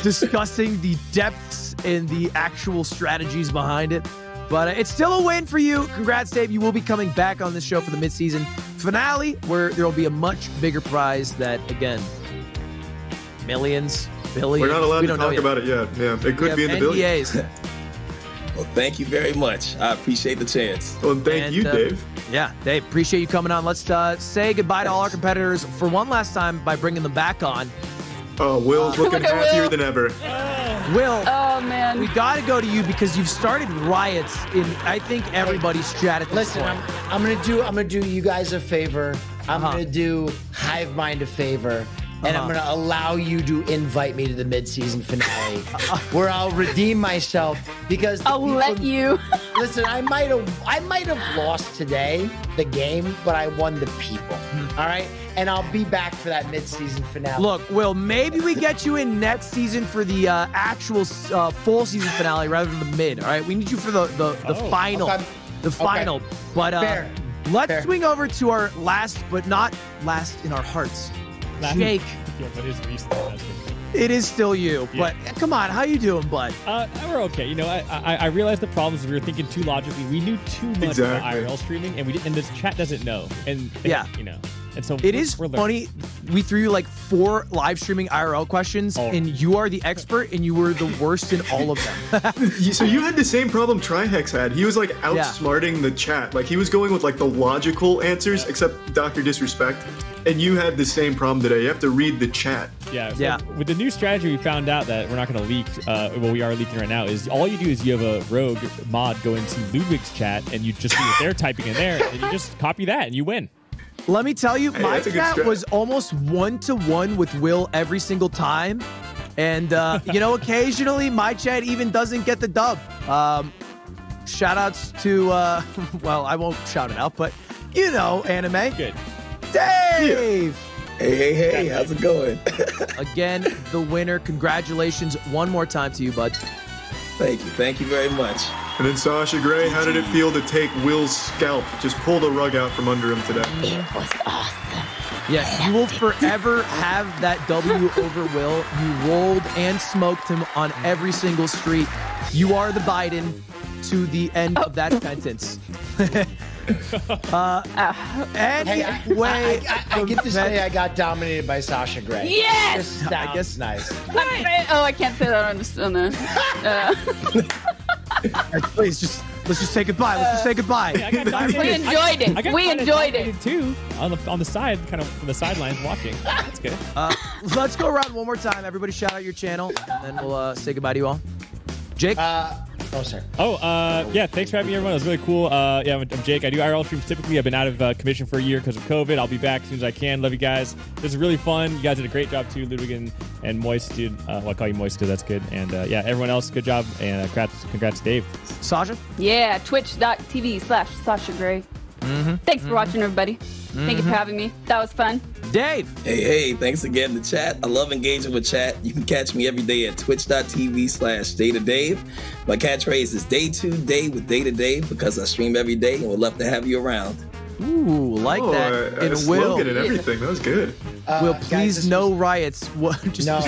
Speaker 1: discussing the depths and the actual strategies behind it. But uh, it's still a win for you. Congrats, Dave. You will be coming back on this show for the midseason finale, where there will be a much bigger prize that, again, millions, billions.
Speaker 2: We're not allowed
Speaker 1: we
Speaker 2: to
Speaker 1: don't know
Speaker 2: talk
Speaker 1: yet.
Speaker 2: about it yet. Yeah, it could
Speaker 1: We
Speaker 2: be in the
Speaker 1: have E
Speaker 2: billion.
Speaker 1: NDAs.
Speaker 6: Well, thank you very much. I appreciate the chance.
Speaker 2: Well, and thank
Speaker 1: And,
Speaker 2: you,
Speaker 1: uh,
Speaker 2: Dave.
Speaker 1: Yeah, Dave, appreciate you coming on. Let's uh, say goodbye to all our competitors for one last time by bringing them back on.
Speaker 2: Oh, Will's looking
Speaker 3: Look at
Speaker 2: happier
Speaker 3: Will.
Speaker 2: than ever.
Speaker 1: Will,
Speaker 3: Oh man.
Speaker 1: we got to go to you because you've started riots in, I think, everybody's strat at this
Speaker 5: Listen,
Speaker 1: point.
Speaker 5: I'm, I'm gonna do I'm gonna do you guys a favor. I'm
Speaker 1: Uh-huh.
Speaker 5: gonna do Hive Mind a favor. And I'm
Speaker 1: Uh-huh.
Speaker 5: gonna allow you to invite me to the midseason finale, where I'll redeem myself because the
Speaker 3: I'll let
Speaker 5: people-
Speaker 3: you.
Speaker 5: Listen, I might have I might have lost today the game, but I won the people. All right, and I'll be back for that midseason finale.
Speaker 1: Hmm. Look, Will, maybe we get you in next season for the uh, actual uh, full season finale rather than the mid. All right, we need you for the the, the
Speaker 4: Oh,
Speaker 1: final,
Speaker 5: okay.
Speaker 1: the final. But uh,
Speaker 5: Fair.
Speaker 1: let's
Speaker 5: Fair.
Speaker 1: swing over to our last, but not last in our hearts.
Speaker 4: Last-
Speaker 1: Jake,
Speaker 4: Yeah, but his recent.
Speaker 1: it is still you,
Speaker 4: Yeah.
Speaker 1: but come on, how you doing, bud?
Speaker 4: Uh, we're okay. You know, I, I I realized the problems. We were thinking too logically. We knew too much
Speaker 2: Exactly.
Speaker 4: about IRL streaming, and we didn't. And this chat doesn't know. And
Speaker 1: Yeah.
Speaker 4: you know, and so
Speaker 1: It
Speaker 4: we're-
Speaker 1: is
Speaker 4: we're learning.
Speaker 1: funny. We threw you like four live streaming IRL questions,
Speaker 4: Oh.
Speaker 1: and you are the expert, and you were the worst in all of them.
Speaker 2: You- So you had the same problem Trihex had. He was like outsmarting the chat. Like he was going with like the logical answers, except Doctor Disrespect. And you had the same problem today. You have to read the chat.
Speaker 4: Yeah, so
Speaker 1: Yeah.
Speaker 4: With the new strategy, we found out that we're not going to leak. Uh, well, we are leaking right now. Is all you do is you have a rogue mod go into Ludwig's chat, and you just see what they're typing in there, and you just copy that, and you win.
Speaker 1: Let me tell you,
Speaker 2: Hey,
Speaker 1: my
Speaker 2: that's a good
Speaker 1: chat
Speaker 2: strat.
Speaker 1: was almost one to one with Will every single time. And, uh, you know, occasionally my chat even doesn't get the dub. Um, shout outs to, uh, well, I won't shout it out, but you know, anime.
Speaker 4: Good.
Speaker 1: Dave!
Speaker 6: Hey, hey, hey, how's it going?
Speaker 1: Again, the winner. Congratulations one more time to you, bud.
Speaker 6: thank you. Thank you very much.
Speaker 2: And then Sasha Gray, how did it feel to take Will's scalp? Just pull the rug out from under him today.
Speaker 3: It was awesome.
Speaker 1: Yeah, you will forever have that W over Will. You rolled and smoked him on every single street. You are the Biden to the end of
Speaker 5: Oh.
Speaker 1: that sentence. uh,
Speaker 5: Hey,
Speaker 1: anyway,
Speaker 5: I, I, I, I get to say I got dominated by Sasha Gray.
Speaker 3: Yes!
Speaker 5: Just sounds
Speaker 1: I guess-
Speaker 5: nice.
Speaker 3: Oh, I can't say that on the on the. Uh,
Speaker 1: please just let's just say goodbye. Let's just say goodbye.
Speaker 4: I got
Speaker 3: we
Speaker 4: dominated. I-
Speaker 3: enjoyed
Speaker 4: I
Speaker 3: it.
Speaker 4: got
Speaker 3: We
Speaker 4: kinda
Speaker 3: enjoyed it.
Speaker 4: dominated too on the on the side, kind of from the sidelines watching. That's good.
Speaker 1: Uh, let's go around one more time. Everybody, shout out your channel, and then we'll uh, say goodbye to you all. Jake,
Speaker 5: Uh, oh, sorry.
Speaker 4: Oh, uh, yeah. Thanks for having me, everyone. It was really cool. Uh, yeah, I'm, I'm Jake. I do IRL streams typically. I've been out of uh, commission for a year because of COVID. I'll be back as soon as I can. Love you guys. This is really fun. You guys did a great job, too. Ludwig and, and Moist, dude. Uh, well, I call you Moist because that's good. And uh, yeah, everyone else, good job. And uh, congrats, congrats, Dave.
Speaker 1: Sasha.
Speaker 3: Yeah, twitch.tv slash Sasha Gray.
Speaker 1: Mm-hmm.
Speaker 3: Thanks for watching, everybody. Thank you for having me. That was fun.
Speaker 1: Dave,
Speaker 6: Hey, hey, thanks again to chat. I love engaging with chat. You can catch me every day at twitch.tv slash day to Dave. My catchphrase is day to day with day to Dave because I stream every day and would love to have you around.
Speaker 1: ooh, like
Speaker 2: Oh,
Speaker 1: that,
Speaker 2: uh, a
Speaker 1: and Will.
Speaker 2: slogan and everything. That was good.
Speaker 5: Uh,
Speaker 1: Will,
Speaker 5: guys,
Speaker 1: please
Speaker 5: this
Speaker 1: no
Speaker 5: was-
Speaker 1: riots. What? Just,
Speaker 5: No,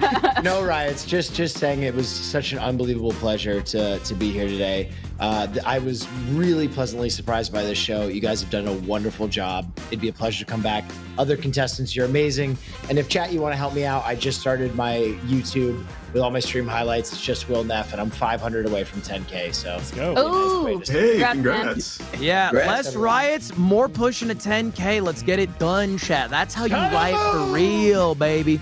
Speaker 5: no, no, no riots. Just, just saying, it was such an unbelievable pleasure to to be here today. Uh, th- I was really pleasantly surprised by this show. You guys have done a wonderful job. It'd be a pleasure to come back. Other contestants, you're amazing. And if chat, you want to help me out, I just started my YouTube with all my stream highlights. It's just Will Neff, and I'm 500 away from 10k. So
Speaker 4: Let's go.
Speaker 3: Oh, Ooh.
Speaker 2: Hey,
Speaker 3: Congrats, man.
Speaker 2: congrats.
Speaker 1: Yeah,
Speaker 6: Congrats,
Speaker 1: less
Speaker 5: everyone.
Speaker 1: riots, more pushing to 10K. Let's get it done, chat. That's how you riot for real, baby.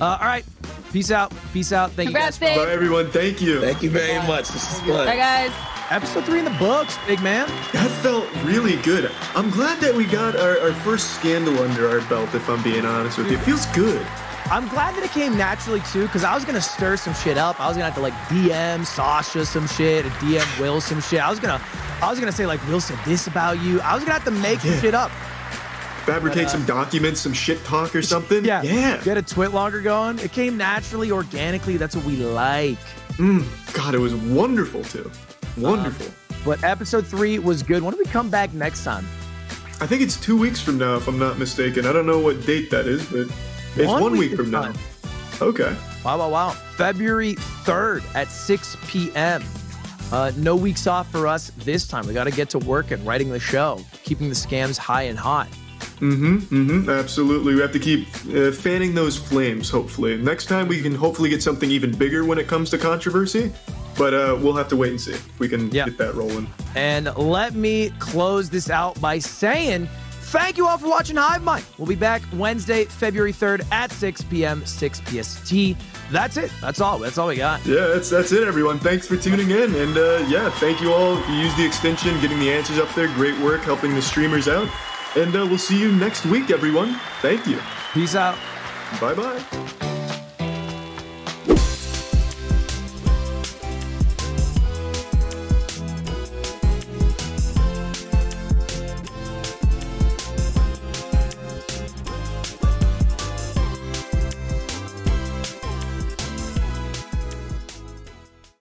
Speaker 1: Uh, all right. Peace out. Peace out. Thank
Speaker 3: Congrats,
Speaker 1: you guys.
Speaker 2: Bye,
Speaker 3: Dave.
Speaker 2: everyone. Thank you.
Speaker 6: Thank you very much. This is fun.
Speaker 3: Bye, guys.
Speaker 1: For episode three in the books, big man.
Speaker 2: That felt really good. I'm glad that we got our, our first scandal under our belt, if I'm being honest with you. It feels good.
Speaker 1: I'm glad that it came naturally too, because I was gonna stir some shit up. I was gonna have to like DM Sasha some shit, or DM Will some shit. I was gonna, I was gonna say like Will said this about you. I was gonna have to make some
Speaker 2: Yeah.
Speaker 1: shit up.
Speaker 2: Fabricate some documents, some shit talk or something.
Speaker 1: uh, Yeah,
Speaker 2: Yeah.
Speaker 1: Get a twit longer going. It came naturally, organically. That's what we like.
Speaker 2: God, it was wonderful, too. Wonderful.
Speaker 1: But episode three was good. When do we come back next time?
Speaker 2: I think it's two weeks from now, if I'm not mistaken. I don't know what date that is, but it's
Speaker 1: One
Speaker 2: one,
Speaker 1: week
Speaker 2: week,
Speaker 1: is
Speaker 2: from now.
Speaker 1: fine.
Speaker 2: Okay.
Speaker 1: Wow, wow, wow. February 3rd at 6 p.m. Uh, no weeks off for us this time. We got to get to work and writing the show, keeping the scams high and hot.
Speaker 2: Mm-hmm. Mm-hmm. Absolutely. We have to keep uh, fanning those flames. Hopefully, next time we can hopefully get something even bigger when it comes to controversy. But uh, we'll have to wait and see if we can
Speaker 1: Yeah.
Speaker 2: get that rolling.
Speaker 1: And let me close this out by saying thank you all for watching Hive Mind. We'll be back Wednesday, February 3rd at 6 p.m., 6 PST. That's it. That's all. That's all we got.
Speaker 2: Yeah, that's that's it, everyone. Thanks for tuning in, and uh, yeah, thank you all. If you use the extension, getting the answers up there, great work helping the streamers out. And uh, we'll see you next week, everyone. Thank you.
Speaker 1: Peace out.
Speaker 2: Bye bye.